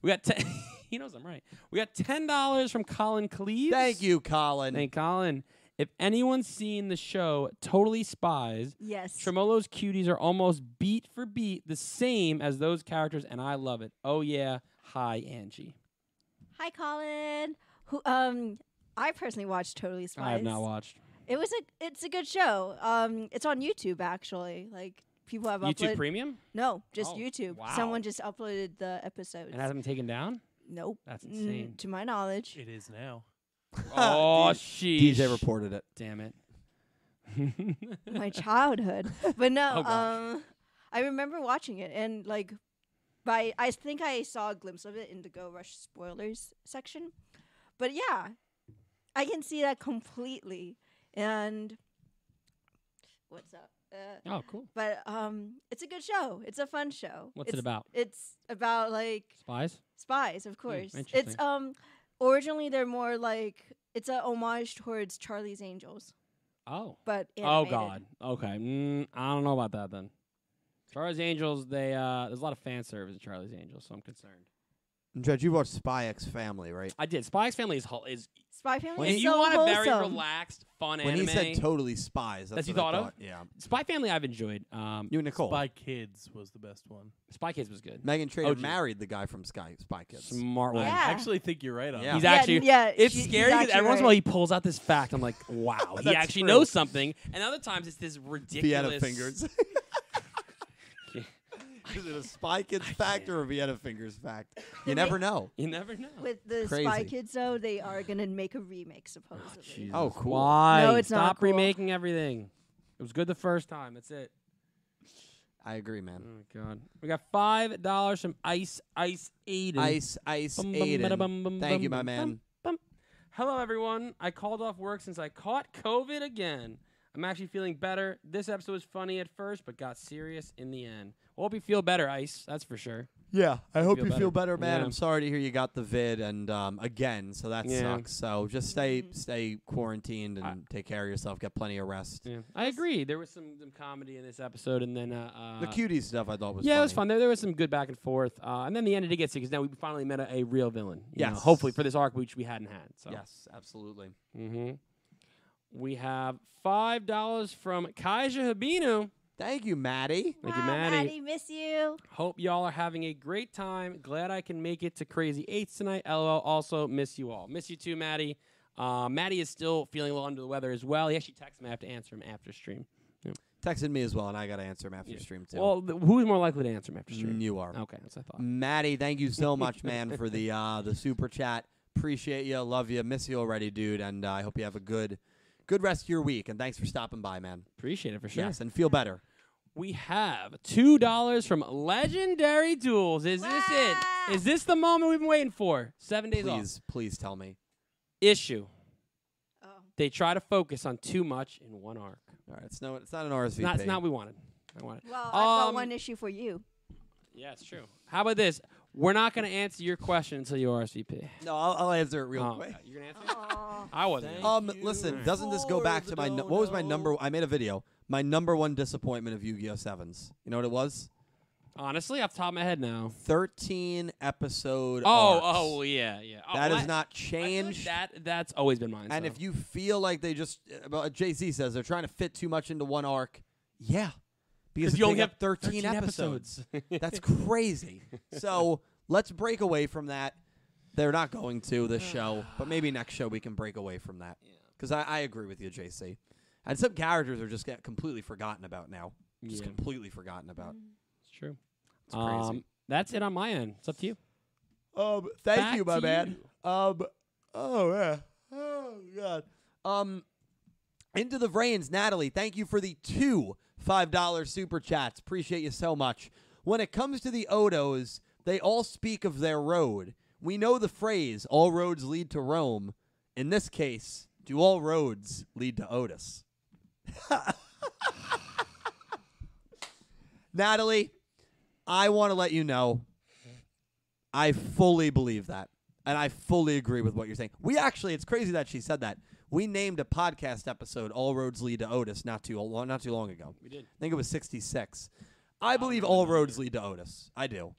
We got ten. he knows I'm right. We got ten dollars from Colin Cleves.
Thank you, Colin.
Thank Colin. If anyone's seen the show Totally Spies,
Yes.
Tremolo's cuties are almost beat for beat the same as those characters, and I love it. Oh yeah, hi Angie.
Hi, Colin. Who? Um, I personally watched Totally Spies.
I have not watched.
It was a. It's a good show. Um, it's on YouTube actually. Like people have
YouTube
uploaded.
Premium?
no, just
Oh,
YouTube.
wow.
Someone just uploaded the episodes.
And has them taken down?
nope.
That's
Mm,
insane.
to my knowledge.
It is now.
oh, sheesh.
DJ reported it.
Damn it.
my childhood. But no,
Oh, gosh.
um, I remember watching it and like, by I think I saw a glimpse of it in the Go Rush spoilers section, but yeah, I can see that completely. And what's up? Uh,
oh, cool.
but um, it's a good show. It's a fun show.
What's it
It's-
about?
It's about like
Spies?
spies, of course. it's
interesting.
um, originally they're more like it's a homage towards Charlie's Angels,
Oh.
but
Oh
animated.
God. Okay. Mm, I don't know about that then. Charlie's Angels. They uh, there's a lot of fan service in Charlie's Angels, so I'm concerned.
Judge, you watched Spy X Family, right?
I did. Spy X Family is hol- is
Spy Family.
if
is
you
so
want a very
wholesome.
relaxed, fun
When
anime.
he said totally spies, that's
That's you
what I
thought of?
Yeah,
Spy Family, I've enjoyed. Um,
you and Nicole.
Spy Kids was the best one.
Spy Kids was good.
Megan Trainor
OG.
married the guy from Sky Spy Kids.
Smart
I
one.
Yeah.
actually think you're right on.
Yeah.
that.
He's
Yeah,
actually
yeah,
It's
she- he's
scary because
actually
every once in a
right.
while he pulls out this fact. I'm like, wow, he
That's
actually
true.
knows something. And other times it's this ridiculous
Piano fingers. is it a Spy Kids fact or a Vienna Fingers fact? You never know.
You never know.
With the
Crazy.
Spy Kids, though, they are going to make a remake, supposedly.
Oh, cool.
Why?
No, it's
Stop
not cool.
remaking everything. It was good the first time. That's it.
I agree, man.
Oh my god. We got five dollars from Ice Ice Aiden.
Ice, ice,
Bum, bum, bada, bum,
Aiden.
bum,
Thank
bum,
you, my
bum,
man.
bum. Hello everyone. I called off work since I caught COVID again. I'm actually feeling better. This episode was funny at first, but got serious in the end. Well, hope you feel better, Ice. That's for sure.
Yeah, I hope
Feel
you
better.
feel better, man.
Yeah.
I'm sorry to hear you got the vid, and um, again, so that
Yeah.
sucks. So just stay,
Mm-hmm.
stay quarantined and take care of yourself. Get plenty of rest.
Yeah, I agree. There was some, some comedy in this episode, and then uh,
The
uh,
cutie stuff I thought was
yeah,
funny.
it was fun. There, there was some good back and forth, uh, and then the end it did get sick because now we finally met a, a real villain. you know,
Yes.
hopefully for this arc, which we hadn't had. So
Yes, absolutely. Mm-hmm.
hmm We have five dollars from Kaija Habino.
Thank you, Maddie.
Thank
Wow,
you, Maddie.
Maddie, miss you.
Hope y'all are having a great time. Glad I can make it to Crazy Eights tonight. LOL. Also miss you all. Miss you too, Maddie. Uh, Maddie is still feeling a little under the weather as well. He actually texted me. I have to answer him after stream.
Texted me as well, and I got to answer him after
Yeah.
stream too.
Well, Uh, th- who's more likely to answer him after
Mm,
stream?
you are.
Okay, that's what I thought.
Maddie, thank you so much, man, for the uh, the super chat. Appreciate you. Love you. Miss you already, dude. And uh, I hope you have a good good rest of your week. And thanks for stopping by, man.
Appreciate it for sure.
Yes, and feel better.
We have two dollars from Legendary Duels. Is this it? Is this the moment we've been waiting for? Seven days off.
Please, please tell me.
Issue.
Oh.
They try to focus on too much in one arc.
All right, it's no, it's not an RSVP.
It's not, it's not what we wanted. I wanted.
Well, I've got
Um,
one issue for you.
Yeah, it's true. How about this? We're not going to answer your question until you RSVP.
no, I'll, I'll answer it real
Oh,
quick.
you're going to answer? it? I wasn't. gonna.
Um, listen, doesn't this go back to my nu- what was my number? I made a video. My number one disappointment of Yu-Gi-Oh Sevens. You know what it was?
Honestly, off the top of my head now.
Thirteen episode.
Oh,
arcs.
oh, well, yeah, yeah. Oh,
That
well,
is
I-
not
I feel like
changed.
that that's always been mine.
And
so.
if you feel like they just, uh, Jay Z says they're trying to fit too much into one arc, yeah, because
you
it
only
takes up
have
13,
13
episodes. That's crazy. So let's break away from that. They're not going to this show, but maybe next show we can break away from that. Because I, I agree with you, JC. And some characters are just get completely forgotten about now. Just
Yeah.
completely forgotten about.
it's true.
It's crazy.
Um, that's it on my end. It's up to you.
Um, thank
Back
you, my
to
man. Um, oh yeah, oh god. Um, into the brains, Natalie. Thank you for the two five dollar super chats. Appreciate you so much. When it comes to the Odos, they all speak of their road. We know the phrase "all roads lead to Rome." In this case, do all roads lead to Otis? Natalie, I want to let you know I fully believe that. And I fully agree with what you're saying. We actually, it's crazy that she said that. We named a podcast episode "All Roads Lead to Otis" not too long, not too long ago. We
did.
I think it was 66. I believe all roads lead to Otis. I do.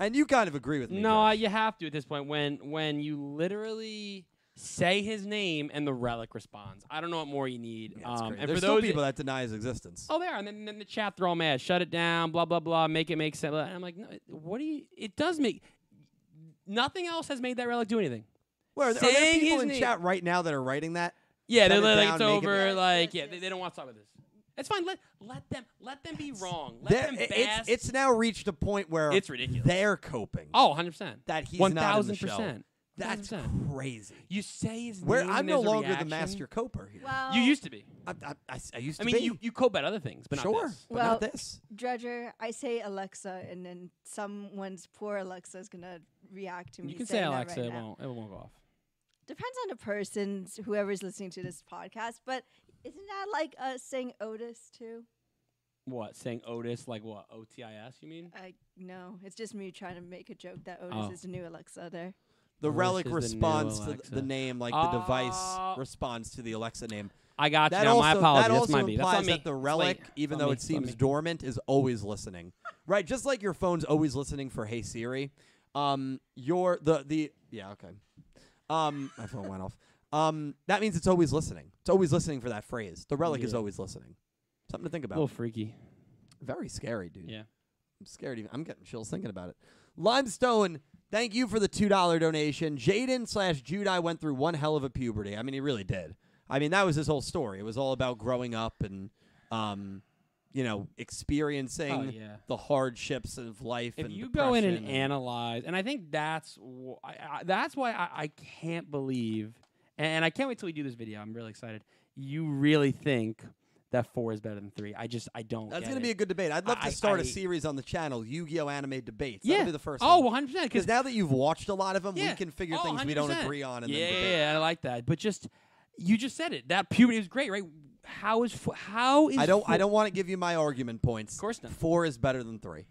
And you kind of agree with me.
No, I,
Josh.
you have to at this point when when you literally say his name and the relic responds. I don't know what more you need.
Yeah, it's
um,
crazy.
and
There's
for
still
those
people that deny his existence.
Oh, there, and then, then the chat they're all mad. Shut it down. Blah blah blah. Make it make sense. blah. And I'm like, no, it- what do you? It does make. Nothing else has made that relic do anything.
Where, are there
saying
people
his
in
name-
chat right now that are writing that? Shut
Yeah, they're
it
like,
down,
it's
make it-
over.
Yes,
like,
yes,
yeah, they,
yes.
they don't want to talk about this. It's fine. Let let them let them be wrong. Let
They're-
them
it-
bask.
it's, it's now reached a point where
It's ridiculous.
They're coping.
oh, 100 percent.
that he's not in the show.
1000%.
That's
1000%.
crazy.
You say his
Where
name.
I'm
and
no
there's a
longer
reaction.
the master coper here.
Well,
You used to be.
I, I, I, I used
I
to
mean,
be.
you you co about other things, but
sure,
not this.
but not
Well-
this.
Dredger, I say Alexa, and then someone's poor Alexa is gonna react to me.
You can say
saying that
Alexa.
right
it
now.
won't. It won't go off.
Depends on the person's whoever's listening to this podcast, but isn't that like us saying Otis too?
What saying Otis? Like what? O T I S? You mean?
I no, it's just me trying to make a joke that Otis
Oh.
is the new Alexa. There,
The
Otis
relic
is the new
responds to th-
Alexa.
the name, like the
Oh.
device responds to the Alexa name.
I got you.
That
No,
also,
my apologies.
that
That's
also
my me. That's
implies
on me.
that the
It's
relic,
late.
even
It's
though
on me.
it
It's on
seems
me.
dormant, is always listening. right, just like your phone's always listening for "Hey Siri." Um, your the the yeah okay. Um, my phone went off. Um, that means it's always listening. It's always listening for that phrase. The relic is
Yeah.
always listening. Something to think
a
about.
little freaky.
Very scary, dude.
Yeah.
I'm scared. Even, I'm getting chills thinking about it. Limestone, thank you for the two dollar donation. Jaden slash Judai went through one hell of a puberty. I mean, he really did. I mean, that was his whole story. It was all about growing up and um, you know, experiencing
Oh, yeah.
the hardships of life.
if
and
you go in and
depression
analyze, and I think that's wh- I, I, that's why I, I can't believe, and I can't wait till we do this video. I'm really excited. You really think that four is better than three? I just I don't.
that's
going to
be a good debate. I'd love
I-
to start a
I-
series on the channel, Yu-Gi-Oh! Anime debates.
yeah.
That'll be the first.
Oh,
Oh,
100 percent.
because
Because
now that you've watched a lot of them,
Yeah.
we can figure
Oh,
things we don't
100%.
agree on and
yeah,
then debate.
yeah, yeah, I like that. But just you just said it. That puberty is great, right? How is fo- how is
I don't. I
four-
don't want to give you my argument points. Of
course not.
Four is better than three.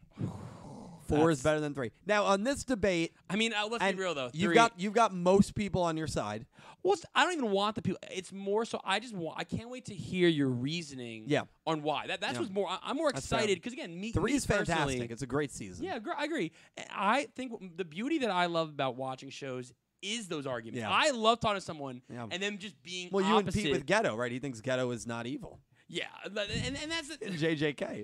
Four is
That's-
better than three. Now on this debate,
I mean, uh, let's
and
be real though.
you've
three-
got you've got most people on your side.
Well, it's- I don't even want the people. It's more so. I just want. I can't wait to hear your reasoning.
Yeah.
On why that that's
Yeah.
what's more. I, I'm more
That's fair.
excited because again, me
Three
me
is fantastic.
personally-
It's a great season.
Yeah, gr- I agree. And I think w- the beauty that I love about watching shows is those arguments.
Yeah.
I love talking to someone
Yeah.
and them just being
Well, you
opposite.
and Pete with Ghetto, right? He thinks Ghetto is not evil.
yeah, but- and, and that's the-
And JJK.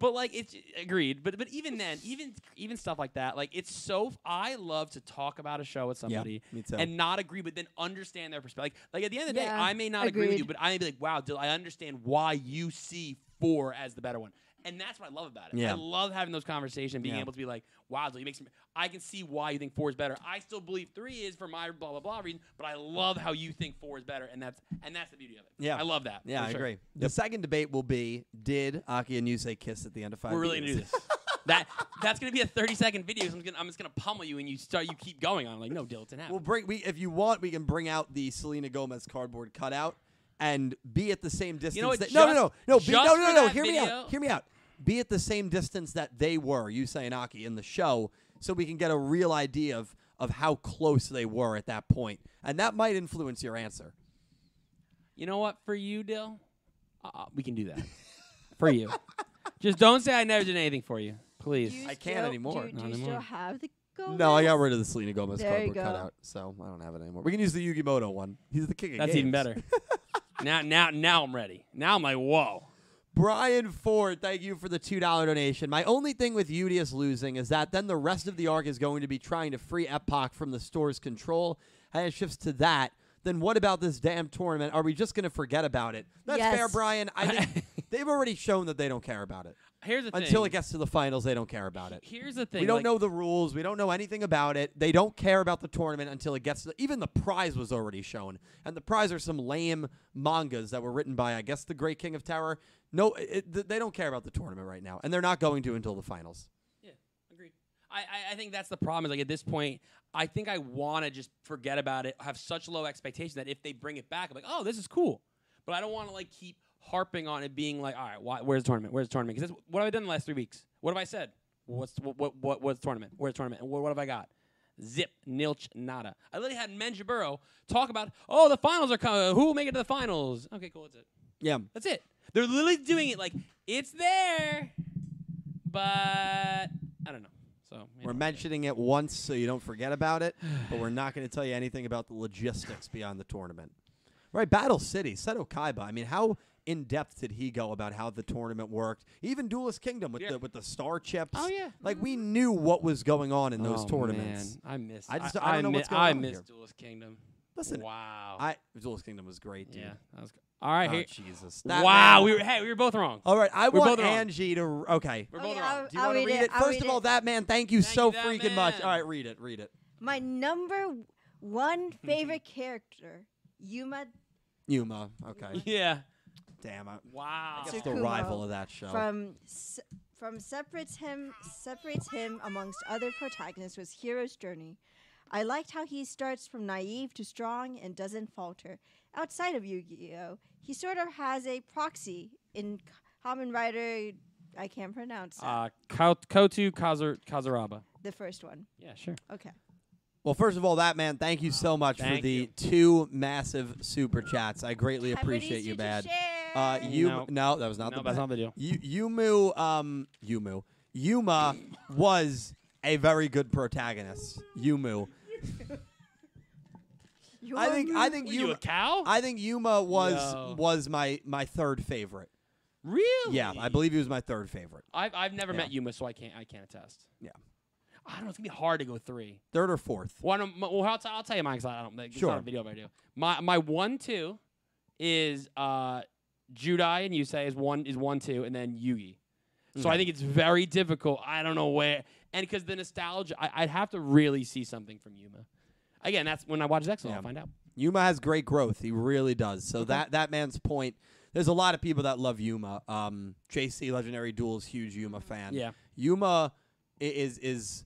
but like it's agreed. But but even then, even even stuff like that, like it's so. I love to talk about a show with somebody
me too.
and not agree, but then understand their perspective. Like, like at the end of the day,
Yeah,
I may not agree with you,
agreed.
but I may be like, wow, Dill, I understand why you see four as the better one. And that's what I love about it. I
Yeah.
love having those conversations, being
Yeah.
able to be like, wow, Dill, you make some, I can see why you think four is better. I still believe three is for my blah, blah, blah reason, but I love how you think four is better. And that's, and that's the beauty of it.
Yeah.
I love that.
Yeah,
for
I
sure.
agree. The second debate will be: Did Aki and Yusei kiss at the end of five?
We're really gonna do
Beats?
this. that that's gonna be a thirty second video. 'cause I'm gonna I'm just gonna pummel you and you start you keep going on like no
We'll
Dilton happened.
bring. We if you want, we can bring out the Selena Gomez cardboard cutout and be at the same distance.
what,
that, no, no, no,
just-
no, be,
just
no, no,
for
no.
that
Hear me
video-
out. Hear me out. Be at the same distance that they were, Yusei and Aki, in the show, so we can get a real idea of of how close they were at that point, and that might influence your answer.
You know what? For you, Dill, uh, we can do that. for you, just don't say I never did anything for you, please.
Do you
I
still-
can't anymore.
Do, you- do
Not
you
anymore.
still have the Gomez?
No, I got rid of the Selena Gomez
There
cardboard
you go.
cutout, so I don't have it anymore. We can use the Yugimoto one. He's the king of
that's even
games.
better. now now now I'm ready. Now I'm like whoa.
Brian Ford, thank you for the $2 donation. My only thing with Udius losing is that then the rest of the arc is going to be trying to free Epoch from the store's control. And it shifts to that. Then what about this damn tournament? Are we just going to forget about it? That's
Yes.
fair, Brian. I think they've already shown that they don't care about it.
Here's the
Until
thing.
it gets to the finals, they don't care about it.
Here's the thing.
We don't
like-
know the rules. We don't know anything about it. They don't care about the tournament until it gets to the, even the prize was already shown. And the prize are some lame mangas that were written by I guess the Great King of Terror. No, it, th- they don't care about the tournament right now, and they're not going to until the finals.
Yeah, agreed. I, I, I think that's the problem. Is like at this point, I think I want to just forget about it. Have such low expectations that if they bring it back, I'm like, oh, this is cool. But I don't want to like keep harping on it, being like, all right, why, where's the tournament? Where's the tournament? Because what have I done the last three weeks? What have I said? What's what what what what's the tournament? Where's the tournament? And what, what have I got? Zip, nilch, nada. I literally had Menjaburo talk about, oh, the finals are coming. Who will make it to the finals? Okay, cool. That's it.
Yeah,
That's it. They're literally doing it like it's there, but I don't know. So you
we're
know.
mentioning it once so you don't forget about it, but we're not going to tell you anything about the logistics beyond the tournament. Right, Battle City, Seto Kaiba. I mean, how in depth did he go about how the tournament worked? Even Duelist Kingdom with
Yeah.
the with the star chips.
Oh, yeah.
like we knew what was going on in those
Oh,
tournaments.
man. I miss.
I just- I don't know
mi-
what's going
I
on
miss
here.
Duelist Kingdom.
Listen,
wow.
I Duelist Kingdom was great, dude.
yeah, that was. All right,
Oh,
here.
Jesus. That
Wow,
man-
we were hey, we were both wrong.
All right, I
We're
want
both wrong.
Angie to r- okay.
We're
Okay,
both
I'll-
wrong.
Do you
I'll
want to read it?
I'll
First
read
of all,
it.
that man, thank you
Thank
so
you, that
freaking much.
man.
All right, read it, read it.
My number w- one favorite character, Yuma
Yuma. Okay.
yeah.
Damn it.
Wow.
That's the
Tsukumo
rival of that show.
from se- from separates him separates him amongst other protagonists was hero's journey. I liked how he starts from naive to strong and doesn't falter. Outside of Yu-Gi-Oh, he sort of has a proxy in K- Kamen Rider. I can't pronounce
Ah.
it,
Uh, Kau- Kotu Kazur- Kazuraba.
the first one.
Yeah, sure.
Okay.
Well, first of all, that man, thank you so much for
Thank
the
you.
two massive super chats. I greatly
Everybody
appreciate
needs
you,
to
bad.
share.
Uh, you
No.
no, that was not
No,
the
that's
bad.
not the deal.
Yu- Yumu, um, Yumu, Yuma was a very good protagonist. Yumu, I think, I think
Were you
Yuma,
a cow?
I think Yuma was
No.
was my my third favorite.
really?
Yeah, I believe he was my third favorite.
I've I've never
Yeah.
met Yuma, so I can't I can't attest.
Yeah.
I don't know. It's gonna be hard to go three.
Third or fourth.
One of my, well, I'll, t- I'll tell you mine because I don't. It's not
Sure.
a video, but I do. My my one two is uh, Judai and Yusei is one is one two, and then Yugi. So I think it's very difficult. I don't know where, and because the nostalgia, I, I'd have to really see something from Yuma. Again, that's when I watch Zexal,
Yeah.
I'll find out.
Yuma has great growth. He really does.
Mm-hmm.
So that that man's point. There's a lot of people that love Yuma. Um, JC Legendary Duel's huge Yuma fan.
Yeah.
Yuma i- is is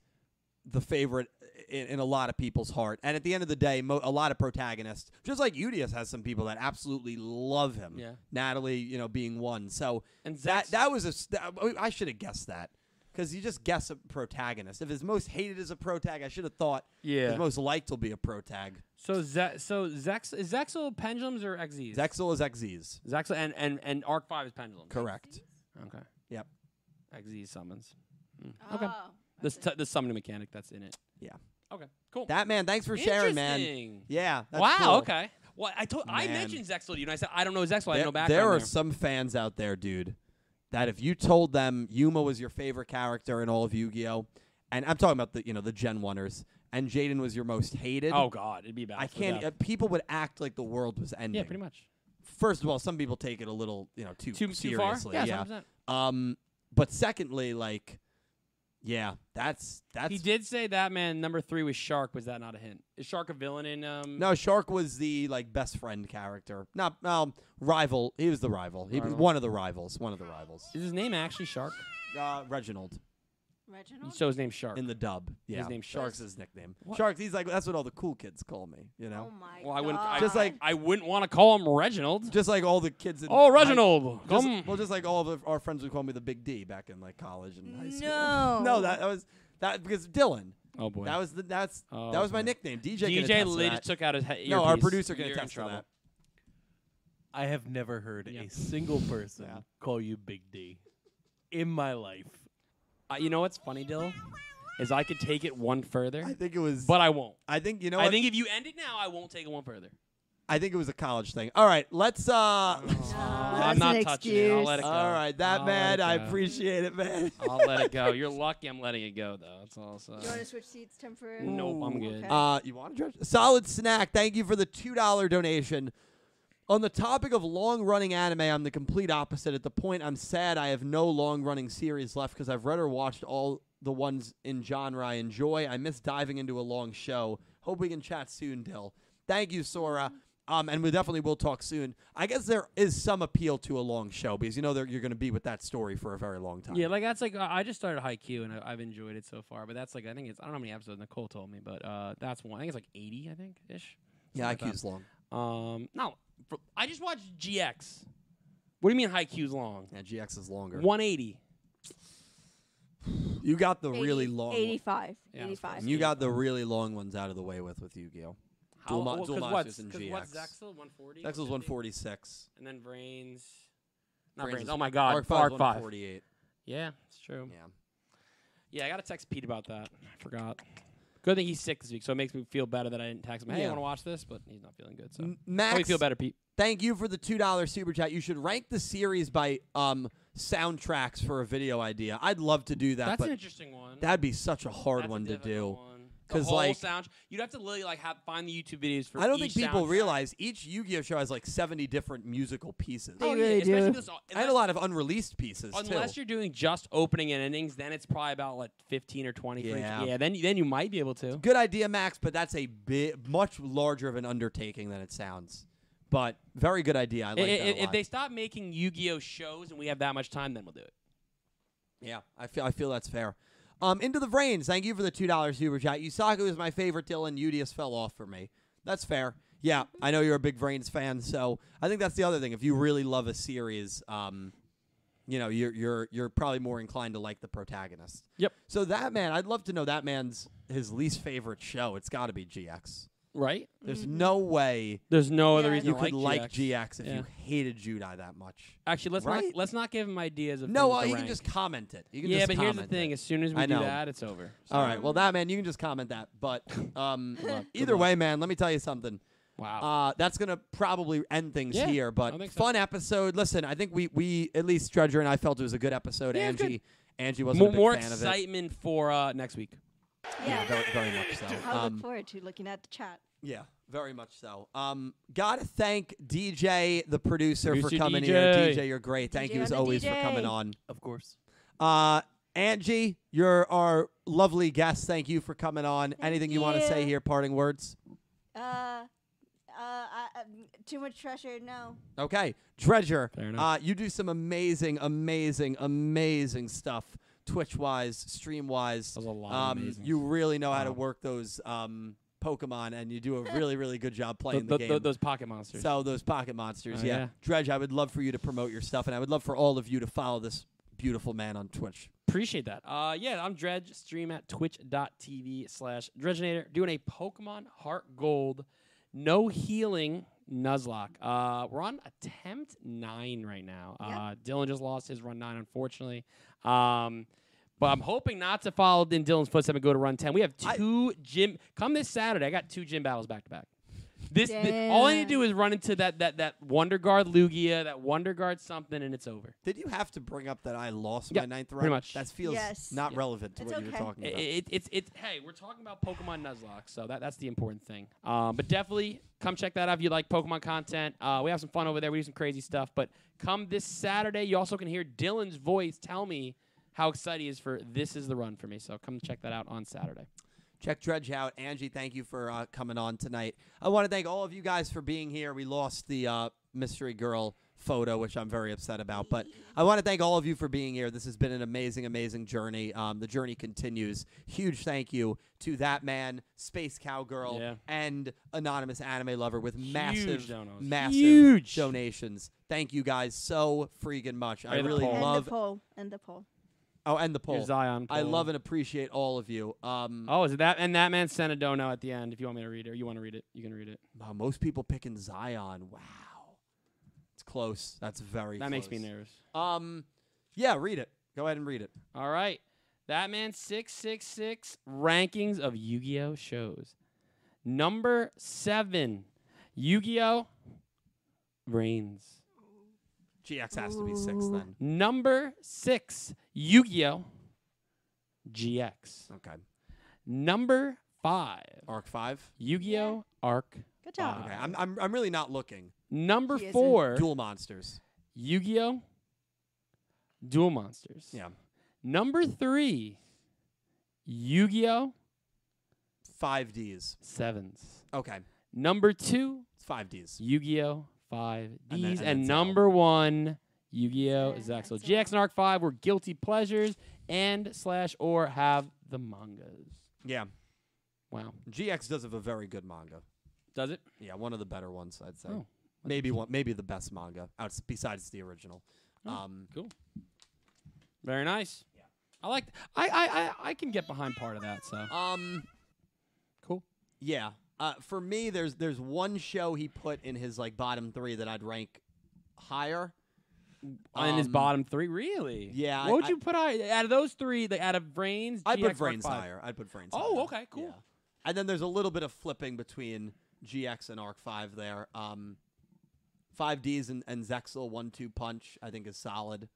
the favorite in, in a lot of people's heart. And at the end of the day, mo- a lot of protagonists, just like Udius, has some people that absolutely love him.
Yeah.
Natalie, you know, being one. So
And
that
Zex-
that was a s- that- I- I should have guessed that because you just guess a protagonist. If his most hated is a protag, I should have thought
Yeah.
his most liked will be a protag.
So Ze- so Zex is Zexal pendulums or XZs?
Zexel is XZ's.
Zexal and and and Arc Five is pendulums.
Correct.
Okay.
Yep.
XZ summons.
Okay.
This t- the summoning mechanic that's in it.
Yeah.
Okay. Cool.
That man, thanks for sharing, man.
Interesting.
Yeah. that's
wow.
cool.
Okay. Well, I told I
Man.
mentioned Zexal to you, and I said I don't know Zexal. I
There,
have no background.
there are
there.
some fans out there, dude, that if you told them Yuma was your favorite character in all of Yu-Gi-Oh, and I'm talking about the you know the Gen Oneers, and Jaden was your most hated.
Oh God, it'd be bad.
I can't. Uh, people would act like the world was ending.
yeah, pretty much.
First of all, some people take it a little you know too
Too too far.
seriously.
Yeah.
yeah.
100%.
Um. But secondly, like, yeah, that's that's
He did say that man number three was Shark. Was that not a hint? Is Shark a villain in? Um,
No, Shark was the like best friend character. Not um rival. He was the rival. He was
Rival.
one of the rivals. One of the rivals.
Is his name actually Shark?
Uh, Reginald
Reginald?
So his name's Shark.
in the dub. Yeah,
name's
Shark's
Shark.
his nickname. Sharks. He's like that's what all the cool kids call me. You know,
Oh my
well, I wouldn't. I,
god.
Just like-
I wouldn't want to call him Reginald.
just like all the kids. In
oh,
high-
Reginald,
just-
come.
well, just like all of our friends would call me the Big D back in like college and high school.
No.
no, that, that was that because Dylan.
oh boy.
That was the that's
Oh,
that was my
okay.
nickname. DJ. can attest
DJ
to
lit-
that.
took out his head.
No, our producer can attest to
trouble.
that.
I have never heard
Yeah.
a single person
Yeah.
call you Big D in my life.
Uh, you know what's funny, Dill? Is I could take it one further,
I think it was.
but I won't.
I think you know.
I
what?
think if you end it now, I won't take it one further.
I think it was a college thing. All right, let's uh. let's-
I'm
That's
not
an
touching it. I'll let it go.
Oh.
excuse.
All right, that
I'll let
man,
it
I
go.
appreciate it, man.
I'll let it go. You're lucky I'm letting it go, though. That's all. So.
Do you want to switch seats temporarily?
Nope, I'm
Ooh,
good.
okay.
Uh, you want to judge? Solid snack. Thank you for the two dollar donation. On the topic of long running anime, I'm the complete opposite. At the point, I'm sad I have no long running series left because I've read or watched all the ones in genre I enjoy. I miss diving into a long show. Hope we can chat soon, Dill. Thank you, Sora. Um, and we definitely will talk soon. I guess there is some appeal to a long show because you know that you're going to be with that story for a very long time.
Yeah, like that's like I I just started High Q and I, I've enjoyed it so far. But that's like I think it's I don't know how many episodes Nicole told me, but uh, that's one. I think it's like eighty, I think ish.
yeah,
Something like
IQ's long.
that. Um, no, fr- I just watched GX. What do you mean High Q's long?
Yeah, GX is longer.
One eighty.
You got the
80
really long. one.
85.
Yeah, that's
85.
And you got the really long ones out of the way with with Yu-Gi-Oh. Dual mo- dual monsters
what's,
and
'cause
GX.
what's Zexal one forty?
Dexel's 146.
and then Brains. Not
Brains
Brains.
is-
Oh my God,
Arc
Arc
Five's
Five.
148.
Yeah, it's true.
Yeah.
Yeah, I got to text Pete about that. I forgot. Good thing he's sick this week, so it makes me feel better that I didn't text him. Hey,
Yeah.
I want to watch this, but he's not feeling good. So
M-
Help me
Max,
feel better, Pete.
thank you for the two dollar super chat. You should rank the series by um soundtracks for a video idea. I'd love to do that,
That's
but
an interesting one.
that'd be such a hard
That's a
one to do.
difficult one. The
'Cause,
whole
like-
sound, you'd have to literally like have, find the YouTube videos for.
I don't
each
think people
soundtrack.
realize each Yu-Gi-Oh show has like 70 different musical pieces.
They
Oh, yeah,
really
especially
do.
if it's all-
and a lot of unreleased pieces
Unless
too.
you're doing just opening and endings, then it's probably about like 15 or 20. for each-
Yeah.
yeah. Then then you might be able to.
Good idea, Max, but that's a bit much larger of an undertaking than it sounds. But very good idea. I like
I- i-
that a
if
lot.
they stop making Yu-Gi-Oh shows and we have that much time, then we'll do it.
Yeah, I feel I feel that's fair. Um, into the brains. Thank you for the two dollars super chat. Yusaku is my favorite Dylan. Udius fell off for me. That's fair. Yeah,
Mm-hmm.
I know you're a big Brains fan, so I think that's the other thing. If you really love a series, um, you know, you're you're you're probably more inclined to like the protagonist.
Yep.
So that man, I'd love to know that man's his least favorite show. It's got to be GX.
Right?
There's no way
There's no
Yeah.
other reason
you
to
could like
Mm-hmm. like
GX, if
Yeah.
you hated Judai that much.
Actually, let's
Right?
not let's not give him ideas of
No,
things
uh,
to
you
rank.
can just comment it. You can
yeah,
just
but here's the
comment it.
thing: as soon as we
I
do
know.
that, it's over.
All right. Well, that man, you can just comment that. But um,
luck, good
either
luck.
way, man, let me tell you something.
Wow.
Uh, that's gonna probably end things
Yeah,
here.
I
But
think so.
fun episode. Listen, I think we we at least Dredger and I felt it was a good episode.
Yeah, it's
Angie, Angie wasn't
more
a big
more
fan of it.
excitement for uh, next week.
Yeah,
Yeah.
very, very much so.
I'll
Um,
look forward to looking at the chat.
yeah, very much so. Um, gotta thank DJ, the producer, for
Producer
coming
DJ.
here. DJ, you're great. Thank
DJ
you as
on the
always for
DJ.
coming on.
Of course.
Uh, Angie, you're our lovely guest. Thank you for coming on. Anything you, want to say
you.
here? Parting words.
Uh, uh, I, um, too much treasure. No.
Okay, Treasure.
Fair enough.
Uh, you do some amazing, amazing, amazing stuff. Twitch wise, stream wise,
That was a lot of
um,
amazing.
you really know how to
Wow.
work those um, Pokemon, and you do a really, really good job
Th-
playing the,
th-
game.
th- those pocket monsters.
So those pocket monsters,
Oh,
yeah.
yeah.
Dredge, I would love for you to promote your stuff, and I would love for all of you to follow this beautiful man on Twitch.
Appreciate that. Uh, yeah, I'm Dredge. Stream at twitch.tv slash Dredgenator. Doing a Pokemon Heart Gold No Healing Nuzlocke. Uh, we're on attempt nine right now.
Yeah.
Uh, Dylan just lost his run nine, unfortunately. Um, but I'm hoping not to follow in Dylan's footsteps and go to run 10. We have
I-
two gym. Come this Saturday, I got two gym battles back to back. This, thi- all I need to
Damn.
do is run into that that that Wonder Guard Lugia, that Wonder Guard something, and it's over.
Did you have to bring up that I lost
Yeah,
my ninth round?
pretty much.
That feels
Yes.
not
Yeah.
relevant to
It's
what you were
okay.
talking about.
It, it, it's it's hey, we're talking about Pokemon Nuzlocke, so that, that's the important thing. Um, but definitely come check that out if you like Pokemon content. Uh, we have some fun over there. We do some crazy stuff. But come this Saturday, you also can hear Dylan's voice tell me how excited he is for this is the run for me. So come check that out on Saturday.
Check Dredge out. Angie, thank you for uh, coming on tonight. I want to thank all of you guys for being here. We lost the uh, mystery girl photo, which I'm very upset about, but I want to thank all of you for being here. This has been an amazing, amazing journey. Um, the journey continues. Huge thank you to that man, Space Cowgirl,
Yeah.
and Anonymous Anime Lover with
Huge
massive,
donos.
massive
Huge.
donations. Thank you guys so freaking much. I
And the
really
poll.
And
love.
the poll. And the poll.
Oh, and the poll.
Here's Zion.
I
poll.
love and appreciate all of you. Um,
Oh, is it that? And that man sent a dono at the end. If you want me to read it, or you want to read it, you can read it.
Wow, most people picking Zion. Wow, it's close. That's very.
That makes me
close.
nervous.
Um, yeah, read it. Go ahead and read it.
All right. That man 666 rankings of Yu Gi Oh shows. Number seven, Yu Gi Oh Reigns.
GX has to be six
Ooh.
then.
Number six, Yu Gi Oh GX.
Okay,
Number five,
arc five.
Yu Gi Oh Arc.
Good job.
Ah, Okay,
Uh,
I'm I'm I'm really not looking.
Number
He isn't.
four,
Dual monsters.
Yu Gi Oh Dual Monsters.
Yeah,
Number three, Yu Gi Oh
five Ds.
Sevens.
Okay,
Number two,
it's five Ds.
Yu-Gi-Oh! Five
And
D's
then-
and,
and that's all.
number one Yu-Gi-Oh!
Yeah,
is Zaxel.
that's
GX and
all.
Arc Five were guilty pleasures and slash or have the mangas.
Yeah,
Wow,
GX does have a very good manga.
does it?
Yeah, one of the better ones I'd say.
Oh,
Maybe one, maybe the best manga out besides the original.
Oh.
Um,
Cool. Very nice. I like. I, I I I can get behind part of that. So
um.
cool.
Yeah. Uh, for me, there's there's one show he put in his like bottom three that I'd rank higher.
On Oh, his
Um,
bottom three, really?
yeah, I-
What would
I-
you put high- out of those three? Like out of Vrains,
I'd
GX
put
Arc
Vrains
Five?
higher. I'd put Vrains.
Oh,
higher.
okay, cool.
Yeah. And then there's a little bit of flipping between GX and Arc Five there. Um, Five Ds and, and Zexel One Two Punch I think is solid.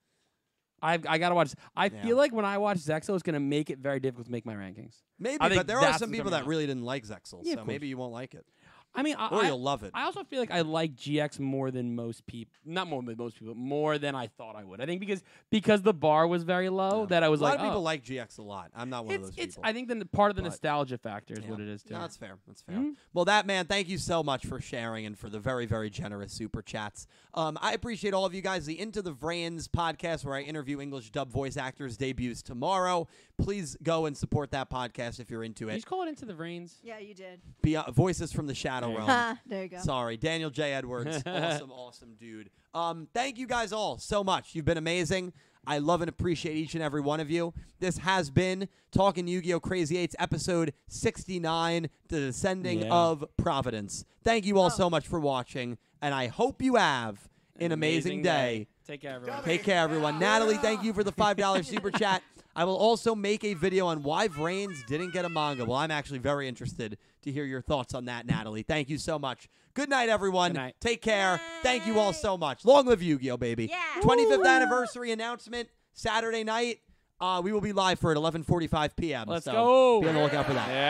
I've, I gotta watch. I
Yeah.
feel like when I watch Zexo, it's gonna make it very difficult to make my rankings.
Maybe,
I think
but there are
that's
some
what's
people
coming
that
up.
really didn't like Zexel,
Yeah, of
so
course.
maybe you won't like it,
I mean, I,
or
I,
you'll love it.
I also feel like I like GX more than most people. Not more than most people, more than I thought I would. I think because because the bar was very low
Yeah.
that I was
a lot
like,
of people
oh,
like GX a lot. I'm not one
it's
of those
it's.
people.
I think then the part of the
But-
nostalgia factor is
Yeah.
what it is too.
No, that's fair. That's fair.
Mhm.
Well, that man, thank you so much for sharing and for the very, very generous super chats. Um, I appreciate all of you guys. The Into the Vrains podcast, where I interview English dub voice actors, debuts tomorrow. Please go and support that podcast if you're into
Did you
it.
just call it into the veins.
Yeah, you did.
Be, uh, Voices from the Shadow
There you go.
Realm.
Ha, there you go.
Sorry, Daniel J. Edwards. awesome, awesome dude. Um, thank you guys all so much. You've been amazing. I love and appreciate each and every one of you. This has been Talking Yu Gi Oh! Crazy Eights, episode 69, The Descending
Yeah.
of Providence. Thank you all
Oh.
so much for watching, and I hope you have an, amazing, day.
Take care, everyone.
Take care, everyone. Natalie, thank you for the $5 super chat. I will also make a video on why Vrains didn't get a manga. Well, I'm actually very interested to hear your thoughts on that, Natalie. Thank you so much. Good night, everyone.
Good night.
Take care. Thank you all so much. Long live Yu Gi Oh, baby.
Yeah.
25th anniversary announcement Saturday night. Uh, we will be live for at 11:45 p.m.
Let's
so
go.
Be on the lookout for that.
Yeah.